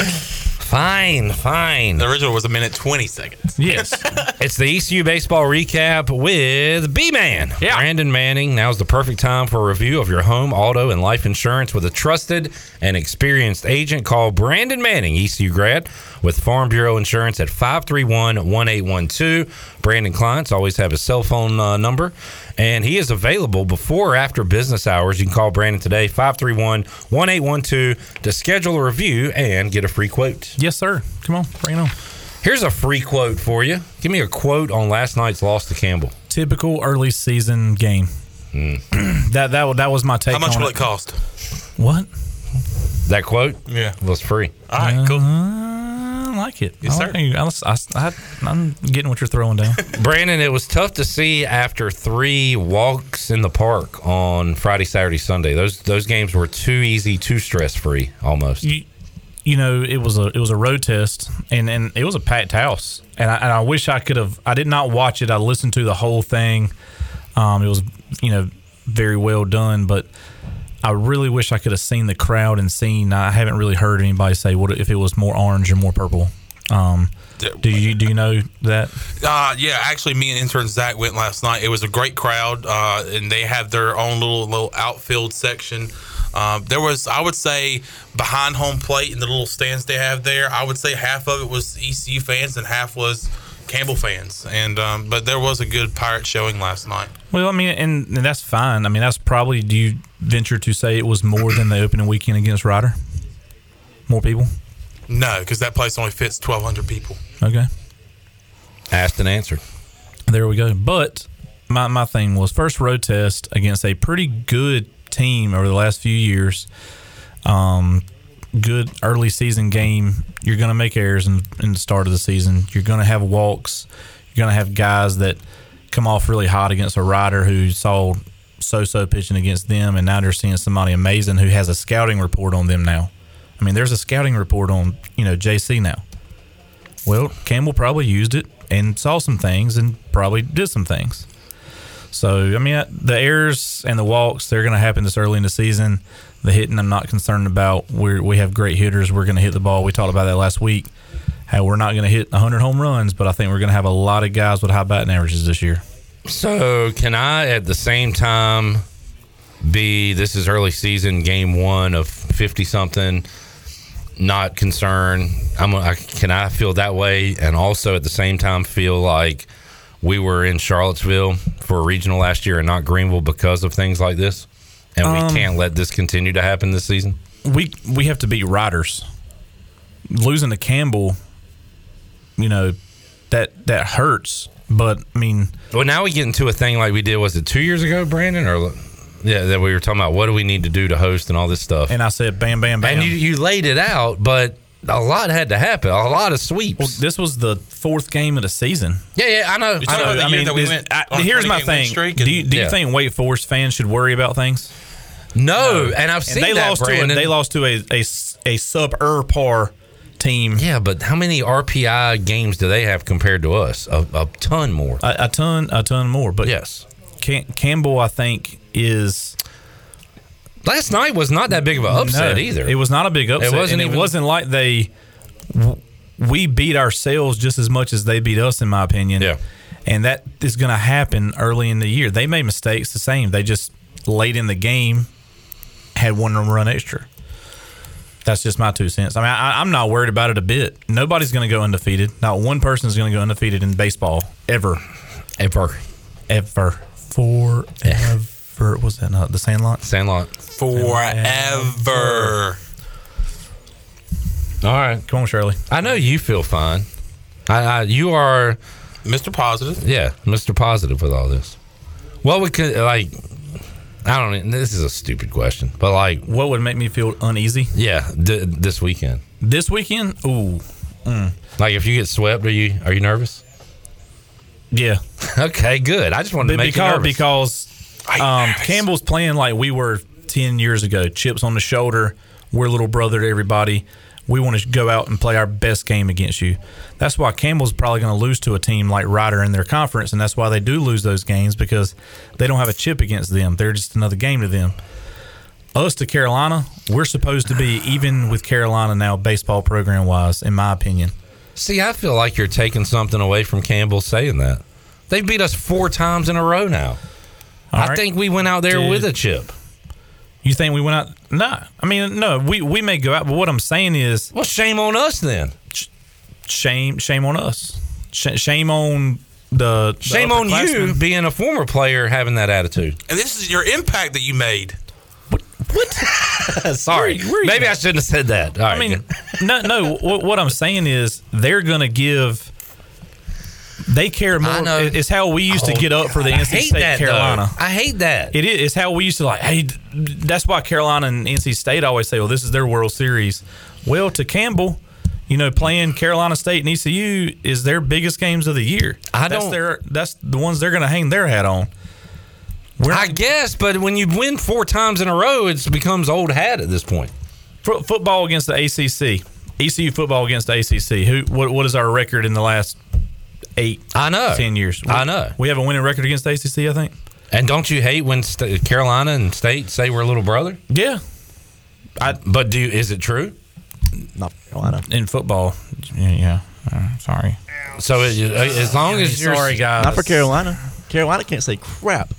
Speaker 9: Fine, fine.
Speaker 10: The original was a minute 20 seconds. <laughs>
Speaker 6: Yes.
Speaker 9: it's the ECU baseball recap with B Man. Yeah. Brandon Manning. Now's the perfect time for a review of your home, auto, and life insurance with a trusted and experienced agent. Call Brandon Manning, ECU grad, with Farm Bureau Insurance at 531 1812. Brandon clients always have his cell phone uh, number, and he is available before or after business hours. You can call Brandon today, 531 1812, to schedule a review and get a free quote.
Speaker 6: Yes, sir. Come on, bring it on.
Speaker 9: Here's a free quote for you. Give me a quote on last night's loss to Campbell.
Speaker 6: Typical early season
Speaker 10: Hmm.
Speaker 6: <clears throat> game. that that wa- that was my take.
Speaker 10: How much
Speaker 6: on
Speaker 10: will it cost?
Speaker 6: What?
Speaker 9: That quote,
Speaker 10: yeah,
Speaker 9: was free.
Speaker 10: All right, cool.
Speaker 6: Uh, I like it. Yes, sir. I, am getting what you're throwing
Speaker 10: <laughs>
Speaker 6: down.
Speaker 9: Brandon, it was tough to see after three walks in the park on Friday, Saturday, Sunday. Those those games were too easy, too stress free, almost.
Speaker 6: you, you know, it was a it was a road test, and and it was a packed house, and I, and I wish I could have. I did not watch it. I listened to the whole thing. Um, it was you know very well done, but I really wish I could have seen the crowd and seen. I haven't really heard anybody say what if it was more orange or more purple. Um, do you do you know that?
Speaker 10: Uh, yeah, actually, me and intern Zach went last night. It was a great crowd, uh, and they have their own little little outfield section. Um, there was, I would say, behind home plate in the little stands they have there. I would say half of it was ECU fans and half was Campbell fans. And um, but there was a good pirate showing last night.
Speaker 6: Well, I mean, and, and that's fine. I mean, that's probably. Do you venture to say it was more than the opening weekend against Ryder? More people.
Speaker 10: No, because that place only fits twelve hundred people.
Speaker 6: Okay.
Speaker 9: Asked and answered.
Speaker 6: There we go. But my, my thing was first road test against a pretty good team over the last few years. Um, good early season game. You're going to make errors in, in the start of the season. You're going to have walks. You're going to have guys that come off really hot against a rider who saw so so pitching against them, and now they're seeing somebody amazing who has a scouting report on them now. I mean, there's a scouting report on you know JC now. Well, Campbell probably used it and saw some things and probably did some things. So, I mean, the errors and the walks, they're going to happen this early in the season. The hitting, I'm not concerned about. We're, we have great hitters. We're going to hit the ball. We talked about that last week. How we're not going to hit 100 home runs, but I think we're going to have a lot of guys with high batting averages this year.
Speaker 9: So, can I at the same time be this is early season game one of 50 something, not concerned? I'm I, can I feel that way and also at the same time feel like we were in Charlottesville for a regional last year and not Greenville because of things like this? And we
Speaker 6: Um,
Speaker 9: can't let this continue to happen this season?
Speaker 6: we we have to beat Riders. Losing to Campbell, you know, that that hurts. But I mean,
Speaker 9: well, now we get into a thing like we did. Was it two years ago, Brandon? Or yeah, that we were talking about. What do we need to do to host and all this stuff?
Speaker 6: And I said, bam, bam, bam.
Speaker 9: And you, you laid it out, but a lot had to happen. A lot of sweeps. Well,
Speaker 6: this was the fourth game of the season.
Speaker 9: Yeah, yeah, I know.
Speaker 6: I know, I mean, this- I- here's my thing. do you, do you think Wake Forest fans should worry about things?
Speaker 9: No, Oh, and I've seen
Speaker 6: uh, they
Speaker 9: that,
Speaker 6: lost to a,
Speaker 9: Brandon.
Speaker 6: they lost to a a, a sub par team.
Speaker 9: Yeah, but how many RPI games do they have compared to us? A, a ton more.
Speaker 6: A, a ton, a ton more. But
Speaker 9: yes,
Speaker 6: Cam, Campbell, I think is.
Speaker 9: Last night was not that big of an upset
Speaker 6: No,
Speaker 9: either.
Speaker 6: It was not a big upset.
Speaker 9: It wasn't.
Speaker 6: and
Speaker 9: even,
Speaker 6: it wasn't like they w- we beat ourselves just as much as they beat us, in my opinion. Yeah. And that is going to happen early in the year. They made mistakes the same. They just late in the game had one run extra. That's just my two cents. I mean, I, I'm not worried about it a bit. Nobody's going to go undefeated. Not one person is going to go undefeated in baseball ever,
Speaker 9: ever,
Speaker 6: ever,
Speaker 9: <laughs>
Speaker 6: forever. Was that not the Sandlot?
Speaker 9: Sandlot.
Speaker 10: Forever.
Speaker 9: All right,
Speaker 6: come on, Shirley.
Speaker 9: I know you feel fine. I, I you are
Speaker 10: Mr. Positive.
Speaker 9: Yeah, Mr. Positive with all this. What would co- like? I don't. even- This is a stupid question, but like,
Speaker 6: what would make me feel uneasy?
Speaker 9: Yeah, d- this weekend.
Speaker 6: This weekend? Ooh. Mm.
Speaker 9: Like if you get swept, are you are you nervous?
Speaker 6: Yeah.
Speaker 9: <laughs> okay, good. I just wanted to
Speaker 6: Be-
Speaker 9: make you
Speaker 6: because,
Speaker 9: nervous.
Speaker 6: because um, Campbell's playing like we were 10 years ago. Chips on the shoulder. We're little brother to everybody. We want to go out and play our best game against you. That's why Campbell's probably going to lose to a team like Ryder in their conference, and that's why they do lose those games because they don't have a chip against them. They're just another game to them. Us to Carolina, we're supposed to be even with Carolina now, baseball program wise, Uh, in my opinion.
Speaker 9: See, I feel like you're taking something away from Campbell saying that. They beat us four times in a row now. I think we went out there with a chip.
Speaker 6: You think we went out? No, I mean, no. We we may go out, but what I'm saying is,
Speaker 9: well, shame on us then.
Speaker 6: Shame, shame on us. Sh- shame on the, the
Speaker 9: Shame on you
Speaker 6: upperclassmen.
Speaker 9: being a former player having
Speaker 6: <laughs>
Speaker 9: that attitude.
Speaker 10: And this is your impact that you made.
Speaker 9: Sorry, maybe I shouldn't have said that. All right.
Speaker 6: I mean, no, no. What, what I'm saying is, they're gonna give They care more. it- It's how we used to
Speaker 9: Oh,
Speaker 6: get up for the
Speaker 9: God, I
Speaker 6: NC
Speaker 9: hate
Speaker 6: State
Speaker 9: that, though.
Speaker 6: Carolina.
Speaker 9: I hate that.
Speaker 6: It is. It's how we used to like. Hey, th- that's why Carolina and NC State always say, "Well, this is their World Series." Well, to Campbell, you know, playing Carolina State and ECU is their biggest games of the year.
Speaker 9: I
Speaker 6: that's
Speaker 9: don't-
Speaker 6: Their, that's the ones they're going to hang their hat on.
Speaker 9: I guess, but when you win four times in a row, it becomes old hat at this point.
Speaker 6: Fo- football against the ACC, ECU E football against the ACC. Who? What? What is our record in the last eight?
Speaker 9: I know.
Speaker 6: Ten years.
Speaker 9: I know.
Speaker 6: We have a winning record against the ACC. I think.
Speaker 9: uh. And don't you hate when st- Carolina and State say we're a little brother?
Speaker 6: Yeah.
Speaker 9: I, but do is it true?
Speaker 6: Not Carolina in football. Yeah. yeah. Uh, sorry.
Speaker 9: So it, as long as you're
Speaker 11: Not for Carolina. Carolina can't say crap.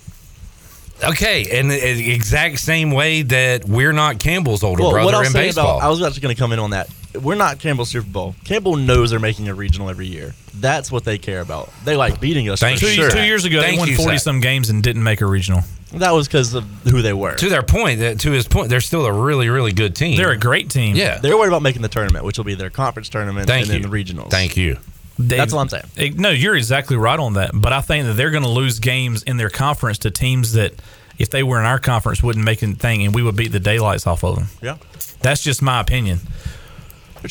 Speaker 9: Okay, and the the exact same way that we're not Campbell's older
Speaker 11: Well,
Speaker 9: brother
Speaker 11: what I was
Speaker 9: in
Speaker 11: saying
Speaker 9: baseball.
Speaker 11: about, I was actually going to come in on that. We're not Campbell Super Bowl. Campbell knows they're making a regional every year. That's what they care about. They like beating us.
Speaker 6: Thank
Speaker 11: for
Speaker 6: you.
Speaker 11: sure.
Speaker 6: Two years ago, they won forty some games and didn't make a regional.
Speaker 11: That was because of who they were.
Speaker 9: to their point, that to his point, they're still a really, really good team.
Speaker 6: They're a great team.
Speaker 9: Yeah.
Speaker 11: They're worried about making the tournament, which will be their conference tournament
Speaker 6: Thank
Speaker 11: and
Speaker 6: you.
Speaker 11: then the regionals.
Speaker 9: Thank you.
Speaker 11: That's all I'm saying.
Speaker 6: Eh, No, you're exactly right on that. But I think that they're going to lose games in their conference to teams that, if they were in our conference, wouldn't make anything, and we would beat the daylights off of them.
Speaker 11: Yeah.
Speaker 6: that's just my opinion.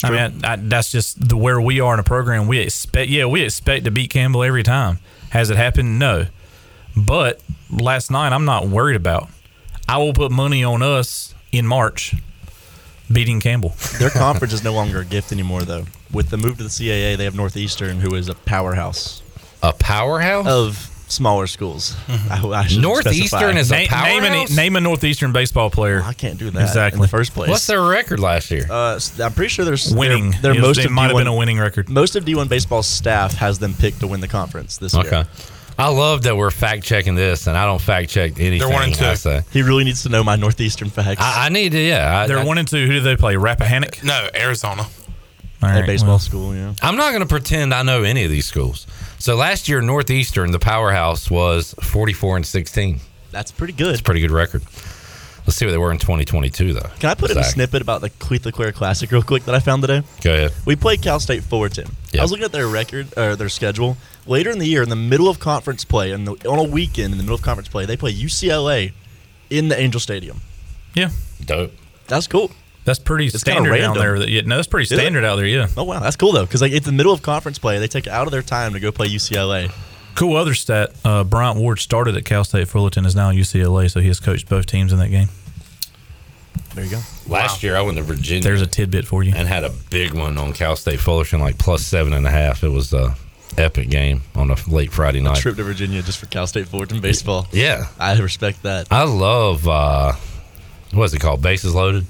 Speaker 6: I mean, I, I, that's just the where we are in a program. We expect, yeah, we expect to beat Campbell every time. Has it happened? No. But last night, I'm not worried about. I will put money on us in March beating Campbell. <laughs>
Speaker 11: Their conference is no longer a gift anymore, though. With the move to the CAA, they have Northeastern, who is a powerhouse.
Speaker 9: A powerhouse
Speaker 11: of smaller schools. <laughs> I, I should specify.
Speaker 6: Mm-hmm.
Speaker 11: Oh,
Speaker 6: name, Name, a, name a Northeastern baseball player. I
Speaker 11: can't do that
Speaker 6: exactly
Speaker 11: in the first place.
Speaker 9: What's their record last year?
Speaker 11: Uh, s- I'm pretty sure there's
Speaker 6: Winning.
Speaker 11: They're,
Speaker 6: It was-
Speaker 11: most
Speaker 6: it
Speaker 11: of
Speaker 6: might have
Speaker 11: D1
Speaker 6: been a winning record.
Speaker 11: Most of D1 baseball staff has them picked to win the conference this
Speaker 9: Okay.
Speaker 11: year.
Speaker 9: I love that we're fact checking this, and I don't fact check anything.
Speaker 11: They're one and two.
Speaker 9: I say.
Speaker 11: He really needs to know my Northeastern facts.
Speaker 9: I, I need to. Yeah, I,
Speaker 6: They're
Speaker 9: I-
Speaker 6: one and two. Who do they play? Rappahannock.
Speaker 10: No, Arizona.
Speaker 6: All
Speaker 11: At
Speaker 6: right,
Speaker 11: baseball
Speaker 6: well.
Speaker 11: school, yeah.
Speaker 9: I'm not going to pretend I know any of these schools. So last year, Northeastern, the powerhouse was 44 and 16.
Speaker 11: That's pretty good. It's
Speaker 9: a pretty good record. Let's see what they were in 2022, though.
Speaker 11: Can I put in a
Speaker 9: Zach.
Speaker 11: snippet about the Cleat Claire Classic real quick that I found today?
Speaker 9: Go ahead.
Speaker 11: We played Cal State Fullerton. I was looking at their record or their schedule. Later in the year, in the middle of conference play, and the, on a weekend in the middle of conference play, they play UCLA in the Angel Stadium.
Speaker 6: Yeah.
Speaker 9: Dope.
Speaker 11: That's cool.
Speaker 6: That's pretty
Speaker 11: It's kinda
Speaker 6: standard down
Speaker 11: random.
Speaker 6: there. That, yeah, no, that's pretty
Speaker 11: Is it?
Speaker 6: standard out there. Yeah.
Speaker 11: Oh wow, that's cool though, because like it's the middle of conference play, they take it out of their time to go play UCLA.
Speaker 6: Cool other stat: uh, Bryant Ward started at Cal State Fullerton, is now at UCLA, so he has coached both teams in that game.
Speaker 11: There you go.
Speaker 9: Last year, I went to Virginia.
Speaker 6: There's a tidbit for you.
Speaker 9: And had a big one on Cal State Fullerton, like plus seven and a half. It was a epic game on a late Friday
Speaker 11: A
Speaker 9: night.
Speaker 11: trip to Virginia just for Cal State Fullerton baseball.
Speaker 9: Yeah.
Speaker 11: I respect that.
Speaker 9: I love uh, what's it called? Bases loaded.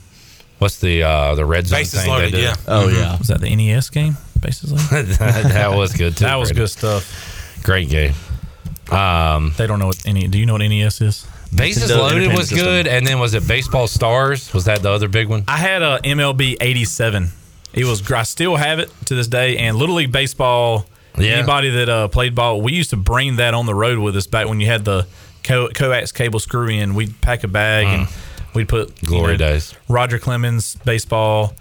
Speaker 9: What's the uh, the red zone thing they do?
Speaker 11: Oh,
Speaker 6: Mm-hmm. Was that the NES game? Basically,
Speaker 9: that, <laughs> that was good too.
Speaker 6: That was
Speaker 9: Brady.
Speaker 6: good stuff.
Speaker 9: Great game. Um,
Speaker 6: they don't know what any. Do you know what NES is?
Speaker 11: E
Speaker 9: Bases loaded was good, and then was it baseball stars? Was that the other big one?
Speaker 6: I had a MLB 87. It was gr- I still have it to this day and Little League baseball
Speaker 9: Yeah.
Speaker 6: anybody that uh, played ball we used to bring that on the road with us back when you had the co- coax cable screw in we'd pack a bag and we'd put you
Speaker 9: Glory days.
Speaker 6: Roger Clemens baseball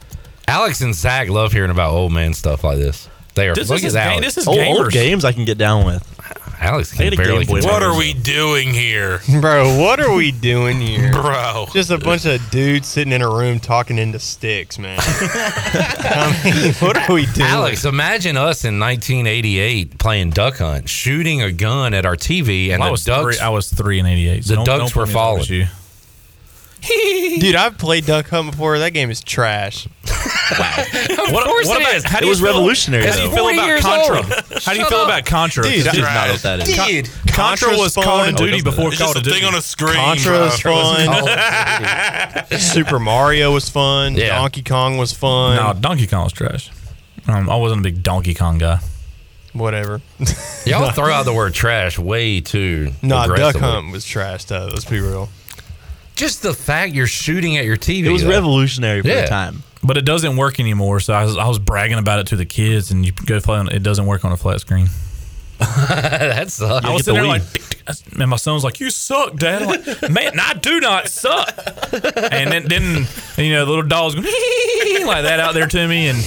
Speaker 9: Alex and Zach love hearing about old man stuff like this. They are
Speaker 6: This
Speaker 9: look
Speaker 6: is
Speaker 9: at
Speaker 6: ga-
Speaker 9: Alex.
Speaker 6: this is
Speaker 11: Old, old games I can get down with.
Speaker 9: Alex
Speaker 11: I
Speaker 9: can
Speaker 11: had a
Speaker 9: barely
Speaker 11: Game Boy
Speaker 9: contain himself.
Speaker 11: What are
Speaker 10: What are we doing here?
Speaker 20: <laughs> Bro, what are we doing here?
Speaker 10: Bro.
Speaker 20: Just a bunch of dudes sitting in a room talking into sticks, man. <laughs> I mean, what are we doing?
Speaker 9: Alex, imagine us in 1988 playing duck hunt, shooting a gun at our TV, and
Speaker 6: Well, I
Speaker 9: the
Speaker 6: was
Speaker 9: ducks.
Speaker 6: three- I was three in 88.
Speaker 9: The
Speaker 6: Don't-
Speaker 9: ducks
Speaker 6: don't
Speaker 9: were
Speaker 6: put me as old as
Speaker 9: falling.
Speaker 6: you.
Speaker 20: Dude, I've played Duck Hunt before. That game is trash.
Speaker 9: Of course it is.
Speaker 6: How do you feel- How do you feel about Contra? How do you feel about Contra?
Speaker 20: Dude,
Speaker 6: Because
Speaker 20: I
Speaker 6: it's
Speaker 20: tried.
Speaker 6: Con-
Speaker 20: Dude,
Speaker 6: Contra
Speaker 20: Contra's
Speaker 6: was Call
Speaker 20: fun.
Speaker 6: of Duty before
Speaker 20: It's
Speaker 6: Call
Speaker 20: just
Speaker 6: of
Speaker 20: a
Speaker 6: Duty.
Speaker 20: thing on a screen, Contra was bro. fun. <laughs> Super Mario was fun. Donkey Kong was fun.
Speaker 6: No, Donkey Kong was trash. Um, I wasn't a big Donkey Kong guy.
Speaker 20: Whatever.
Speaker 9: <laughs> Y'all throw out the word trash way too.
Speaker 20: Nah, Duck
Speaker 9: aggressively.
Speaker 20: Hunt was trash though. Let's be real.
Speaker 9: Just the fact you're shooting at your TV.
Speaker 6: It was
Speaker 9: though.
Speaker 6: revolutionary
Speaker 9: yeah.
Speaker 6: But it doesn't work anymore. So I was, I was bragging about it to the kids, and you go play on it. doesn't work on a flat screen.
Speaker 9: <laughs> that sucks.
Speaker 6: I was sitting there like, <laughs> and my son was like, "You suck, Dad." I'm like, man, I do not suck. And then, then And, you know, the little dog's going <laughs> like that out there to me, and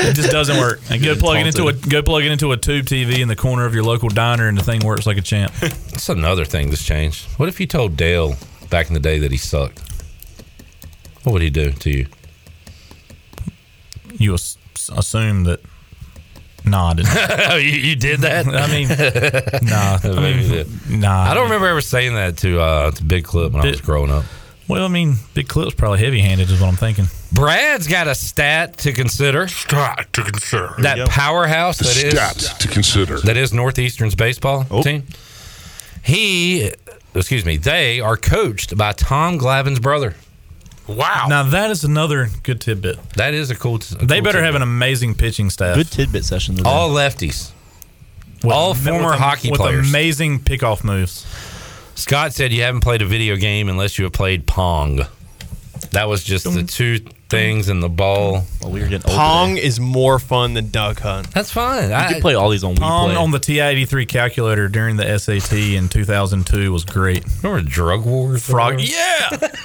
Speaker 6: it just doesn't work. And go
Speaker 9: Getting
Speaker 6: plug it into a
Speaker 9: taunted.
Speaker 6: go plug it into a tube TV in the corner of your local diner, and the thing works like a champ.
Speaker 9: That's another thing that's changed. What if you told Dale back in the day that he sucked? What would he do to you?
Speaker 6: You as- assume that. Nah, I
Speaker 20: <laughs>
Speaker 9: you,
Speaker 6: didn't.
Speaker 9: you did that?
Speaker 6: I <laughs> mean, nah, I
Speaker 9: Maybe
Speaker 6: mean,
Speaker 9: that.
Speaker 6: nah.
Speaker 9: I don't remember ever saying that to uh, to Big Clip when I was growing up.
Speaker 6: Well, I mean, Big Clip's probably heavy handed, is what I'm thinking.
Speaker 9: Brad's got a stat to consider. Stat to consider. That powerhouse that is
Speaker 1: Stat to consider.
Speaker 9: that is Northeastern's baseball team. He, excuse me, they are coached by Tom Glavin's brother.
Speaker 10: Wow.
Speaker 6: Now, that is another good tidbit.
Speaker 9: That is a cool.
Speaker 6: they better have an amazing pitching staff.
Speaker 11: Good tidbit session. Today.
Speaker 9: All lefties. all former
Speaker 6: with am-
Speaker 9: hockey
Speaker 6: with
Speaker 9: players.
Speaker 6: amazing pickoff moves.
Speaker 9: Scott said you haven't played a video game unless you have played Pong. That was just the two things and the ball. Well, we were getting
Speaker 20: Pong is more fun than Duck Hunt.
Speaker 9: That's fine. You
Speaker 6: I- Pong on the TI-83 calculator during the SAT in 2002 was great.
Speaker 9: Remember Drug Wars?
Speaker 6: Frog. Yeah. <laughs>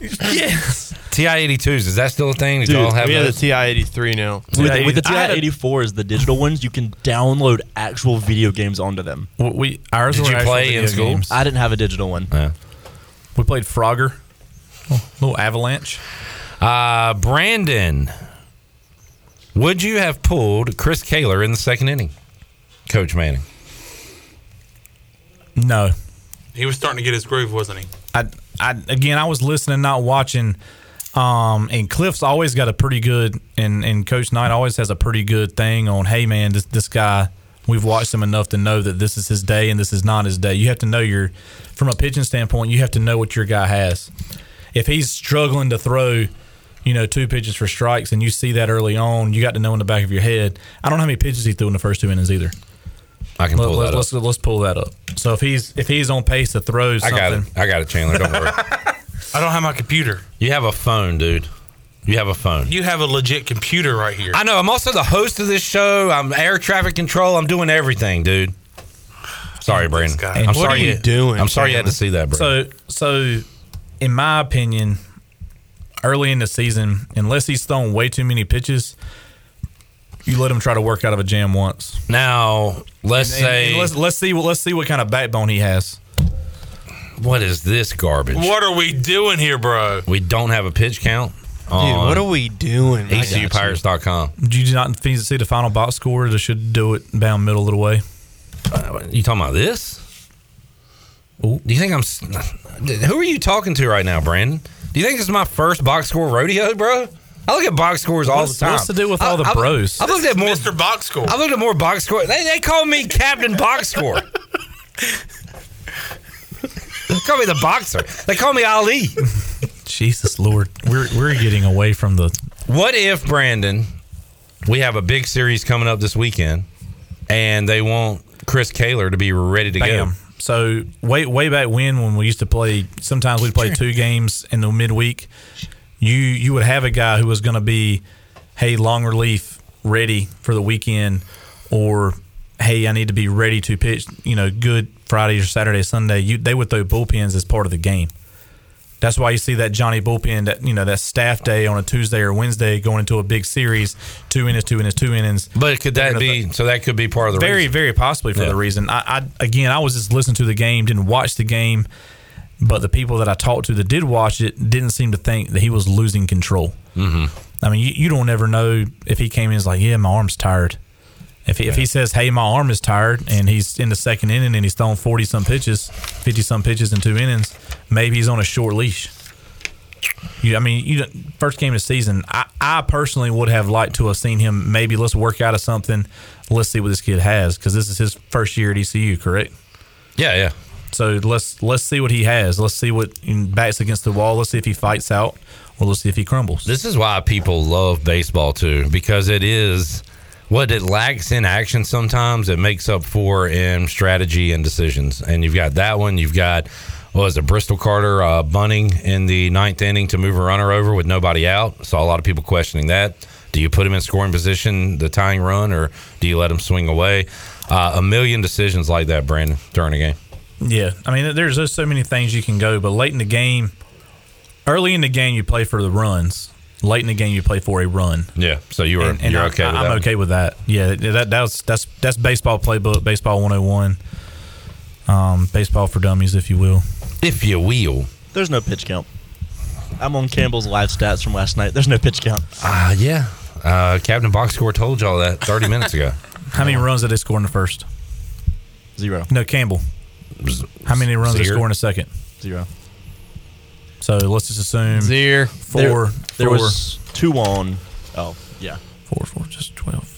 Speaker 9: Yeah. yes. Ti eighty twos. Is that still a thing? Did
Speaker 20: Dude,
Speaker 9: y'all have
Speaker 20: we have the
Speaker 9: those?
Speaker 20: Ti eighty three now.
Speaker 11: With, with the
Speaker 20: I had a-
Speaker 11: TI-84s, the digital ones, you can download actual video games onto them.
Speaker 6: We ours were actual video games.
Speaker 11: I didn't have a digital one.
Speaker 6: We played Frogger. Oh, little avalanche.
Speaker 9: Uh, Brandon, would you have pulled Chris Kaler in the second inning? Coach Manning.
Speaker 6: No.
Speaker 10: He was starting to get his groove, wasn't he?
Speaker 6: I, I again, I was listening, not watching. Um, and Cliff's always got a pretty good, and and Coach Knight always has a pretty good thing on. Hey, man, this this guy, we've watched him enough to know that this is his day and this is not his day. You have to know your, from a pitching standpoint, you have to know what your guy has. If he's struggling to throw, you know, two pitches for strikes, and you see that early on, you got to know in the back of your head. I don't know how many pitches he threw in the first two innings either.
Speaker 9: I can
Speaker 6: Let-
Speaker 9: pull
Speaker 6: let-
Speaker 9: that
Speaker 6: let's,
Speaker 9: up.
Speaker 6: Let's pull that up. So if he's if he's on pace to throw
Speaker 9: I
Speaker 6: something,
Speaker 9: got it. I got it, Chandler. Don't
Speaker 6: <laughs>
Speaker 9: worry.
Speaker 10: I don't have my computer.
Speaker 9: You have a phone, dude. You have a phone.
Speaker 10: You have a legit computer right here.
Speaker 9: I know. I'm also the host of this show. I'm air traffic control. I'm doing everything, dude. Sorry, Brandon. I'm
Speaker 6: And what
Speaker 9: sorry
Speaker 6: are you doing,
Speaker 9: I'm sorry you had
Speaker 6: Chandler?
Speaker 9: to see that, bro.
Speaker 6: So, so in my opinion, early in the season, unless he's throwing way too many pitches, you let him try to work out of a jam once.
Speaker 9: Now, let's
Speaker 6: And- and- and
Speaker 9: say-
Speaker 6: let's, let's see what let's see what kind of backbone he has.
Speaker 9: What is this garbage?
Speaker 10: What are we doing here, bro?
Speaker 9: We don't have a pitch count. on
Speaker 6: what are we doing? Um, I got you.
Speaker 9: ECUPirates.com.
Speaker 6: Did you not fe- see the final box score? That should do it down middle of the way.
Speaker 9: Uh, You talking about this? Do you think I'm? s- Who are you talking to right now, Brandon? Do you think this is my first box score rodeo, bro? I look at box scores all
Speaker 6: What's-
Speaker 9: the time.
Speaker 6: what's to do with all the
Speaker 9: I've-
Speaker 6: bros?
Speaker 9: I've looked at more Mr.
Speaker 10: Box Score.
Speaker 9: I've looked at more box score. They, they call me Captain Box
Speaker 10: <laughs>
Speaker 9: Score. they call me the boxer. They call me Ali.
Speaker 6: Jesus Lord, we're we're getting away from the
Speaker 9: What if Brandon? We have a big series coming up this weekend, and they want Chris Kaler to be ready to go.
Speaker 6: Bam. So way way back when, when we used to play, sometimes we'd play two games in the midweek. You you would have a guy who was going to be, hey, long relief, ready for the weekend, or hey, I need to be ready to pitch. You know, good Friday or Saturday, Sunday. You they would throw bullpens as part of the game. That's why you see that Johnny bullpen, that you know, that staff day on a Tuesday or Wednesday, going into a big series, two innings, two innings, two innings.
Speaker 9: But could that be? So that could be part of the
Speaker 6: very,
Speaker 9: reason.
Speaker 6: very possibly for
Speaker 9: Yeah.
Speaker 6: the reason. I, I again, I was just listening to the game, didn't watch the game, but the people that I talked to that did watch it didn't seem to think that he was losing control. Mm-hmm. I mean, you, you don't ever know if he came in and was like, "Yeah, my arm's tired." If he, if he says, "Hey, my arm is tired," and he's in the second inning and he's throwing forty some pitches, fifty some pitches in two innings, maybe he's on a short leash. You, I mean, you don't- first game of the season, I, I personally would have liked to have seen him. Maybe let's work out of something. Let's see what this kid has because this is his first year at ECU, correct?
Speaker 9: Yeah, yeah.
Speaker 6: So let's let's see what he has. Let's see what he backs against the wall. Let's see if he fights out, or let's see if he crumbles.
Speaker 9: This is why people love baseball too, because it is what it lacks in action sometimes it makes up for in strategy and decisions. And you've got that one. You've got what was it Bristol Carter uh, bunting in the ninth inning to move a runner over with nobody out. Saw a lot of people questioning that. Do you put him in scoring position, the tying run, or do you let him swing away? Uh, a million decisions like that, Brandon, during a game.
Speaker 6: Yeah, I mean, there's just so many things you can go, but late in the game, early in the game you play for the runs. Late in the game you play for a run.
Speaker 9: Yeah, so you were you're
Speaker 6: I,
Speaker 9: okay with
Speaker 6: I,
Speaker 9: that
Speaker 6: am
Speaker 9: one.
Speaker 6: okay with that. Yeah, that that's that's that's baseball playbook, baseball 101. Um, baseball for dummies, if you will.
Speaker 9: If you will.
Speaker 11: There's no pitch count. I'm on Campbell's live stats from last night. There's no pitch count.
Speaker 9: Ah, yeah. Uh, Captain Box Score told y'all that 30 minutes ago.
Speaker 6: How many runs did they score in the first?
Speaker 11: Zero.
Speaker 6: No, Campbell. How many runs did they
Speaker 11: Zero.
Speaker 6: score in a second?
Speaker 11: Zero.
Speaker 6: So let's just assume
Speaker 11: Zero.
Speaker 6: four.
Speaker 11: There- there
Speaker 6: four.
Speaker 11: was two on. Oh, yeah.
Speaker 6: Four, four, just 12.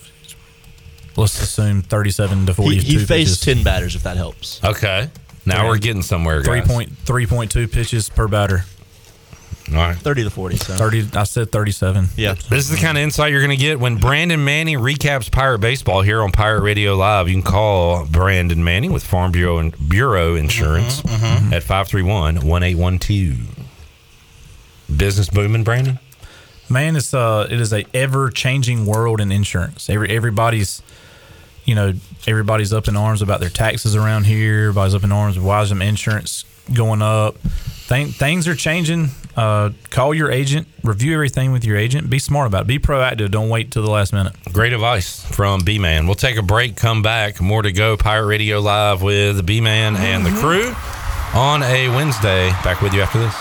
Speaker 6: Let's assume 37 to 42.
Speaker 11: he faced
Speaker 6: 10
Speaker 11: batters, if that helps.
Speaker 9: Okay. Now we're getting somewhere,
Speaker 6: Three
Speaker 9: guys.
Speaker 6: point three point two pitches per batter.
Speaker 9: All right.
Speaker 11: 30 to 40. So.
Speaker 6: 30. I said 37.
Speaker 11: Yeah.
Speaker 9: This is the kind of insight you're going to get when Brandon Manning recaps Pirate Baseball here on Pirate Radio Live. You can call Brandon Manning with Farm Bureau and Bureau Insurance at 531 1812. Business booming, Brandon?
Speaker 6: Man, it's uh, it is a ever changing world in insurance. Every everybody's, you know, everybody's up in arms about their taxes around here. Everybody's up in arms. Why is them insurance going up? Thing, things are changing. Uh, call your agent. Review everything with your agent. Be smart about it. Be proactive. Don't wait till the last minute.
Speaker 9: Great advice from B Man. We'll take a break, come back. More to go. Pirate Radio Live with B Man and the crew on a Wednesday. Back with you after this.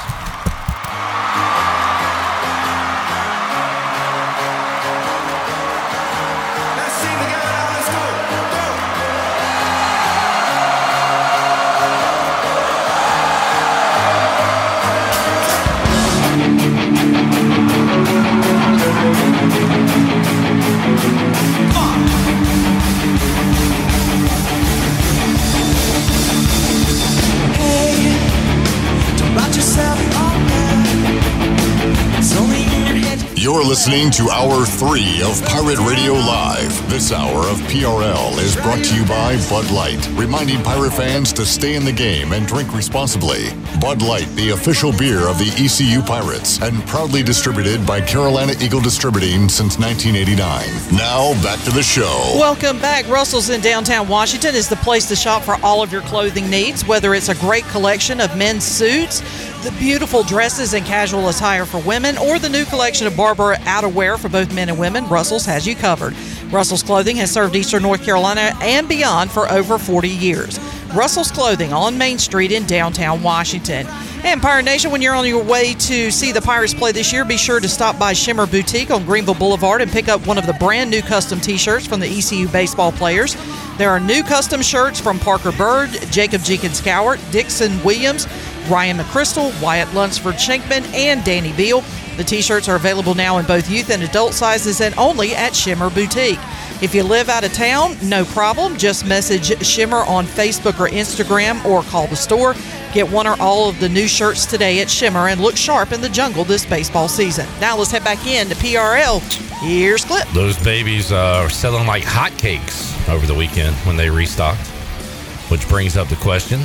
Speaker 2: You're listening to Hour 3 of Pirate Radio Live. This hour of PRL is brought to you by Bud Light, reminding pirate fans to stay in the game and drink responsibly. Bud Light, the official beer of the ECU Pirates, and proudly distributed by Carolina Eagle Distributing since 1989. Now, back to the show.
Speaker 5: Welcome back. Russell's in downtown Washington is the place to shop for all of your clothing needs, whether it's a great collection of men's suits, the beautiful dresses and casual attire for women, or the new collection of Barbara outerwear for both men and women. Russell's has you covered. Russell's Clothing has served Eastern North Carolina and beyond for over 40 years. Russell's Clothing on Main Street in downtown Washington. And Pirate Nation, when you're on your way to see the Pirates play this year, be sure to stop by Shimmer Boutique on Greenville Boulevard and pick up one of the brand new custom t shirts from the ECU baseball players. There are new custom shirts from Parker Bird, Jacob Jenkins Cowart, Dixon Williams, Ryan McChrystal, Wyatt Lunsford Schenkman, and Danny Beal. The t shirts are available now in both youth and adult sizes and only at Shimmer Boutique. If you live out of town, no problem. Just message Shimmer on Facebook or Instagram or call the store. Get one or all of the new shirts today at Shimmer and look sharp in the jungle this baseball season. Now let's head back in to PRL. Here's Clip.
Speaker 9: Those babies uh, are selling like hotcakes over the weekend when they restocked, which brings up the question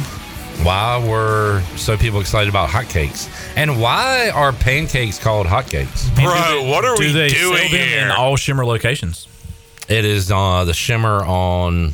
Speaker 9: why were so people excited about hotcakes? And why are pancakes called hotcakes?
Speaker 6: And do they- do they sell them In all Shimmer locations.
Speaker 9: It is uh, the Shimmer on.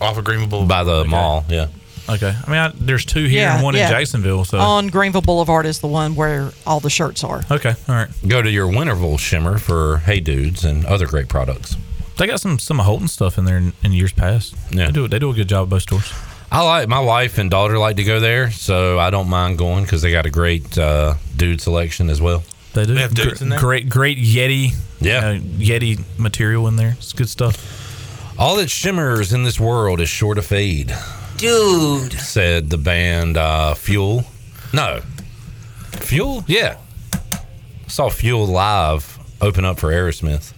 Speaker 10: Off of Greenville.
Speaker 9: By the mall, yeah.
Speaker 6: Okay. I mean, I, there's two here and one in Jacksonville. So
Speaker 5: On Greenville Boulevard is the one where all the shirts are.
Speaker 6: okay, all right.
Speaker 9: Go to your Winterville Shimmer for Hey Dudes and other great products.
Speaker 6: They got some some Holton stuff in there in, in years past.
Speaker 9: Yeah.
Speaker 6: They do they do a good job at both stores.
Speaker 9: I like my wife and daughter like to go there, so I don't mind going because they got a great uh, dude selection as well.
Speaker 6: They do.
Speaker 9: They have
Speaker 6: Gr-
Speaker 9: dudes in there?
Speaker 6: Great great Yeti.
Speaker 9: Yeah.
Speaker 6: Yeti material in there. It's good stuff.
Speaker 9: All that shimmers in this world is sure to fade, dude. Said the band uh, Fuel. No, Fuel. Yeah, I saw Fuel live open up for Aerosmith.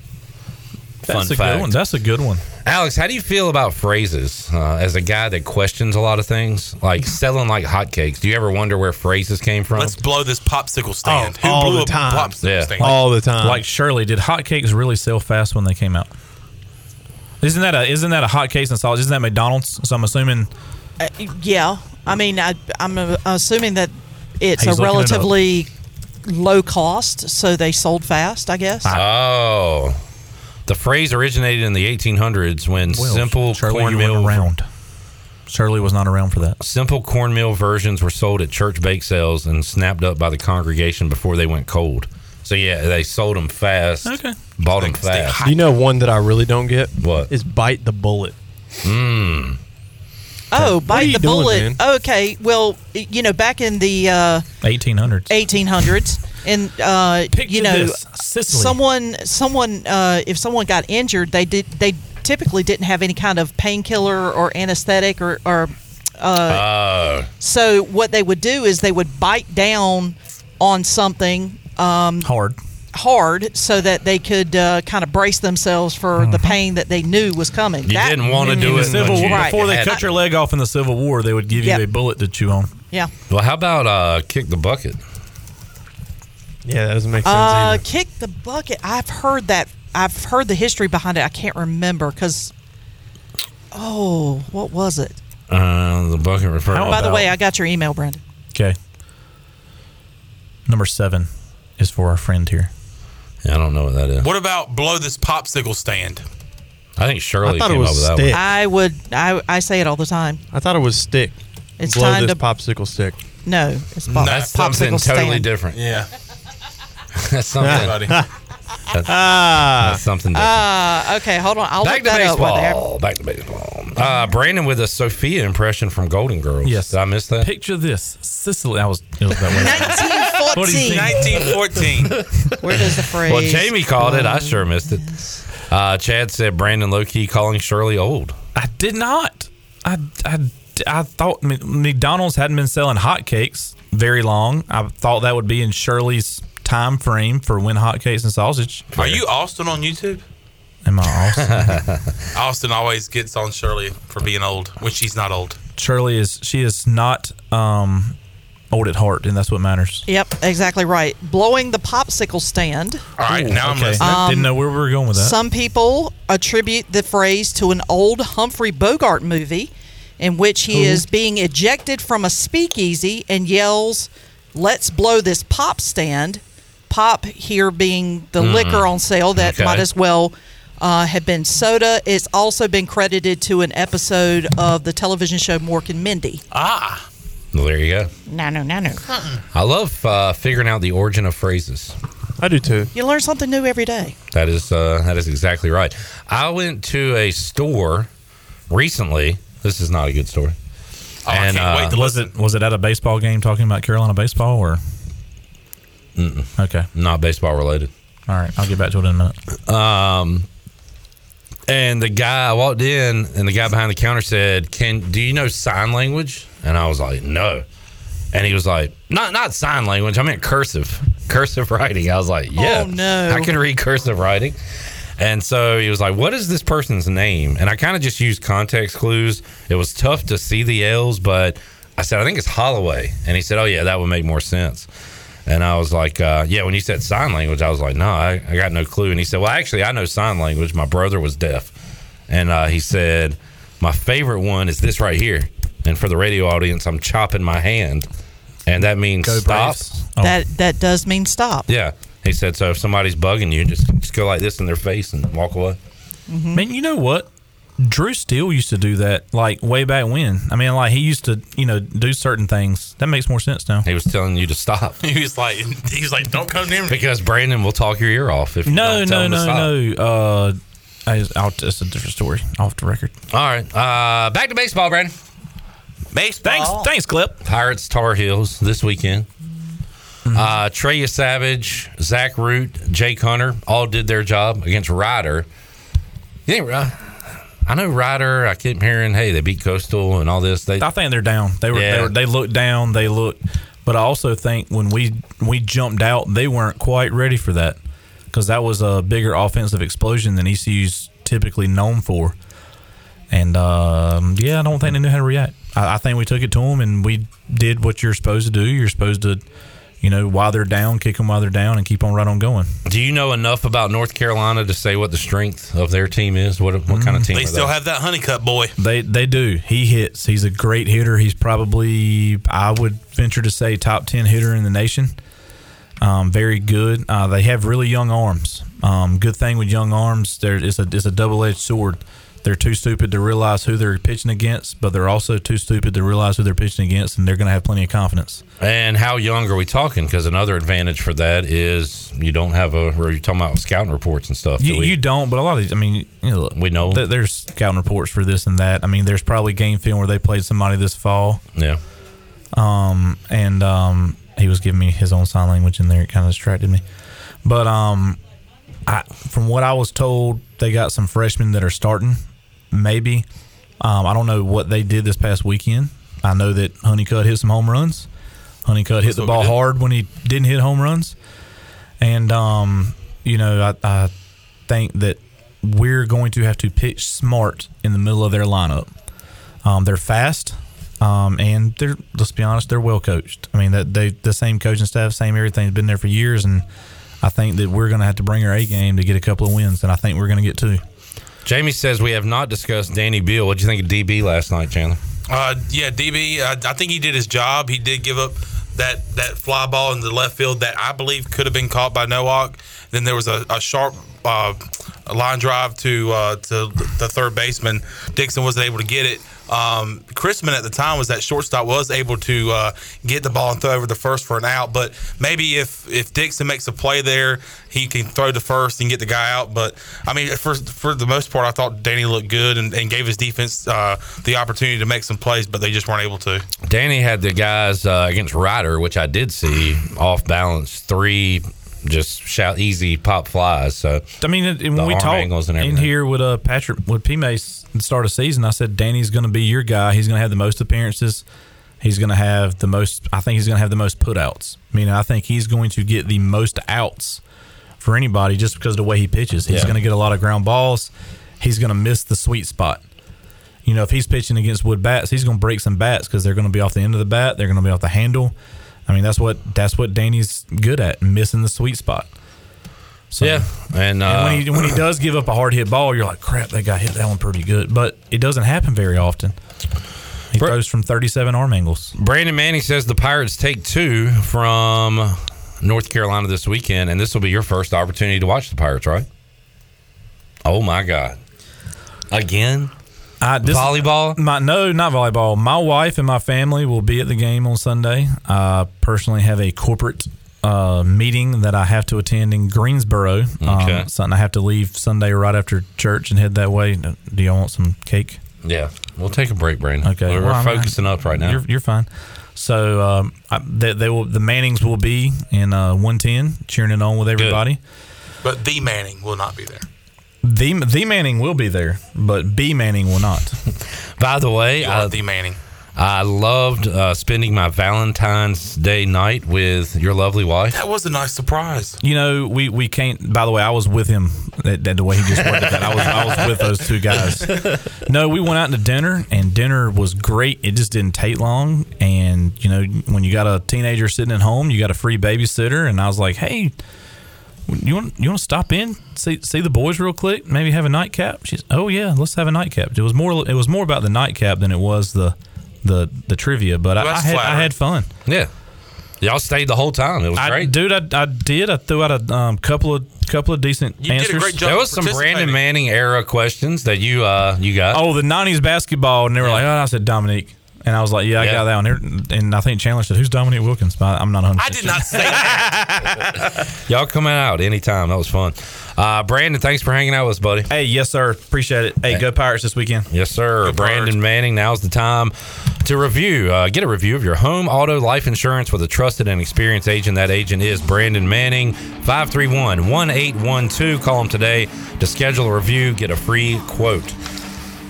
Speaker 6: That's
Speaker 9: Fun
Speaker 6: a
Speaker 9: fact.
Speaker 6: good one. That's a good one.
Speaker 9: Alex, how do you feel about phrases? Uh, as a guy that questions a lot of things, like selling like hotcakes, do you ever wonder where phrases came from?
Speaker 10: Let's blow this popsicle stand.
Speaker 9: Oh, all the
Speaker 10: up a
Speaker 9: time.
Speaker 10: popsicle
Speaker 9: Yeah.
Speaker 10: stand?
Speaker 9: All
Speaker 6: the time. Like Shirley, did hotcakes really sell fast when they came out? Isn't that a isn't that a hotcakes and sausage? Isn't that McDonald's? So I'm assuming
Speaker 5: Uh, yeah. I mean, I, I'm uh, assuming that it's
Speaker 6: He's
Speaker 5: a
Speaker 6: looking it up.
Speaker 5: relatively low cost, so they sold fast, I guess.
Speaker 9: Oh. The phrase originated in the 1800s when
Speaker 6: Well,
Speaker 9: simple
Speaker 6: Charlie, you went
Speaker 9: cornmeal
Speaker 6: around. Shirley was not around for that.
Speaker 9: Simple cornmeal versions were sold at church bake sales and snapped up by the congregation before they went cold. So yeah, they sold them fast.
Speaker 6: Okay.
Speaker 9: Bought them fast.
Speaker 20: You know one that I really don't get?
Speaker 9: What?
Speaker 20: Is bite the bullet.
Speaker 9: Mmm.
Speaker 5: Oh,
Speaker 20: What are
Speaker 5: bite
Speaker 20: you
Speaker 5: the
Speaker 20: doing,
Speaker 5: bullet.
Speaker 20: man?
Speaker 5: okay, well, y- you know, back in the uh,
Speaker 6: 1800s.
Speaker 5: 1800s, and uh, you know,
Speaker 6: this, Sicily.
Speaker 5: someone, someone, uh, if someone got injured, they did, they typically didn't have any kind of painkiller or anesthetic or, or uh,
Speaker 9: Oh.
Speaker 5: so what they would do is they would bite down on something um,
Speaker 6: hard.
Speaker 5: Hard so that they could uh, kind of brace themselves for the pain that they knew was coming.
Speaker 6: You
Speaker 5: That-
Speaker 6: didn't want to do it Civil War. before they cut your leg off in the Civil War. They would give you
Speaker 5: Yep.
Speaker 6: a bullet to chew on.
Speaker 5: Yeah.
Speaker 9: Well, how about uh, kick the bucket?
Speaker 20: Yeah, that doesn't make
Speaker 5: Uh, kick the bucket. I've heard that. I've heard the history behind it. I can't remember because. Oh, what was it?
Speaker 9: Uh, the bucket referred.
Speaker 5: By the way, I got your email, Brenda.
Speaker 6: Okay. Number seven is for our friend here.
Speaker 9: Yeah, I don't know what that is.
Speaker 10: What about blow this popsicle stand?
Speaker 9: I think Shirley
Speaker 20: I thought it was stick.
Speaker 5: I would. I I say it all the time.
Speaker 20: I thought it was stick.
Speaker 5: It's
Speaker 20: Blow
Speaker 5: time
Speaker 20: this
Speaker 5: to-
Speaker 20: popsicle stick.
Speaker 5: No, it's pop,
Speaker 20: That's
Speaker 5: popsicle
Speaker 20: something
Speaker 5: stand.
Speaker 20: totally
Speaker 9: different.
Speaker 10: Yeah.
Speaker 9: <laughs> that's something.
Speaker 10: Buddy.
Speaker 6: <laughs>
Speaker 9: That's, that's something. Different.
Speaker 5: Ah, okay. Hold on. I'll
Speaker 9: Back
Speaker 5: look
Speaker 9: to
Speaker 5: that up. Right
Speaker 9: baseball. Back to baseball. Uh, Brandon with a Sophia impression from Golden Girls.
Speaker 6: Yes.
Speaker 9: Did I miss that?
Speaker 6: Picture this Sicily. I was, it was that
Speaker 5: <laughs>
Speaker 6: way.
Speaker 5: 1914.
Speaker 10: 1914.
Speaker 5: <laughs> Where does the
Speaker 9: <laughs>
Speaker 5: phrase?
Speaker 9: Well, Jamie called it. I sure missed it. Uh, Chad said Brandon low key calling Shirley old.
Speaker 6: I did not. I, I, I thought M- McDonald's hadn't been selling hotcakes very long. I thought that would be in Shirley's time frame for when hotcakes and sausage.
Speaker 10: Are you Austin on YouTube? <laughs>
Speaker 6: Am I awesome?
Speaker 10: Austin always gets on Shirley for being old, which she's not old.
Speaker 6: <laughs> Shirley is she is not um, old at heart, and that's what matters.
Speaker 5: Yep, exactly right. Blowing the popsicle stand. Um,
Speaker 10: All right, now I'm listening.
Speaker 6: Didn't know where we were going with that.
Speaker 5: Some people attribute the phrase to an old Humphrey Bogart movie in which he
Speaker 6: Who?
Speaker 5: is being ejected from a speakeasy and yells, Let's blow this pop stand. Pop here being the
Speaker 6: Mm-hmm.
Speaker 1: Mm.
Speaker 5: liquor on sale that
Speaker 1: Okay.
Speaker 5: might as well uh, have been soda. It's also been credited to an episode of the television show Mork and Mindy.
Speaker 10: Ah.
Speaker 9: Well, there you go.
Speaker 5: No, no, no, no.
Speaker 9: I love uh, figuring out the origin of phrases.
Speaker 20: I do too.
Speaker 5: You learn something new every day.
Speaker 9: That is uh, that is exactly right. I went to a store recently. This is not a good story. uh,
Speaker 6: Oh, I
Speaker 10: uh,
Speaker 6: can't wait to was it was it at a baseball game talking about Carolina baseball or
Speaker 9: Mm-mm.
Speaker 6: Okay.
Speaker 9: Not baseball related.
Speaker 6: all right? I'll get back to it in a minute.
Speaker 9: Um, and the guy I walked in, and the guy behind the counter said, "Can do you know sign language?" And I was like, "No." And he was like, "Not not sign language. I meant cursive, cursive writing." I was like, "Yeah,
Speaker 5: Oh, no.
Speaker 9: I can read cursive writing." And so he was like, "What is this person's name?" And I kind of just used context clues. It was tough to see the L's, but I said, "I think it's Holloway." And he said, "Oh yeah, that would make more sense." And I was like, uh, yeah, when you said sign language, I was like, no, I, I got no clue. And he said, well, actually, I know sign language. My brother was deaf. And uh, he said, my favorite one is this right here. And for the radio audience, I'm chopping my hand. And that means stop.
Speaker 6: Oh.
Speaker 5: That that does mean stop.
Speaker 9: Yeah. He said, so if somebody's bugging you, just, just go like this in their face and walk away. Mm-hmm.
Speaker 6: Man, you know what? Drew Steele used to do that like way back when. I mean, like he used to, you know, do certain things. That makes more sense now.
Speaker 9: He was telling you to stop.
Speaker 10: <laughs> He was like, he was like, don't come near me.
Speaker 9: Because Brandon will talk your ear off if you
Speaker 6: No,
Speaker 9: don't tell
Speaker 6: no,
Speaker 9: him to
Speaker 6: no,
Speaker 9: stop.
Speaker 6: no. Uh, I, I'll, that's a different story. Off the record.
Speaker 9: All right. Uh, back to baseball, Brandon.
Speaker 6: Baseball. Thanks, thanks, Clip. Hmm.
Speaker 9: Pirates, Tar Heels this weekend. Uh, Treya Savage, Zach Root, Jake Hunter all did their job against Ryder. You think, uh, I know Ryder. I keep hearing, hey, they beat Coastal and all this. They,
Speaker 6: I think they're down. They were,
Speaker 9: Yeah.
Speaker 6: they, were they looked down. They looked, but I also think when we we jumped out, they weren't quite ready for that because that was a bigger offensive explosion than ECU's typically known for. And um, yeah, I don't think they knew how to react. I, I think we took it to them and we did what you're supposed to do. You're supposed to, you know, while they're down, kick them while they're down, and keep on right on going.
Speaker 9: do you know enough about North Carolina to say what the strength of their team is? What what kind
Speaker 6: Hmm.
Speaker 9: of team?
Speaker 10: They
Speaker 9: are
Speaker 10: still
Speaker 9: they?
Speaker 10: have that honeycut boy.
Speaker 6: They they do. He hits. He's a great hitter. He's probably I would venture to say top ten hitter in the nation. Um, very good. Uh, they have really young arms. Um, good thing with young arms, there is a it's a double edged sword. They're too stupid to realize who they're pitching against, but they're also too stupid to realize who they're pitching against, and they're going to have plenty of confidence.
Speaker 9: And how young are we talking? Because another advantage for that is you don't have a. Where you're talking about scouting reports and stuff. do
Speaker 6: You,
Speaker 9: we?
Speaker 6: you don't, but a lot of these, I mean, you know, we know th- there's scouting reports for this and that. I mean, there's probably game film where they played somebody this fall.
Speaker 9: Yeah.
Speaker 6: Um, and um, he was giving me his own sign language in there. It kind of distracted me. But um, I, from what I was told, they got some freshmen that are starting. Maybe um, I don't know what they did this past weekend. I know that Honeycutt hit some home runs. Honeycutt hit
Speaker 9: That's
Speaker 6: the
Speaker 9: what we
Speaker 6: ball
Speaker 9: did.
Speaker 6: hard when he didn't hit home runs, and um, you know I, I think that we're going to have to pitch smart in the middle of their lineup. Um, they're fast, um, and they're let's be honest, they're well coached. I mean that they the same coaching staff, same everything's been there for years, and I think that we're going to have to bring our A game to get a couple of wins, and I think we're going to get two.
Speaker 9: Jamie says we have not discussed Danny Beal. What do you think of DB last night, Chandler?
Speaker 10: Uh, yeah, DB. I, I think he did his job. He did give up that that fly ball in the left field that I believe could have been caught by Nowak. Then there was a, a sharp uh, line drive to uh, to the third baseman. Dixon wasn't able to get it. Um, Chrisman at the time was that shortstop was able to uh, get the ball and throw over the first for an out. But maybe if if Dixon makes a play there, he can throw to first and get the guy out. But I mean, for for the most part, I thought Danny looked good and, and gave his defense uh, the opportunity to make some plays, but they just weren't able to.
Speaker 9: Danny had the guys uh, against Ryder, which I did see off balance three just shout easy pop flies. So
Speaker 6: I mean, and- and when
Speaker 9: The
Speaker 6: we
Speaker 9: arm
Speaker 6: talked
Speaker 9: angles and
Speaker 6: in
Speaker 9: everything.
Speaker 6: here with uh, Patrick with P Mace at the start of season, I said Danny's going to be your guy. He's going to have the most appearances. He's going to have the most. I think he's going to have the most putouts. I mean, I think he's going to get the most outs for anybody just because of the way he pitches. He's
Speaker 9: Yeah.
Speaker 6: going to get a lot of ground balls. He's going to miss the sweet spot. You know, if he's pitching against wood bats, he's going to break some bats because they're going to be off the end of the bat. They're going to be off the handle. I mean, that's what that's what Danny's good at, missing the sweet spot. So,
Speaker 9: yeah, and, uh,
Speaker 6: when, he, when he does give up a hard hit ball, you're like, crap, that guy hit that one pretty good. But it doesn't happen very often. He throws from 37 arm angles.
Speaker 9: Brandon Manning says the Pirates take two from North Carolina this weekend, and this will be your first opportunity to watch the Pirates, right? Oh my God! Again,
Speaker 6: I,
Speaker 9: volleyball?
Speaker 6: Uh, My, no, not volleyball. My wife and my family will be at the game on Sunday. I personally have a corporate uh, meeting that I have to attend in Greensboro. Um,
Speaker 9: Okay.
Speaker 6: something I have to leave Sunday right after church and head that way. Do y'all want some cake?
Speaker 9: yeah. We'll take a break, Brandon.
Speaker 6: Okay,
Speaker 9: we're, we're
Speaker 6: well, I'm-
Speaker 9: focusing up right now.
Speaker 6: You're, you're fine. So um, I, they, they will. The Mannings will be in uh, 110, cheering it on with everybody.
Speaker 10: But the Manning will not be there.
Speaker 6: The the Manning will be there, but B Manning will not.
Speaker 9: By the way, I,
Speaker 10: the Manning.
Speaker 9: I loved uh, spending my Valentine's Day night with your lovely wife.
Speaker 10: That was a nice surprise.
Speaker 6: You know, we, we can't. By the way, I was with him. That, that the way he just worded that, I was I was with those two guys. No, we went out to dinner, and dinner was great. It just didn't take long. And you know, when you got a teenager sitting at home, you got a free babysitter, and I was like, hey. You want you want to stop in see see the boys real quick maybe have a nightcap she's oh yeah let's have a nightcap it was more it was more about the nightcap than it was the the the trivia but I, I had I had fun
Speaker 9: Yeah. Y'all stayed the whole time. It was
Speaker 6: I,
Speaker 9: great.
Speaker 6: dude. I, I did. I threw out a um, couple of couple of decent answers.
Speaker 9: There was some Brandon Manning era questions that you uh you got.
Speaker 6: Oh, the '90s basketball, and they were like, "Oh," I said Dominique, and I was like, "Yeah, I
Speaker 9: Yeah.
Speaker 6: got that one." There- And I think Chandler said, "Who's Dominique Wilkins?" But I'm not 100. I did
Speaker 10: not say
Speaker 9: Y'all coming out anytime. That was fun. Uh, Brandon, thanks for hanging out with us, buddy.
Speaker 6: Hey, yes, sir. Appreciate it. Hey, go Pirates this weekend.
Speaker 9: Yes, sir. Brandon Manning, now's the time to review. Uh, get a review of your home, auto, life insurance with a trusted and experienced agent. That agent is Brandon Manning, 531 1812. Call him today to schedule a review. Get a free quote.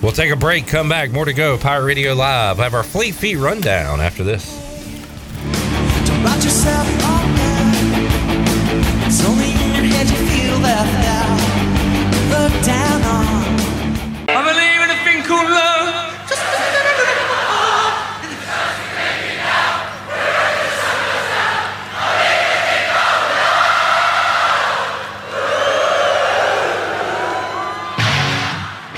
Speaker 9: We'll take a break, come back. More to go. Pirate Radio Live. Have our Fleet Feet rundown after this.
Speaker 8: About yourself all night. It's only in your head you feel left out. Look down on. I believe in a thing called love. Just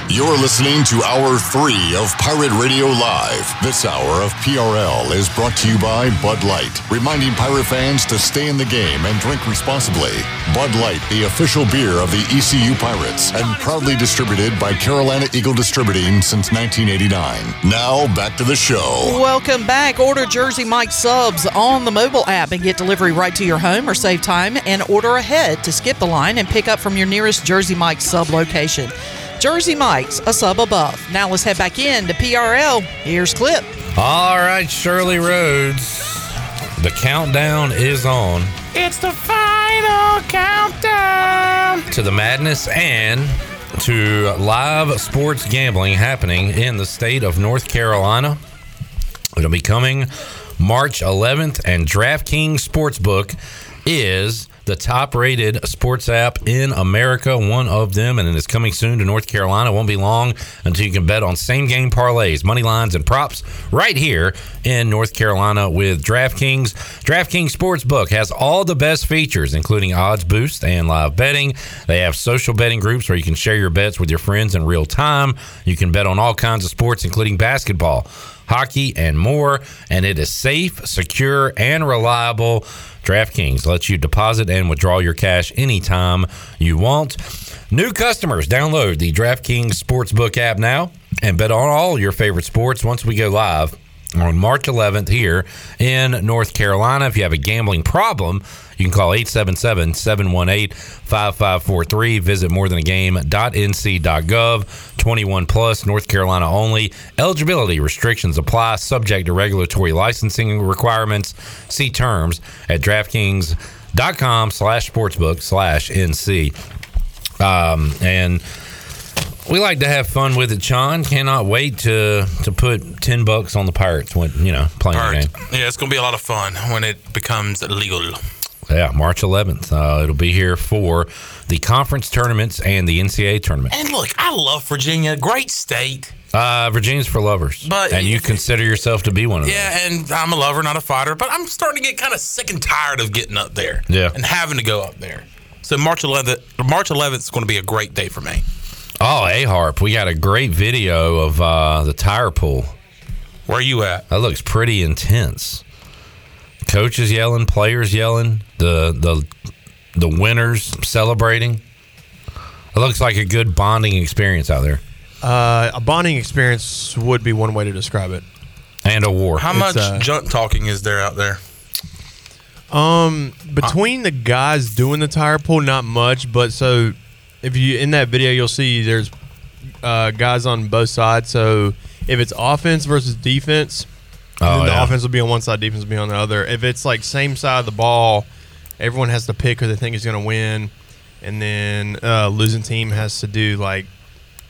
Speaker 2: You're listening to Hour 3 of Pirate Radio Live. This hour of PRL is brought to you by Bud Light, reminding pirate fans to stay in the game and drink responsibly. Bud Light, the official beer of the ECU Pirates, and proudly distributed by Carolina Eagle Distributing since 1989. Now, back to the show.
Speaker 5: Welcome back. Order Jersey Mike subs on the mobile app and get delivery right to your home or save time and order ahead to skip the line and pick up from your nearest Jersey Mike sub location. Jersey Mike's a sub above. Now let's head back in to PRL. Here's Clip.
Speaker 9: All right, Shirley Rhodes. The countdown is on
Speaker 8: It's the final countdown.
Speaker 9: to the madness and to live sports gambling happening in the state of North Carolina. It'll be coming March 11th, and DraftKings Sportsbook is the top rated sports app in America, one of them, and it is coming soon to North Carolina. Won't be long until you can bet on same game parlays, money lines, and props right here in North Carolina with DraftKings. DraftKings Sportsbook has all the best features, including odds boost and live betting. They have social betting groups where you can share your bets with your friends in real time. You can bet on all kinds of sports, including basketball hockey, and more. And it is safe, secure, and reliable. DraftKings lets you deposit and withdraw your cash anytime you want. New customers, download the DraftKings Sportsbook app now and bet on all your favorite sports once we go live on March 11th here in North Carolina. If you have a gambling problem, you can call 877-718-5543. Visit morethanagame.nc.gov. 21 plus, North Carolina only. Eligibility restrictions apply subject to regulatory licensing requirements. See terms at DraftKings.com slash sportsbook slash NC. Um, and we like to have fun with it, Sean. Cannot wait to to put ten bucks on the Pirates when you know playing the game.
Speaker 10: Yeah, it's going to be a lot of fun when it becomes legal.
Speaker 9: Yeah, March 11th. Uh, it'll be here for the conference tournaments and the NCAA tournament.
Speaker 10: And look, I love Virginia. Great state.
Speaker 9: Uh, Virginia's for lovers,
Speaker 10: But-
Speaker 9: and you consider yourself to be one of them.
Speaker 10: Yeah, and I'm a lover, not a fighter, but I'm starting to get kind of sick and tired of getting up there.
Speaker 9: Yeah.
Speaker 10: And having to go up there. So March 11th, March 11th is going to be a great day for me.
Speaker 9: Oh, a harp. We got a great video of uh, the tire pull.
Speaker 10: Where you at?
Speaker 9: That looks pretty intense. Coaches yelling, players yelling, the the the winners celebrating. It looks like a good bonding experience out there.
Speaker 20: Uh, a bonding experience would be one way to describe it.
Speaker 9: And a war.
Speaker 10: How
Speaker 20: It's,
Speaker 10: much
Speaker 20: uh,
Speaker 10: junk talking is there out there?
Speaker 20: Um,
Speaker 9: Uh,
Speaker 20: between the guys doing the tire pull, not much. But so, if you in that video, you'll see there's uh, guys on both sides. So if it's offense versus defense,
Speaker 9: Oh,
Speaker 20: then the
Speaker 9: yeah.
Speaker 20: offense will be on one side, defense will be on the other. If it's like same side of the ball, everyone has to pick who they think is going to win, and then uh, losing team has to do like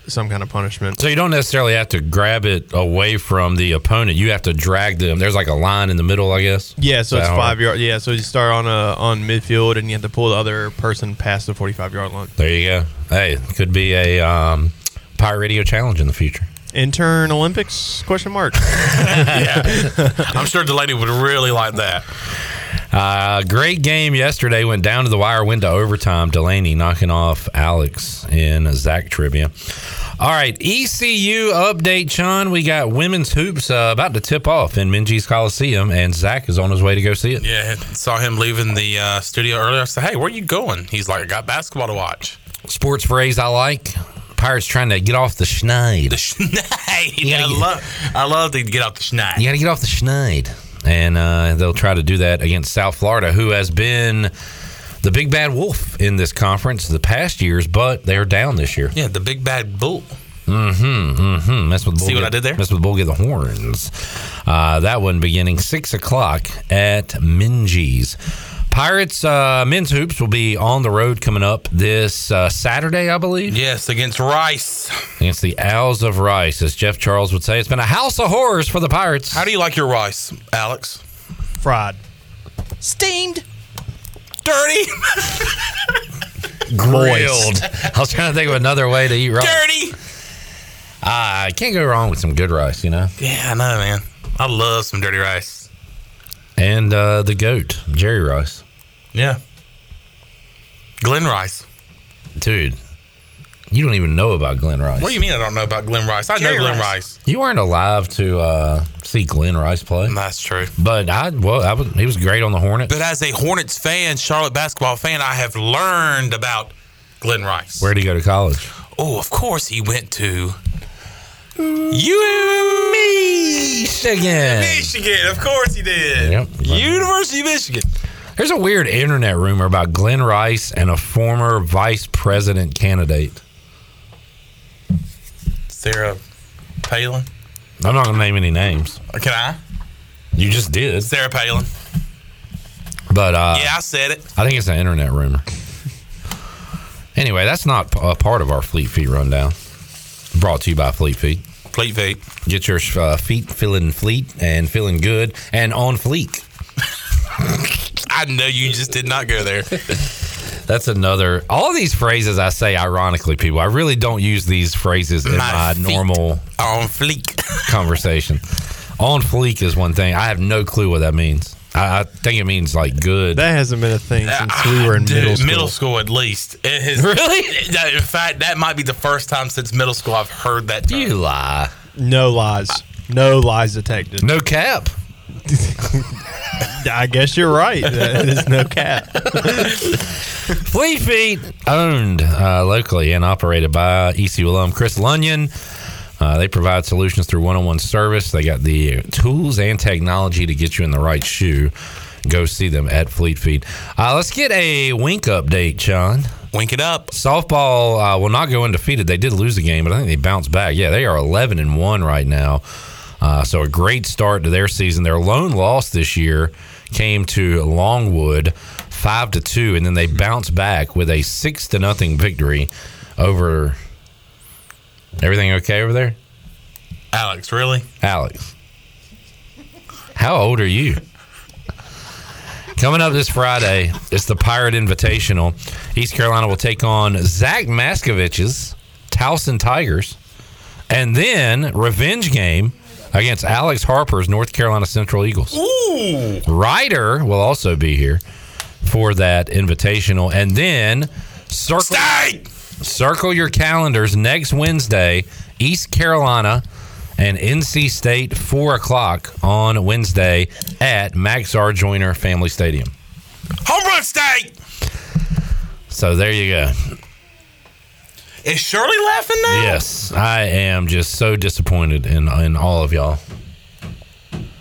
Speaker 20: some kind of punishment.
Speaker 9: So you don't necessarily have to grab it away from the opponent. You have to drag them. There's like a line in the middle, I guess.
Speaker 20: Yeah, so
Speaker 9: Is
Speaker 20: it's
Speaker 9: that how-
Speaker 20: five yard. Yeah, so you start on a on midfield, and you have to pull the other person past the forty five yard line.
Speaker 9: There you go. Hey, could be a um, Pirate Radio challenge in the future.
Speaker 20: Intern Olympics?
Speaker 9: <laughs>
Speaker 20: Question mark. <laughs>
Speaker 10: yeah. <laughs> I'm sure Delaney would really like that.
Speaker 9: Uh, great game yesterday. Went down to the wire, went to overtime. Delaney knocking off Alex in Zach trivia. All right, ECU update, Sean. We got women's hoops uh, about to tip off in Minji's Coliseum, and Zach is on his way to go see it.
Speaker 10: Yeah, I saw him leaving the uh, studio earlier. I said, "Hey, where you going?" He's like, "I got basketball to watch."
Speaker 9: Sports phrase I like. Pirates trying to get off the schneid.
Speaker 10: Hey, I love, I love to get off the schneid.
Speaker 9: You got to get off the schneid. And uh, they'll try to do that against South Florida, who has been the big bad wolf in this conference the past years, but they're down this year.
Speaker 10: Yeah, the big bad bull.
Speaker 9: Mm-hmm. Mm-hmm. Mess with the bull.
Speaker 10: See what
Speaker 9: get-
Speaker 10: I did there?
Speaker 9: Mess with the bull. Get the horns. Uh, that one beginning six o'clock at Minji's. Pirates uh, men's hoops will be on the road coming up this uh, Saturday, I believe.
Speaker 10: Yes, against Rice.
Speaker 9: Against the Owls of Rice, as Jeff Charles would say, it's been a house of horrors for the Pirates.
Speaker 10: How do you like your rice, Alex?
Speaker 20: Fried.
Speaker 5: Steamed. <laughs>
Speaker 10: Dirty.
Speaker 9: grilled. <laughs> I was trying to think of another way to eat rice. Ah, I
Speaker 10: Dirty.
Speaker 9: can't go wrong with some good rice, you know.
Speaker 10: Yeah, I know, man. I love some dirty rice.
Speaker 9: And uh, the goat, Jerry Rice,
Speaker 10: Yeah. Glenn Rice,
Speaker 9: dude. You don't even know about Glenn Rice.
Speaker 10: What do you mean I don't know about Glenn Rice? I
Speaker 9: Jerry
Speaker 10: know Glenn
Speaker 9: Rice.
Speaker 10: Rice. Mm,
Speaker 9: You weren't alive to uh, see Glenn Rice play.
Speaker 10: That's true.
Speaker 9: But I well, I was, he was great on the Hornets.
Speaker 10: But as a Hornets fan, Charlotte basketball fan, I have learned about Glenn Rice.
Speaker 9: Where'd he go to college?
Speaker 10: Oh, of course he went to you E.
Speaker 9: Michigan.
Speaker 10: Michigan. Of course he did.
Speaker 9: Yep.
Speaker 10: University of Michigan.
Speaker 9: There's a weird internet rumor about Glenn Rice and a former vice president candidate.
Speaker 10: Sarah Palin.
Speaker 9: I'm not gonna name any names.
Speaker 10: Can I?
Speaker 9: You just did.
Speaker 10: Sarah Palin.
Speaker 9: But uh,
Speaker 10: yeah, I said it.
Speaker 9: I think it's an internet rumor. anyway, that's not p- a part of our Fleet Feet rundown. Brought to you by Fleet Feet.
Speaker 10: Fleet Feet.
Speaker 9: Get your uh, feet feeling fleet and feeling good and on fleek.
Speaker 10: <laughs> I know you just did not go there.
Speaker 9: <laughs> That's another. All these phrases I say ironically, people. I really don't use these phrases in my,
Speaker 10: My feet
Speaker 9: normal
Speaker 10: on fleek <laughs>
Speaker 9: conversation. On fleek is one thing. I have no clue what that means. I, I think it means like good.
Speaker 20: That hasn't been a thing since we were in
Speaker 10: Ah, Dude,
Speaker 20: middle school.
Speaker 10: at least. It has-
Speaker 9: Really?
Speaker 10: Yeah, <laughs> In fact, that might be the first time since middle school I've heard that. Term.
Speaker 9: You lie.
Speaker 20: No lies. No lies detected.
Speaker 9: No cap.
Speaker 20: <laughs> I guess you're right. There's no cap.
Speaker 9: <laughs> Fleet Feet, owned uh, locally and operated by ECU alum Chris Lunyon. Uh, they provide solutions through one on one service. They got the tools and technology to get you in the right shoe. Go see them at Fleet Feet. Uh, let's get a wink update, Sean.
Speaker 10: Wink it up.
Speaker 9: Softball uh, will not go undefeated. They did lose a game, but I think they bounced back. Yeah, they are 11 and 1 right now. Uh, so a great start to their season. Their lone loss this year came to Longwood, five to two, and then
Speaker 10: Hmm.
Speaker 9: they bounced back with a six to nothing victory over. Everything okay over there,
Speaker 10: Alex? Really?
Speaker 9: Alex? How old are you? Coming up this Friday, it's the Pirate Invitational. East Carolina will take on Zach Maskovich's Towson Tigers, and then revenge game against Alex Harper's North Carolina Central Eagles.
Speaker 10: Ooh.
Speaker 9: Ryder will also be here for that invitational, and then circle circle your calendars next Wednesday, East Carolina and NC State, four o'clock on Wednesday at Max R. Joyner Family Stadium.
Speaker 10: Home run state.
Speaker 9: So there you go.
Speaker 10: Is Shirley laughing now?
Speaker 9: Yes, I am just so disappointed in in all of y'all.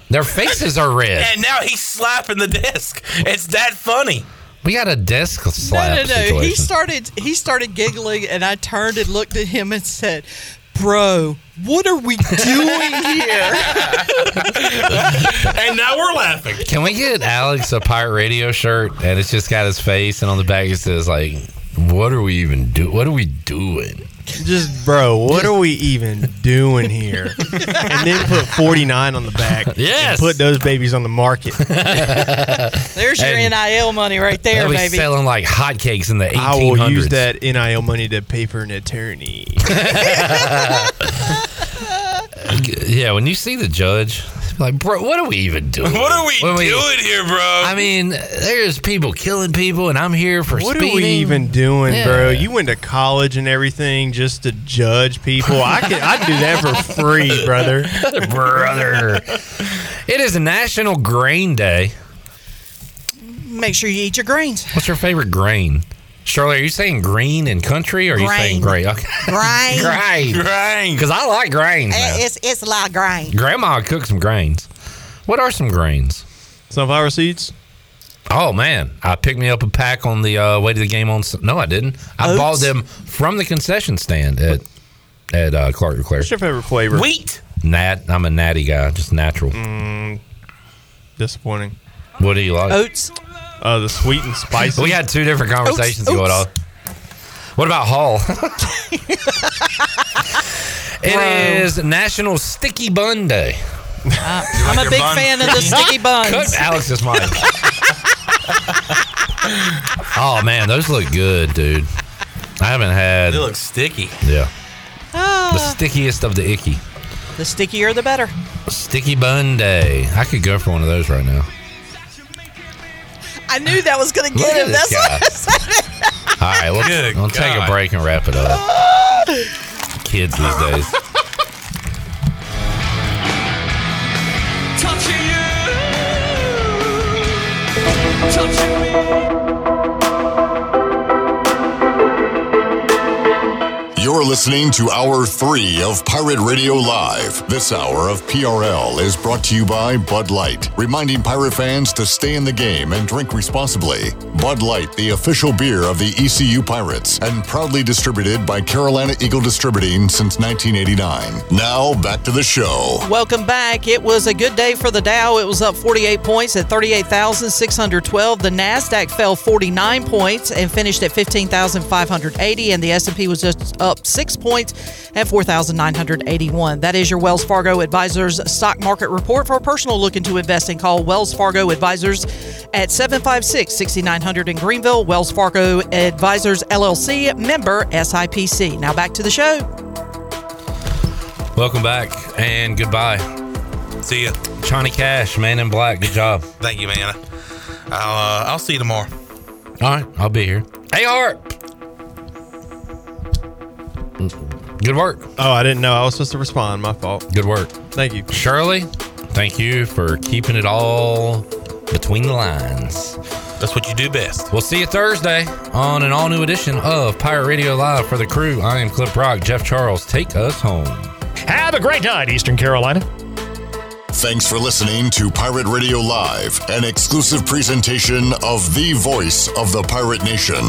Speaker 9: Their faces are red.
Speaker 10: And now he's slapping the desk. It's that funny.
Speaker 9: We got a desk slap
Speaker 5: No, no, no.
Speaker 9: situation.
Speaker 5: He started. He started giggling, and I turned and looked at him and said, "Bro, what are we doing here?"
Speaker 20: <laughs>
Speaker 10: and now we're laughing.
Speaker 9: Can we get Alex a pirate radio shirt and it's just got his face and on the back it says like, "What are we even do? What are we doing?"
Speaker 20: Just, bro, what are we even doing here? and then put 49 on the back.
Speaker 9: Yes.
Speaker 20: And put those babies on
Speaker 9: <laughs>
Speaker 20: the market.
Speaker 5: There's your
Speaker 20: And
Speaker 5: NIL money right there,
Speaker 20: they'll be
Speaker 5: baby.
Speaker 20: selling
Speaker 9: like hotcakes in the 1800s.
Speaker 20: I will use that NIL money to pay for an attorney.
Speaker 9: yeah, when you see the judge, like, bro, what are we even
Speaker 5: <laughs>
Speaker 9: doing?
Speaker 10: What are we
Speaker 9: When
Speaker 10: doing here, bro?
Speaker 9: I mean, there's people killing people, and I'm here for
Speaker 20: What
Speaker 9: speeding.
Speaker 20: are we even doing,
Speaker 9: Yeah.
Speaker 20: bro? You went to college and everything just to judge people. I could, I'd do that
Speaker 9: <laughs>
Speaker 20: for free, brother.
Speaker 9: brother. It is National Grain Day.
Speaker 5: Make sure you eat your grains.
Speaker 9: What's your favorite grain? Shirley, are you saying green and country, or are you saying
Speaker 5: Grain.
Speaker 9: gray? Okay.
Speaker 5: Grain.
Speaker 9: <laughs> grain,
Speaker 10: grain. Because
Speaker 9: I like grains. man.
Speaker 5: It's it's a lot of grain.
Speaker 9: Grandma cooked some grains. What are some grains?
Speaker 20: Sunflower seeds.
Speaker 9: Oh man, I picked me up a pack on the uh, way to the game on. Sun- No, I didn't. I
Speaker 20: Oats?
Speaker 9: bought them from the concession stand at at uh, Clark Eclair. What's
Speaker 20: your favorite flavor? Mm,
Speaker 10: Wheat.
Speaker 9: Nat. I'm a natty guy, just natural.
Speaker 20: disappointing.
Speaker 9: What do you like?
Speaker 5: Oats.
Speaker 20: Uh, the sweet and spicy.
Speaker 9: We had two different conversations
Speaker 20: Oats,
Speaker 9: going on.
Speaker 20: oats.
Speaker 9: What about Hall? It is National Sticky Bun Day.
Speaker 5: Ah, I'm a big
Speaker 9: <laughs>
Speaker 5: fan of the sticky buns.
Speaker 9: Cut Alex's mic. <laughs> oh man, those look good, dude. I haven't had.
Speaker 10: They look sticky.
Speaker 9: Yeah, the
Speaker 5: Ah,
Speaker 9: stickiest of the icky.
Speaker 5: the stickier, the better.
Speaker 9: Sticky Bun Day. I could go for one of those right now.
Speaker 5: I knew that was gonna
Speaker 9: Look
Speaker 5: get
Speaker 9: at
Speaker 5: him.
Speaker 9: this
Speaker 5: That's why I said <laughs> it. Oh.
Speaker 9: All right, we'll, we'll take a break and wrap it up. Kids these days.
Speaker 8: <laughs> Touching you. Touching me.
Speaker 2: You're listening to Hour 3 of Pirate Radio Live. This hour of PRL is brought to you by Bud Light, reminding pirate fans to stay in the game and drink responsibly. Bud Light, the official beer of the ECU Pirates, and proudly distributed by Carolina Eagle Distributing since 1989. Now, back to the show.
Speaker 5: Welcome back. It was a good day for the Dow. It was up 48 points at 38,612. The Nasdaq fell 49 points and finished at 15,580 and the S&P was just up 6 points at 4,981. That is your Wells Fargo Advisors stock market report for a personal look into investing call Wells Fargo Advisors at 756-6900 in Greenville. Wells Fargo Advisors LLC, member SIPC. Now back to the show.
Speaker 9: Welcome back and goodbye.
Speaker 10: See ya.
Speaker 9: Johnny Cash, Man in Black. Good job.
Speaker 10: Thank you, man. I'll uh, I'll see you tomorrow.
Speaker 9: All right, I'll be here. Hey, Art. Good work.
Speaker 20: Oh, I didn't know I was supposed to respond. My fault.
Speaker 9: Good work.
Speaker 20: Thank you.
Speaker 9: Shirley, thank you for keeping it all between the lines.
Speaker 10: That's what you do best.
Speaker 9: We'll see you Thursday on an all new edition of Pirate Radio Live for the crew. I am Clip Rock. Jeff Charles, take us home.
Speaker 1: Have a great night, Eastern Carolina.
Speaker 2: Thanks for listening to Pirate Radio Live, an exclusive presentation of the voice of the pirate nation,